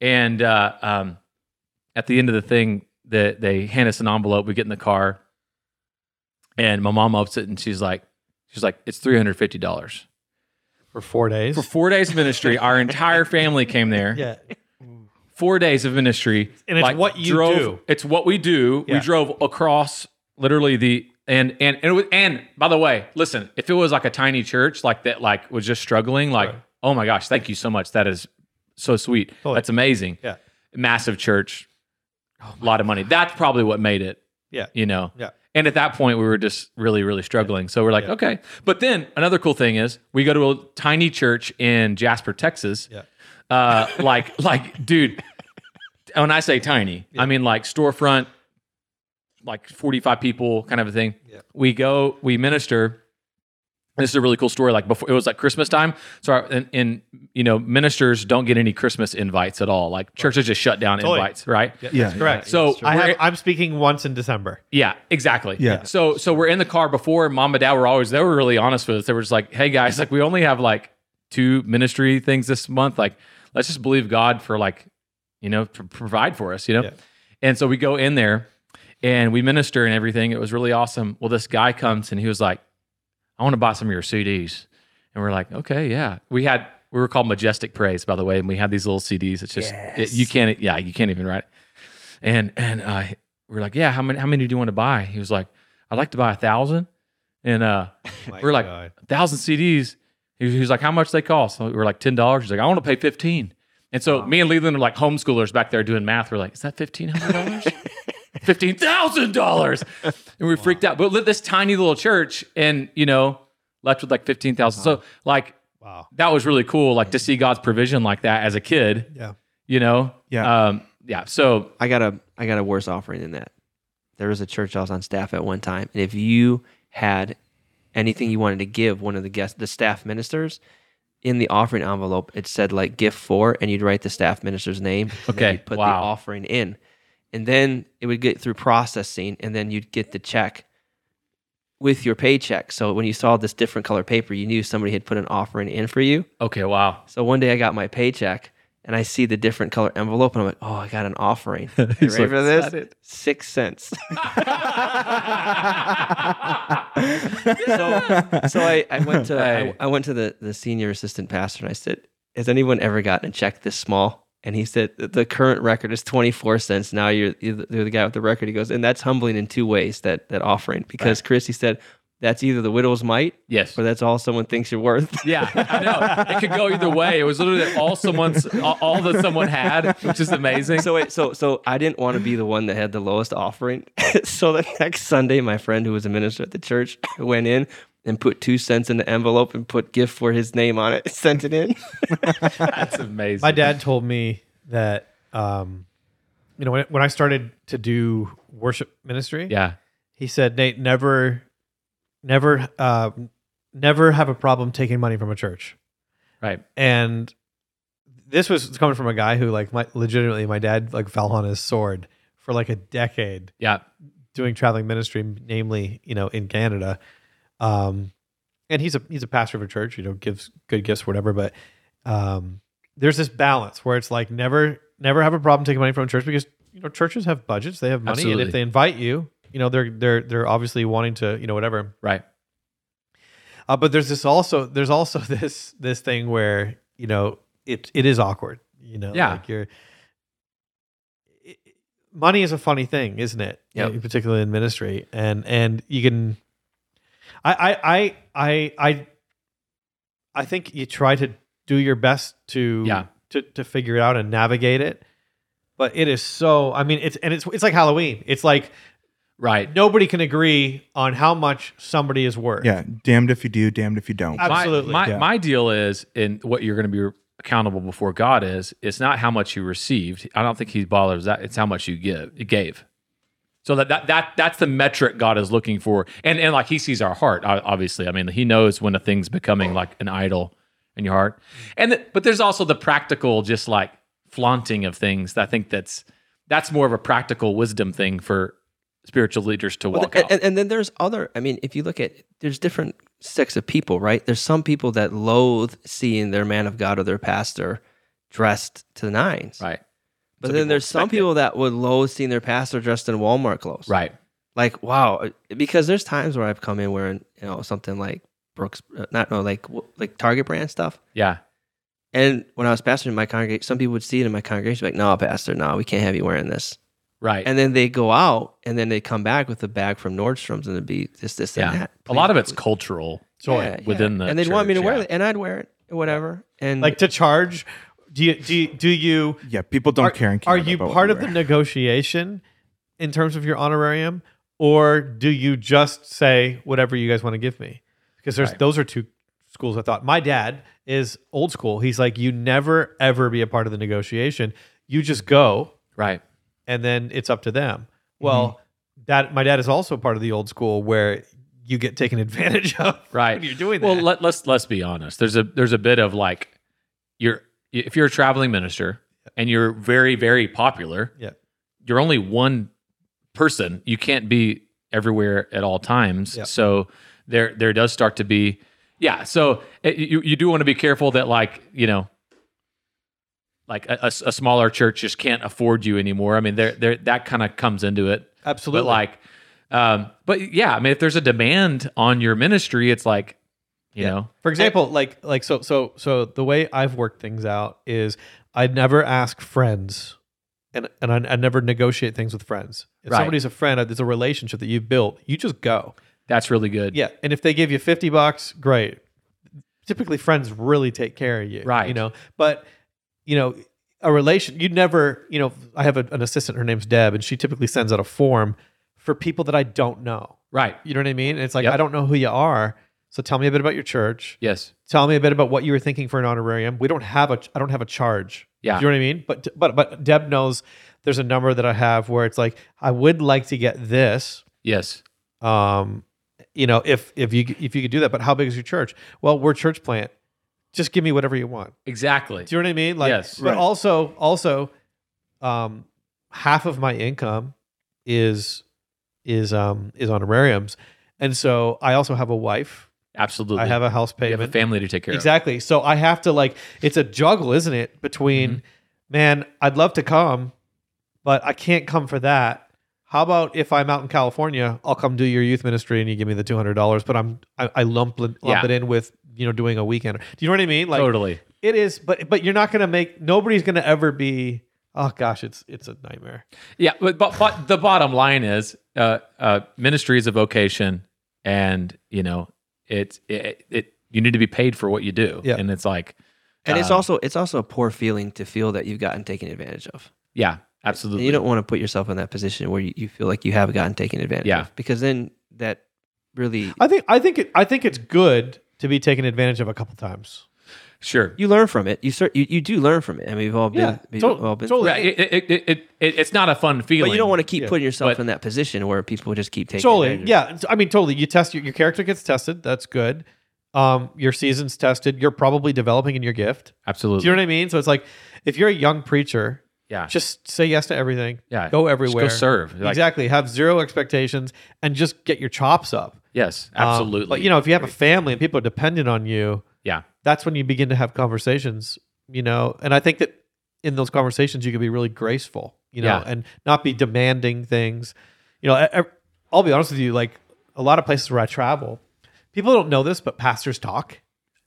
[SPEAKER 1] and uh, um, at the end of the thing, the, they hand us an envelope. We get in the car. And my mom opens it and she's like, she's like, it's three hundred fifty dollars.
[SPEAKER 2] for four days.
[SPEAKER 1] For four days of ministry, our entire family came there.
[SPEAKER 2] Yeah.
[SPEAKER 1] Four days of ministry.
[SPEAKER 2] And it's what you
[SPEAKER 1] drove,
[SPEAKER 2] do.
[SPEAKER 1] It's what we do.
[SPEAKER 2] Yeah.
[SPEAKER 1] We drove across literally the and and and, it was, and by the way, listen, if it was like a tiny church like that like was just struggling, like, oh my gosh, thank you so much. That is so sweet. That's amazing.
[SPEAKER 2] Yeah. Oh
[SPEAKER 1] Massive church. A lot of money. That's probably what made it.
[SPEAKER 2] Yeah.
[SPEAKER 1] You know.
[SPEAKER 2] Yeah.
[SPEAKER 1] And at that point, we were just really, really struggling. So we're like, okay. But then another cool thing is we go to a tiny church in Jasper, Texas.
[SPEAKER 2] Yeah.
[SPEAKER 1] Uh, like, like, dude. When I say tiny, I mean like storefront, like forty-five people, kind of a thing. We go, we minister. This is a really cool story. Like before, it was like Christmas time, so our, and, and you know, ministers don't get any Christmas invites at all. Like churches just shut down
[SPEAKER 2] Totally.
[SPEAKER 1] invites, right?
[SPEAKER 2] Yeah, that's Yeah. correct.
[SPEAKER 1] So
[SPEAKER 2] I
[SPEAKER 1] we're-
[SPEAKER 2] have, I'm speaking once in December.
[SPEAKER 1] yeah, exactly.
[SPEAKER 2] Yeah.
[SPEAKER 1] So so we're in the car before mom and dad were always they were really honest with us. They were just like, hey guys, like we only have like two ministry things this month. Like, let's just believe God for like, you know, to provide for us, you know? And so we go in there and we minister and everything. It was really awesome. Well, this guy comes and he was like, I want to buy some of your CDs. And we're like, okay, yeah. We had we were called Majestic Praise, by the way, and we had these little CDs. It's just it, you can't, yeah, you can't even write. It. And and uh, we're like, yeah, how many how many do you want to buy? He was like, I'd like to buy a thousand. And uh, we're like, a thousand CDs. He was, he was like, how much they cost? So we were like ten dollars. He's like, I want to pay fifteen. And so me and Leland are like homeschoolers back there doing math. We're like, is that fifteen hundred dollars? Fifteen thousand dollars. And we freaked out. But lit this tiny little church and you know, left with like fifteen thousand. So like
[SPEAKER 2] wow.
[SPEAKER 1] That was really cool, like to see God's provision like that as a kid.
[SPEAKER 2] Yeah.
[SPEAKER 1] You know?
[SPEAKER 4] Yeah.
[SPEAKER 1] Um, yeah. So
[SPEAKER 4] I got a I got a worse offering than that. There was a church I was on staff at one time, and if you had anything you wanted to give one of the guests, the staff ministers, in the offering envelope, it said like gift for, and you'd write the staff minister's name. And
[SPEAKER 1] Okay,
[SPEAKER 4] then you'd put
[SPEAKER 1] wow.
[SPEAKER 4] the offering in, and then it would get through processing, and then you'd get the check with your paycheck. So when you saw this different color paper, you knew somebody had put an offering in for you.
[SPEAKER 1] Okay, wow.
[SPEAKER 4] So one day I got my paycheck and I see the different color envelope and I'm like, oh, I got an offering. You ready
[SPEAKER 1] He's like,
[SPEAKER 4] for this?
[SPEAKER 1] "Is that it?"
[SPEAKER 4] Six cents. so I, I went to I, I went to the, the senior assistant pastor and I said, "Has anyone ever gotten a check this small?" And he said, "The- "The current record is twenty four cents. Now you're you're the you're the guy with the record." He goes, "And that's humbling in two ways. That that offering because Chris, he said." That's either the widow's mite,
[SPEAKER 1] yes,
[SPEAKER 4] or that's all someone thinks you're worth.
[SPEAKER 1] Yeah, I know. It could go either way. It was literally all someone's, all all that someone had, which is amazing.
[SPEAKER 4] So wait, so so I didn't want to be the one that had the lowest offering. so the next Sunday, my friend who was a minister at the church went in and put two cents in the envelope and put gift for his name on it, sent it in.
[SPEAKER 1] That's amazing.
[SPEAKER 2] My dad told me that, um, you know, when, when I started to do worship ministry,
[SPEAKER 1] Yeah.
[SPEAKER 2] he said, Nate, never, never, uh, never have a problem taking money from a church.
[SPEAKER 1] Right.
[SPEAKER 2] And this was coming from a guy who, like, my, legitimately, my dad like fell on his sword for like a decade.
[SPEAKER 1] Yeah.
[SPEAKER 2] Doing traveling ministry, namely, you know, in Canada. Um, and he's a he's a pastor of a church, you know, gives good gifts, whatever. But um, there's this balance where it's like never never have a problem taking money from church because you know churches have budgets, they have money, and
[SPEAKER 1] Absolutely.
[SPEAKER 2] if they invite you, you know, they're they're they're obviously wanting to you know whatever.
[SPEAKER 1] Right.
[SPEAKER 2] Uh, but there's this also there's also this this thing where you know it it is awkward, you know.
[SPEAKER 1] Yeah.
[SPEAKER 2] Like you're. it- Money is a funny thing, isn't it?
[SPEAKER 1] Yep.
[SPEAKER 2] Yeah. Particularly in ministry, and and you can, I I I I I, I think you try to do your best to
[SPEAKER 1] Yeah.
[SPEAKER 2] to to figure it out and navigate it, but it is so. I mean, it's and it's it's like Halloween. It's like
[SPEAKER 1] right.
[SPEAKER 2] Nobody can agree on how much somebody is worth.
[SPEAKER 3] Yeah, damned if you do, damned if you don't.
[SPEAKER 1] My-
[SPEAKER 2] Absolutely.
[SPEAKER 1] My,
[SPEAKER 2] Yeah.
[SPEAKER 1] my deal is, and what you're going to be accountable before God is, it's not how much you received. I don't think He bothers that. It's how much you give, you gave. So that, that that that's the metric God is looking for, and and like He sees our heart. o- Obviously, I mean, He knows when a thing's becoming like an idol in your heart, and th- but there's also the practical, just like flaunting of things. that I think that's that's more of a practical wisdom thing for spiritual leaders to
[SPEAKER 4] Well,
[SPEAKER 1] walk
[SPEAKER 4] th-
[SPEAKER 1] out.
[SPEAKER 4] and, and then there's other. I mean, if you look at there's different sects of people, right? There's some people that loathe seeing their man of God or their pastor dressed to the nines,
[SPEAKER 1] right?
[SPEAKER 4] But
[SPEAKER 1] Some
[SPEAKER 4] then
[SPEAKER 1] people
[SPEAKER 4] there's some
[SPEAKER 1] expect it.
[SPEAKER 4] people that would loathe seeing their pastor dressed in Walmart clothes,
[SPEAKER 1] right?
[SPEAKER 4] uh, Like wow, because there's times where I've come in wearing you know something like Brooks, uh, not no, like w- like Target brand stuff.
[SPEAKER 1] Yeah.
[SPEAKER 4] And when I was pastoring my congregation, some people would see it in my congregation, be like, "No, pastor, no, we can't have you wearing this."
[SPEAKER 1] Right.
[SPEAKER 4] And then they go out, and then they come back with a bag from Nordstrom's, and it'd be this, this, and that.
[SPEAKER 1] A lot of it's cultural
[SPEAKER 4] Yeah,
[SPEAKER 1] within
[SPEAKER 4] yeah.
[SPEAKER 1] the
[SPEAKER 4] and they'd want me to
[SPEAKER 1] church,
[SPEAKER 4] wear
[SPEAKER 1] yeah.
[SPEAKER 4] it, and I'd wear it, whatever.
[SPEAKER 1] Mm-hmm.
[SPEAKER 4] And
[SPEAKER 2] like to charge. Do you do you, do you?
[SPEAKER 3] Yeah, people don't
[SPEAKER 2] are,
[SPEAKER 3] care in
[SPEAKER 2] Are
[SPEAKER 3] Canada
[SPEAKER 2] you
[SPEAKER 3] about what
[SPEAKER 2] part
[SPEAKER 3] you
[SPEAKER 2] of the
[SPEAKER 3] wear.
[SPEAKER 2] negotiation in terms of your honorarium, or do you just say whatever you guys want to give me? Because there's
[SPEAKER 1] Right.
[SPEAKER 2] those are two schools. I thought my dad is old school. He's like, you never ever be a part of the negotiation. You just go
[SPEAKER 1] right,
[SPEAKER 2] and then it's up to them.
[SPEAKER 1] Mm-hmm.
[SPEAKER 2] Well, that my dad is also part of the old school where you get taken advantage of.
[SPEAKER 1] right.
[SPEAKER 2] when you're doing
[SPEAKER 1] well,
[SPEAKER 2] that.
[SPEAKER 1] let, let's let's be honest. There's a there's a bit of like you're if you're a traveling minister and you're very very popular.
[SPEAKER 2] Yeah.
[SPEAKER 1] You're only one person. You can't be everywhere at all times.
[SPEAKER 2] Yeah.
[SPEAKER 1] So there there does start to be yeah. So it, you you do want to be careful that like you know like a, a s- a smaller church just can't afford you anymore. I mean, there there that kind of comes into it.
[SPEAKER 2] Absolutely.
[SPEAKER 1] But like, um, but yeah, I mean, if there's a demand on your ministry, it's like, you know,
[SPEAKER 2] For example, like like so so so the way I've worked things out is I never ask friends, and and I, I never negotiate things with friends. If
[SPEAKER 1] Right.
[SPEAKER 2] somebody's a friend, there's a relationship that you've built. You just go.
[SPEAKER 1] that's really good.
[SPEAKER 2] Yeah, and if they give you fifty bucks, great. Typically, friends really take care of you,
[SPEAKER 1] Right.
[SPEAKER 2] You know, but you know, a relation you never, you know, I have a, an assistant. Her name's Deb, and she typically sends out a form for people that I don't know.
[SPEAKER 1] Right.
[SPEAKER 2] You know what I mean? And it's like
[SPEAKER 1] Yep.
[SPEAKER 2] I don't know who you are, so tell me a bit about your church
[SPEAKER 1] Yes.
[SPEAKER 2] tell me a bit about what you were thinking for an honorarium. We don't have a I don't have a charge.
[SPEAKER 1] Yeah.
[SPEAKER 2] Do you know what I mean? But but but Deb knows there's a number that I have where it's like I would like to get this.
[SPEAKER 1] Yes.
[SPEAKER 2] Um you know, if if you if you could do that, but how big is your church? Well, we're church plant. Just give me whatever you want.
[SPEAKER 1] Exactly.
[SPEAKER 2] Do you know what I mean? Like
[SPEAKER 1] Yes.
[SPEAKER 2] but
[SPEAKER 3] Right.
[SPEAKER 2] also also um half of my income is is um is honorariums. And so I also have a wife.
[SPEAKER 1] Absolutely.
[SPEAKER 2] I have a house
[SPEAKER 1] you
[SPEAKER 2] payment.
[SPEAKER 1] have a family to take care
[SPEAKER 2] Exactly. So I have to like it's a juggle, isn't it? Between
[SPEAKER 1] Mm-hmm.
[SPEAKER 2] man, I'd love to come, but I can't come for that. How about if I'm out in California, I'll come do your youth ministry and you give me the two hundred dollars, but I'm I, I lump lump
[SPEAKER 1] Yeah.
[SPEAKER 2] it in with you know doing a weekend. Do you know what I mean?
[SPEAKER 1] of.
[SPEAKER 2] Like
[SPEAKER 1] totally.
[SPEAKER 2] it is, but but you're not gonna make nobody's gonna ever be. Oh gosh, it's it's a nightmare.
[SPEAKER 1] Yeah. But, but, but the bottom line is, uh, uh, ministry is a vocation and you know, it's, it, it, you need to be paid for what you do.
[SPEAKER 2] Yeah.
[SPEAKER 1] And it's like,
[SPEAKER 4] and it's
[SPEAKER 1] um,
[SPEAKER 4] also it's also a poor feeling to feel that you've gotten taken advantage of.
[SPEAKER 1] yeah,
[SPEAKER 4] And
[SPEAKER 1] absolutely.
[SPEAKER 4] you don't want to put yourself in that position where you, you feel like you have gotten taken advantage
[SPEAKER 1] Yeah.
[SPEAKER 4] of because then that really
[SPEAKER 2] I think I think it, I think it's good to be taken advantage of a couple times.
[SPEAKER 1] sure.
[SPEAKER 4] you learn from it. You cer- you, you do learn from it. I mean, we've all been
[SPEAKER 2] Yeah,
[SPEAKER 4] we've
[SPEAKER 2] tot-
[SPEAKER 4] all been
[SPEAKER 2] totally.
[SPEAKER 1] Right. It, it, it, it, it, it's not a fun feeling.
[SPEAKER 4] but you don't want to keep
[SPEAKER 2] Yeah.
[SPEAKER 4] putting yourself
[SPEAKER 1] But-
[SPEAKER 4] in that position where people just keep taking
[SPEAKER 2] totally
[SPEAKER 4] advantage.
[SPEAKER 2] yeah i mean totally you test your, your character gets tested that's good um your season's tested you're probably developing in your gift
[SPEAKER 1] Absolutely.
[SPEAKER 2] do you know what i mean so it's like if you're a young preacher
[SPEAKER 1] yeah.
[SPEAKER 2] just say yes to everything
[SPEAKER 1] yeah.
[SPEAKER 2] go everywhere
[SPEAKER 1] Just go serve. Like,
[SPEAKER 2] exactly have zero expectations and just get your chops up
[SPEAKER 1] Yes.
[SPEAKER 2] Um,
[SPEAKER 1] Absolutely.
[SPEAKER 2] but you know if you have a family and people are dependent on you
[SPEAKER 1] Yeah.
[SPEAKER 2] that's when you begin to have conversations you know and i think that in those conversations you can be really graceful you know
[SPEAKER 1] Yeah.
[SPEAKER 2] and not be demanding things you know I, I- i'll be honest with you like a lot of places where i travel people don't know this but pastors talk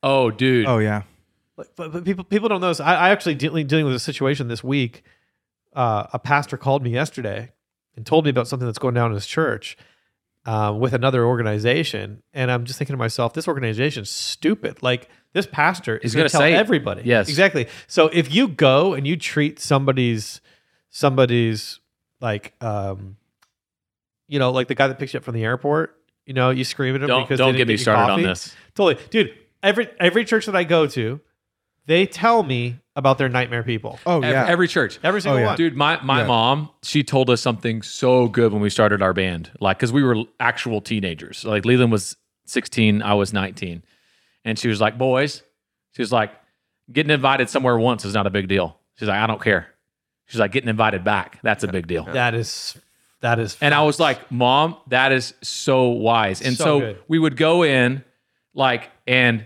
[SPEAKER 1] Oh, dude.
[SPEAKER 3] Oh yeah.
[SPEAKER 2] but, but, but people people don't know this i, I actually dealing, dealing with a situation this week uh, a pastor called me yesterday and told me about something that's going down in his church uh, with another organization and i'm just thinking to myself this organization's stupid like this pastor is
[SPEAKER 1] He's
[SPEAKER 2] going
[SPEAKER 1] gonna
[SPEAKER 2] to tell
[SPEAKER 1] say it.
[SPEAKER 2] everybody
[SPEAKER 1] Yes.
[SPEAKER 2] exactly so if you go and you treat somebody's somebody's like um you know like the guy that picks you up from the airport you know you scream at him
[SPEAKER 1] Don't
[SPEAKER 2] because
[SPEAKER 1] don't
[SPEAKER 2] they
[SPEAKER 1] get
[SPEAKER 2] didn't
[SPEAKER 1] me
[SPEAKER 2] you
[SPEAKER 1] started on
[SPEAKER 2] coffee.
[SPEAKER 1] this.
[SPEAKER 2] Totally, dude. Every every church that I go to, they tell me about their nightmare people.
[SPEAKER 3] Oh
[SPEAKER 1] Ev-
[SPEAKER 3] yeah.
[SPEAKER 1] Every church.
[SPEAKER 2] Every single
[SPEAKER 3] yeah.
[SPEAKER 2] one.
[SPEAKER 1] Dude, my, my
[SPEAKER 3] Yeah.
[SPEAKER 1] mom, she told us something so good when we started our band. Like, because we were actual teenagers. Like, Leland was 16, I was 19. And she was like, boys, she was like, getting invited somewhere once is not a big deal. She's like, I don't care. She's like, getting invited back, that's a big deal.
[SPEAKER 2] that is that is.
[SPEAKER 1] And I was like, Mom, that is so wise. And
[SPEAKER 2] So
[SPEAKER 1] so,
[SPEAKER 2] good.
[SPEAKER 1] we would go in, like, and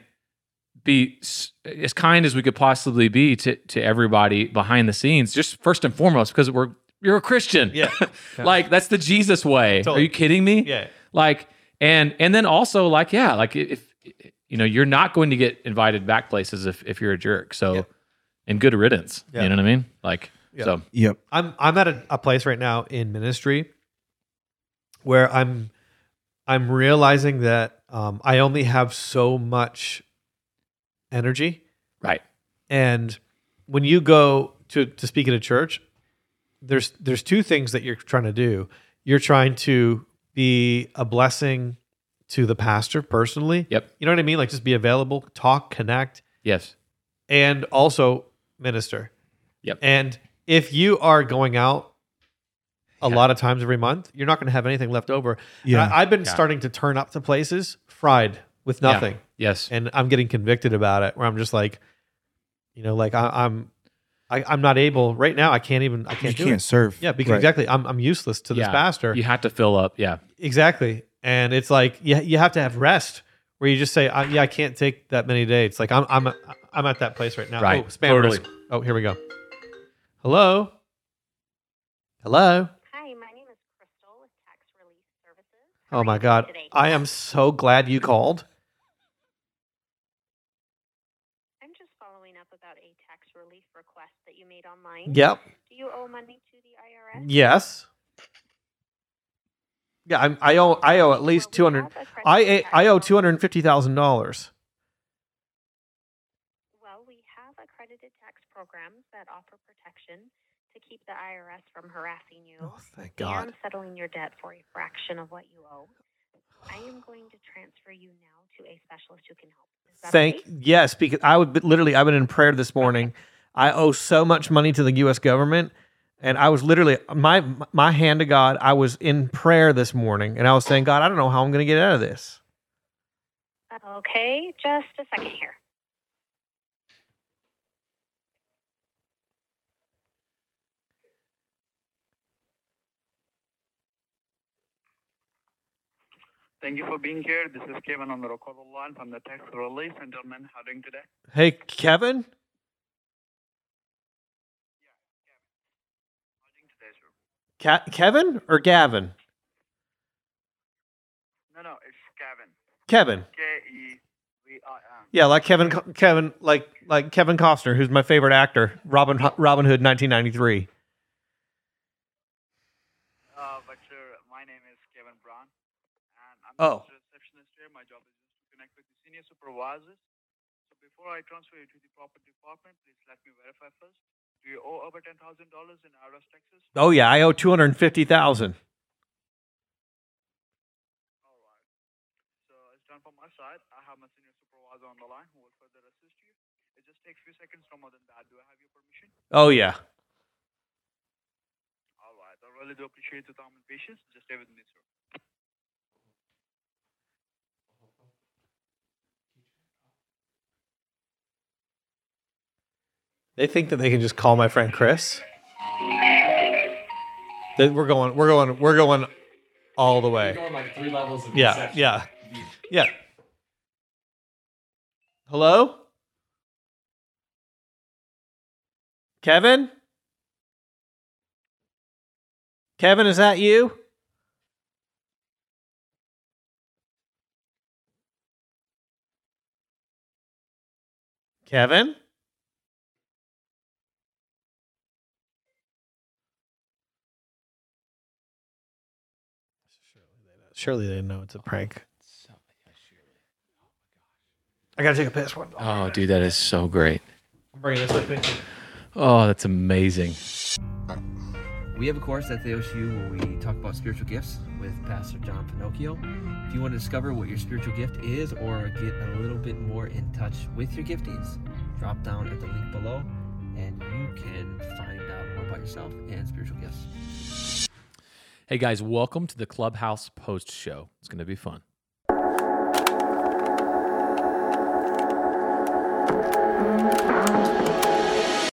[SPEAKER 1] be s- as kind as we could possibly be to, to everybody behind the scenes, just first and foremost, because we're, you're a Christian.
[SPEAKER 2] Yeah.
[SPEAKER 1] like, that's the Jesus way.
[SPEAKER 2] Totally.
[SPEAKER 1] Are you kidding me?
[SPEAKER 2] yeah,
[SPEAKER 1] Like, and, and then also, like, yeah, like, if, you know, you're not going to get invited back places if, if you're a jerk. So, and good riddance.
[SPEAKER 2] Yeah.
[SPEAKER 1] You know what I mean? Like,
[SPEAKER 2] Yeah.
[SPEAKER 1] so
[SPEAKER 13] Yep.
[SPEAKER 2] I'm I'm at a, a place right now in ministry where I'm I'm realizing that um, I only have so much energy.
[SPEAKER 1] Right.
[SPEAKER 2] And when you go to to speak at a church, there's there's two things that you're trying to do. You're trying to be a blessing to the pastor personally.
[SPEAKER 1] Yep.
[SPEAKER 2] You know what I mean? Like just be available, talk, connect
[SPEAKER 1] yes,
[SPEAKER 2] and also minister.
[SPEAKER 1] Yep.
[SPEAKER 2] And if you are going out a lot of times every month, you're not going to have anything left over.
[SPEAKER 13] Yeah.
[SPEAKER 2] And I, have been
[SPEAKER 1] Yeah.
[SPEAKER 2] starting to turn up to places fried with
[SPEAKER 1] Yeah.
[SPEAKER 2] nothing.
[SPEAKER 1] yes,
[SPEAKER 2] And I'm getting convicted about it where I'm just like, you know, like I, I'm, I, I'm not able right now. I can't even, I can't
[SPEAKER 13] you
[SPEAKER 2] do
[SPEAKER 13] can't
[SPEAKER 2] it.
[SPEAKER 13] serve.
[SPEAKER 2] Yeah. Because
[SPEAKER 13] Right.
[SPEAKER 2] exactly. I'm, I'm useless to this
[SPEAKER 1] Yeah.
[SPEAKER 2] pastor.
[SPEAKER 1] you have to fill up. Yeah.
[SPEAKER 2] Exactly. And it's like you, you have to have rest where you just say, I, yeah, I can't take that many days. Like I'm I'm I'm at that place right now.
[SPEAKER 1] Right.
[SPEAKER 2] Oh, spam
[SPEAKER 1] Totally.
[SPEAKER 2] risk. Oh, here we go. Hello. Hello.
[SPEAKER 9] Hi, my name is Crystal with Tax Relief Services.
[SPEAKER 2] Oh my god. I am so glad you called.
[SPEAKER 9] I'm just following up about a tax relief request that you made online.
[SPEAKER 2] Yep.
[SPEAKER 9] Do you owe money to the IRS?
[SPEAKER 2] Yes. Yeah, I'm, I owe I owe at least two hundred. I eh, I owe two hundred and fifty thousand dollars.
[SPEAKER 9] Well, we have accredited tax programs that offer protection to keep the IRS from harassing you
[SPEAKER 2] Thank
[SPEAKER 9] and settling your debt for a fraction of what you owe. I am going to transfer you now to a specialist who can help. Is that
[SPEAKER 2] Thank
[SPEAKER 9] okay?
[SPEAKER 2] yes, because I would be- literally I've been in prayer this morning. I owe so much money to the U.S. government, and I was literally my my hand to God. I was in prayer this morning, and I was saying, God, I don't know how I'm going to get out of this.
[SPEAKER 9] Okay, just a second here.
[SPEAKER 3] Thank you for being here. This is Kevin on the Rockwell line from the Tax Relief Center in Manhattan today.
[SPEAKER 2] Hey, Kevin. Ca- Kevin or Gavin?
[SPEAKER 3] No, no, it's Kevin.
[SPEAKER 2] Kevin.
[SPEAKER 3] K E V I N.
[SPEAKER 2] Yeah, like Kevin, Kevin, like like Kevin Costner, who's my favorite actor, Robin Robin Hood, 1993.
[SPEAKER 3] Uh, but sir, my name is Kevin Brown, and I'm
[SPEAKER 2] Oh.
[SPEAKER 3] the receptionist here. My job is just to connect with the senior supervisors. So before I transfer you to the proper department, please let me verify first. Do you owe over ten thousand dollars in IRS taxes?
[SPEAKER 2] Oh yeah, I owe two hundred fifty thousand.
[SPEAKER 3] So it's done from my side. I have my senior supervisor on the line who will further assist you. It just takes few seconds, no more than that. Do I have your permission?
[SPEAKER 2] Oh yeah.
[SPEAKER 3] All right. I really do appreciate your time and patience. Just stay with me, sir.
[SPEAKER 2] They think that they can just call my friend Chris. That we're going, we're going, we're going all the way.
[SPEAKER 14] like three levels of
[SPEAKER 2] Yeah,
[SPEAKER 14] deception.
[SPEAKER 2] yeah, yeah. Hello, Kevin. Kevin, is that you? Kevin. Surely they know it's a prank. I gotta take a piss. One.
[SPEAKER 1] Oh, dude, that is so great.
[SPEAKER 2] I'm bringing this with me.
[SPEAKER 1] Oh, that's amazing.
[SPEAKER 4] We have a course at the OCU where we talk about spiritual gifts with Pastor John Pinocchio. If you want to discover what your spiritual gift is or get a little bit more in touch with your giftings, drop down at the link below and you can find out more about yourself and spiritual gifts.
[SPEAKER 1] Hey guys, welcome to the Clubhouse post show. It's going to be fun.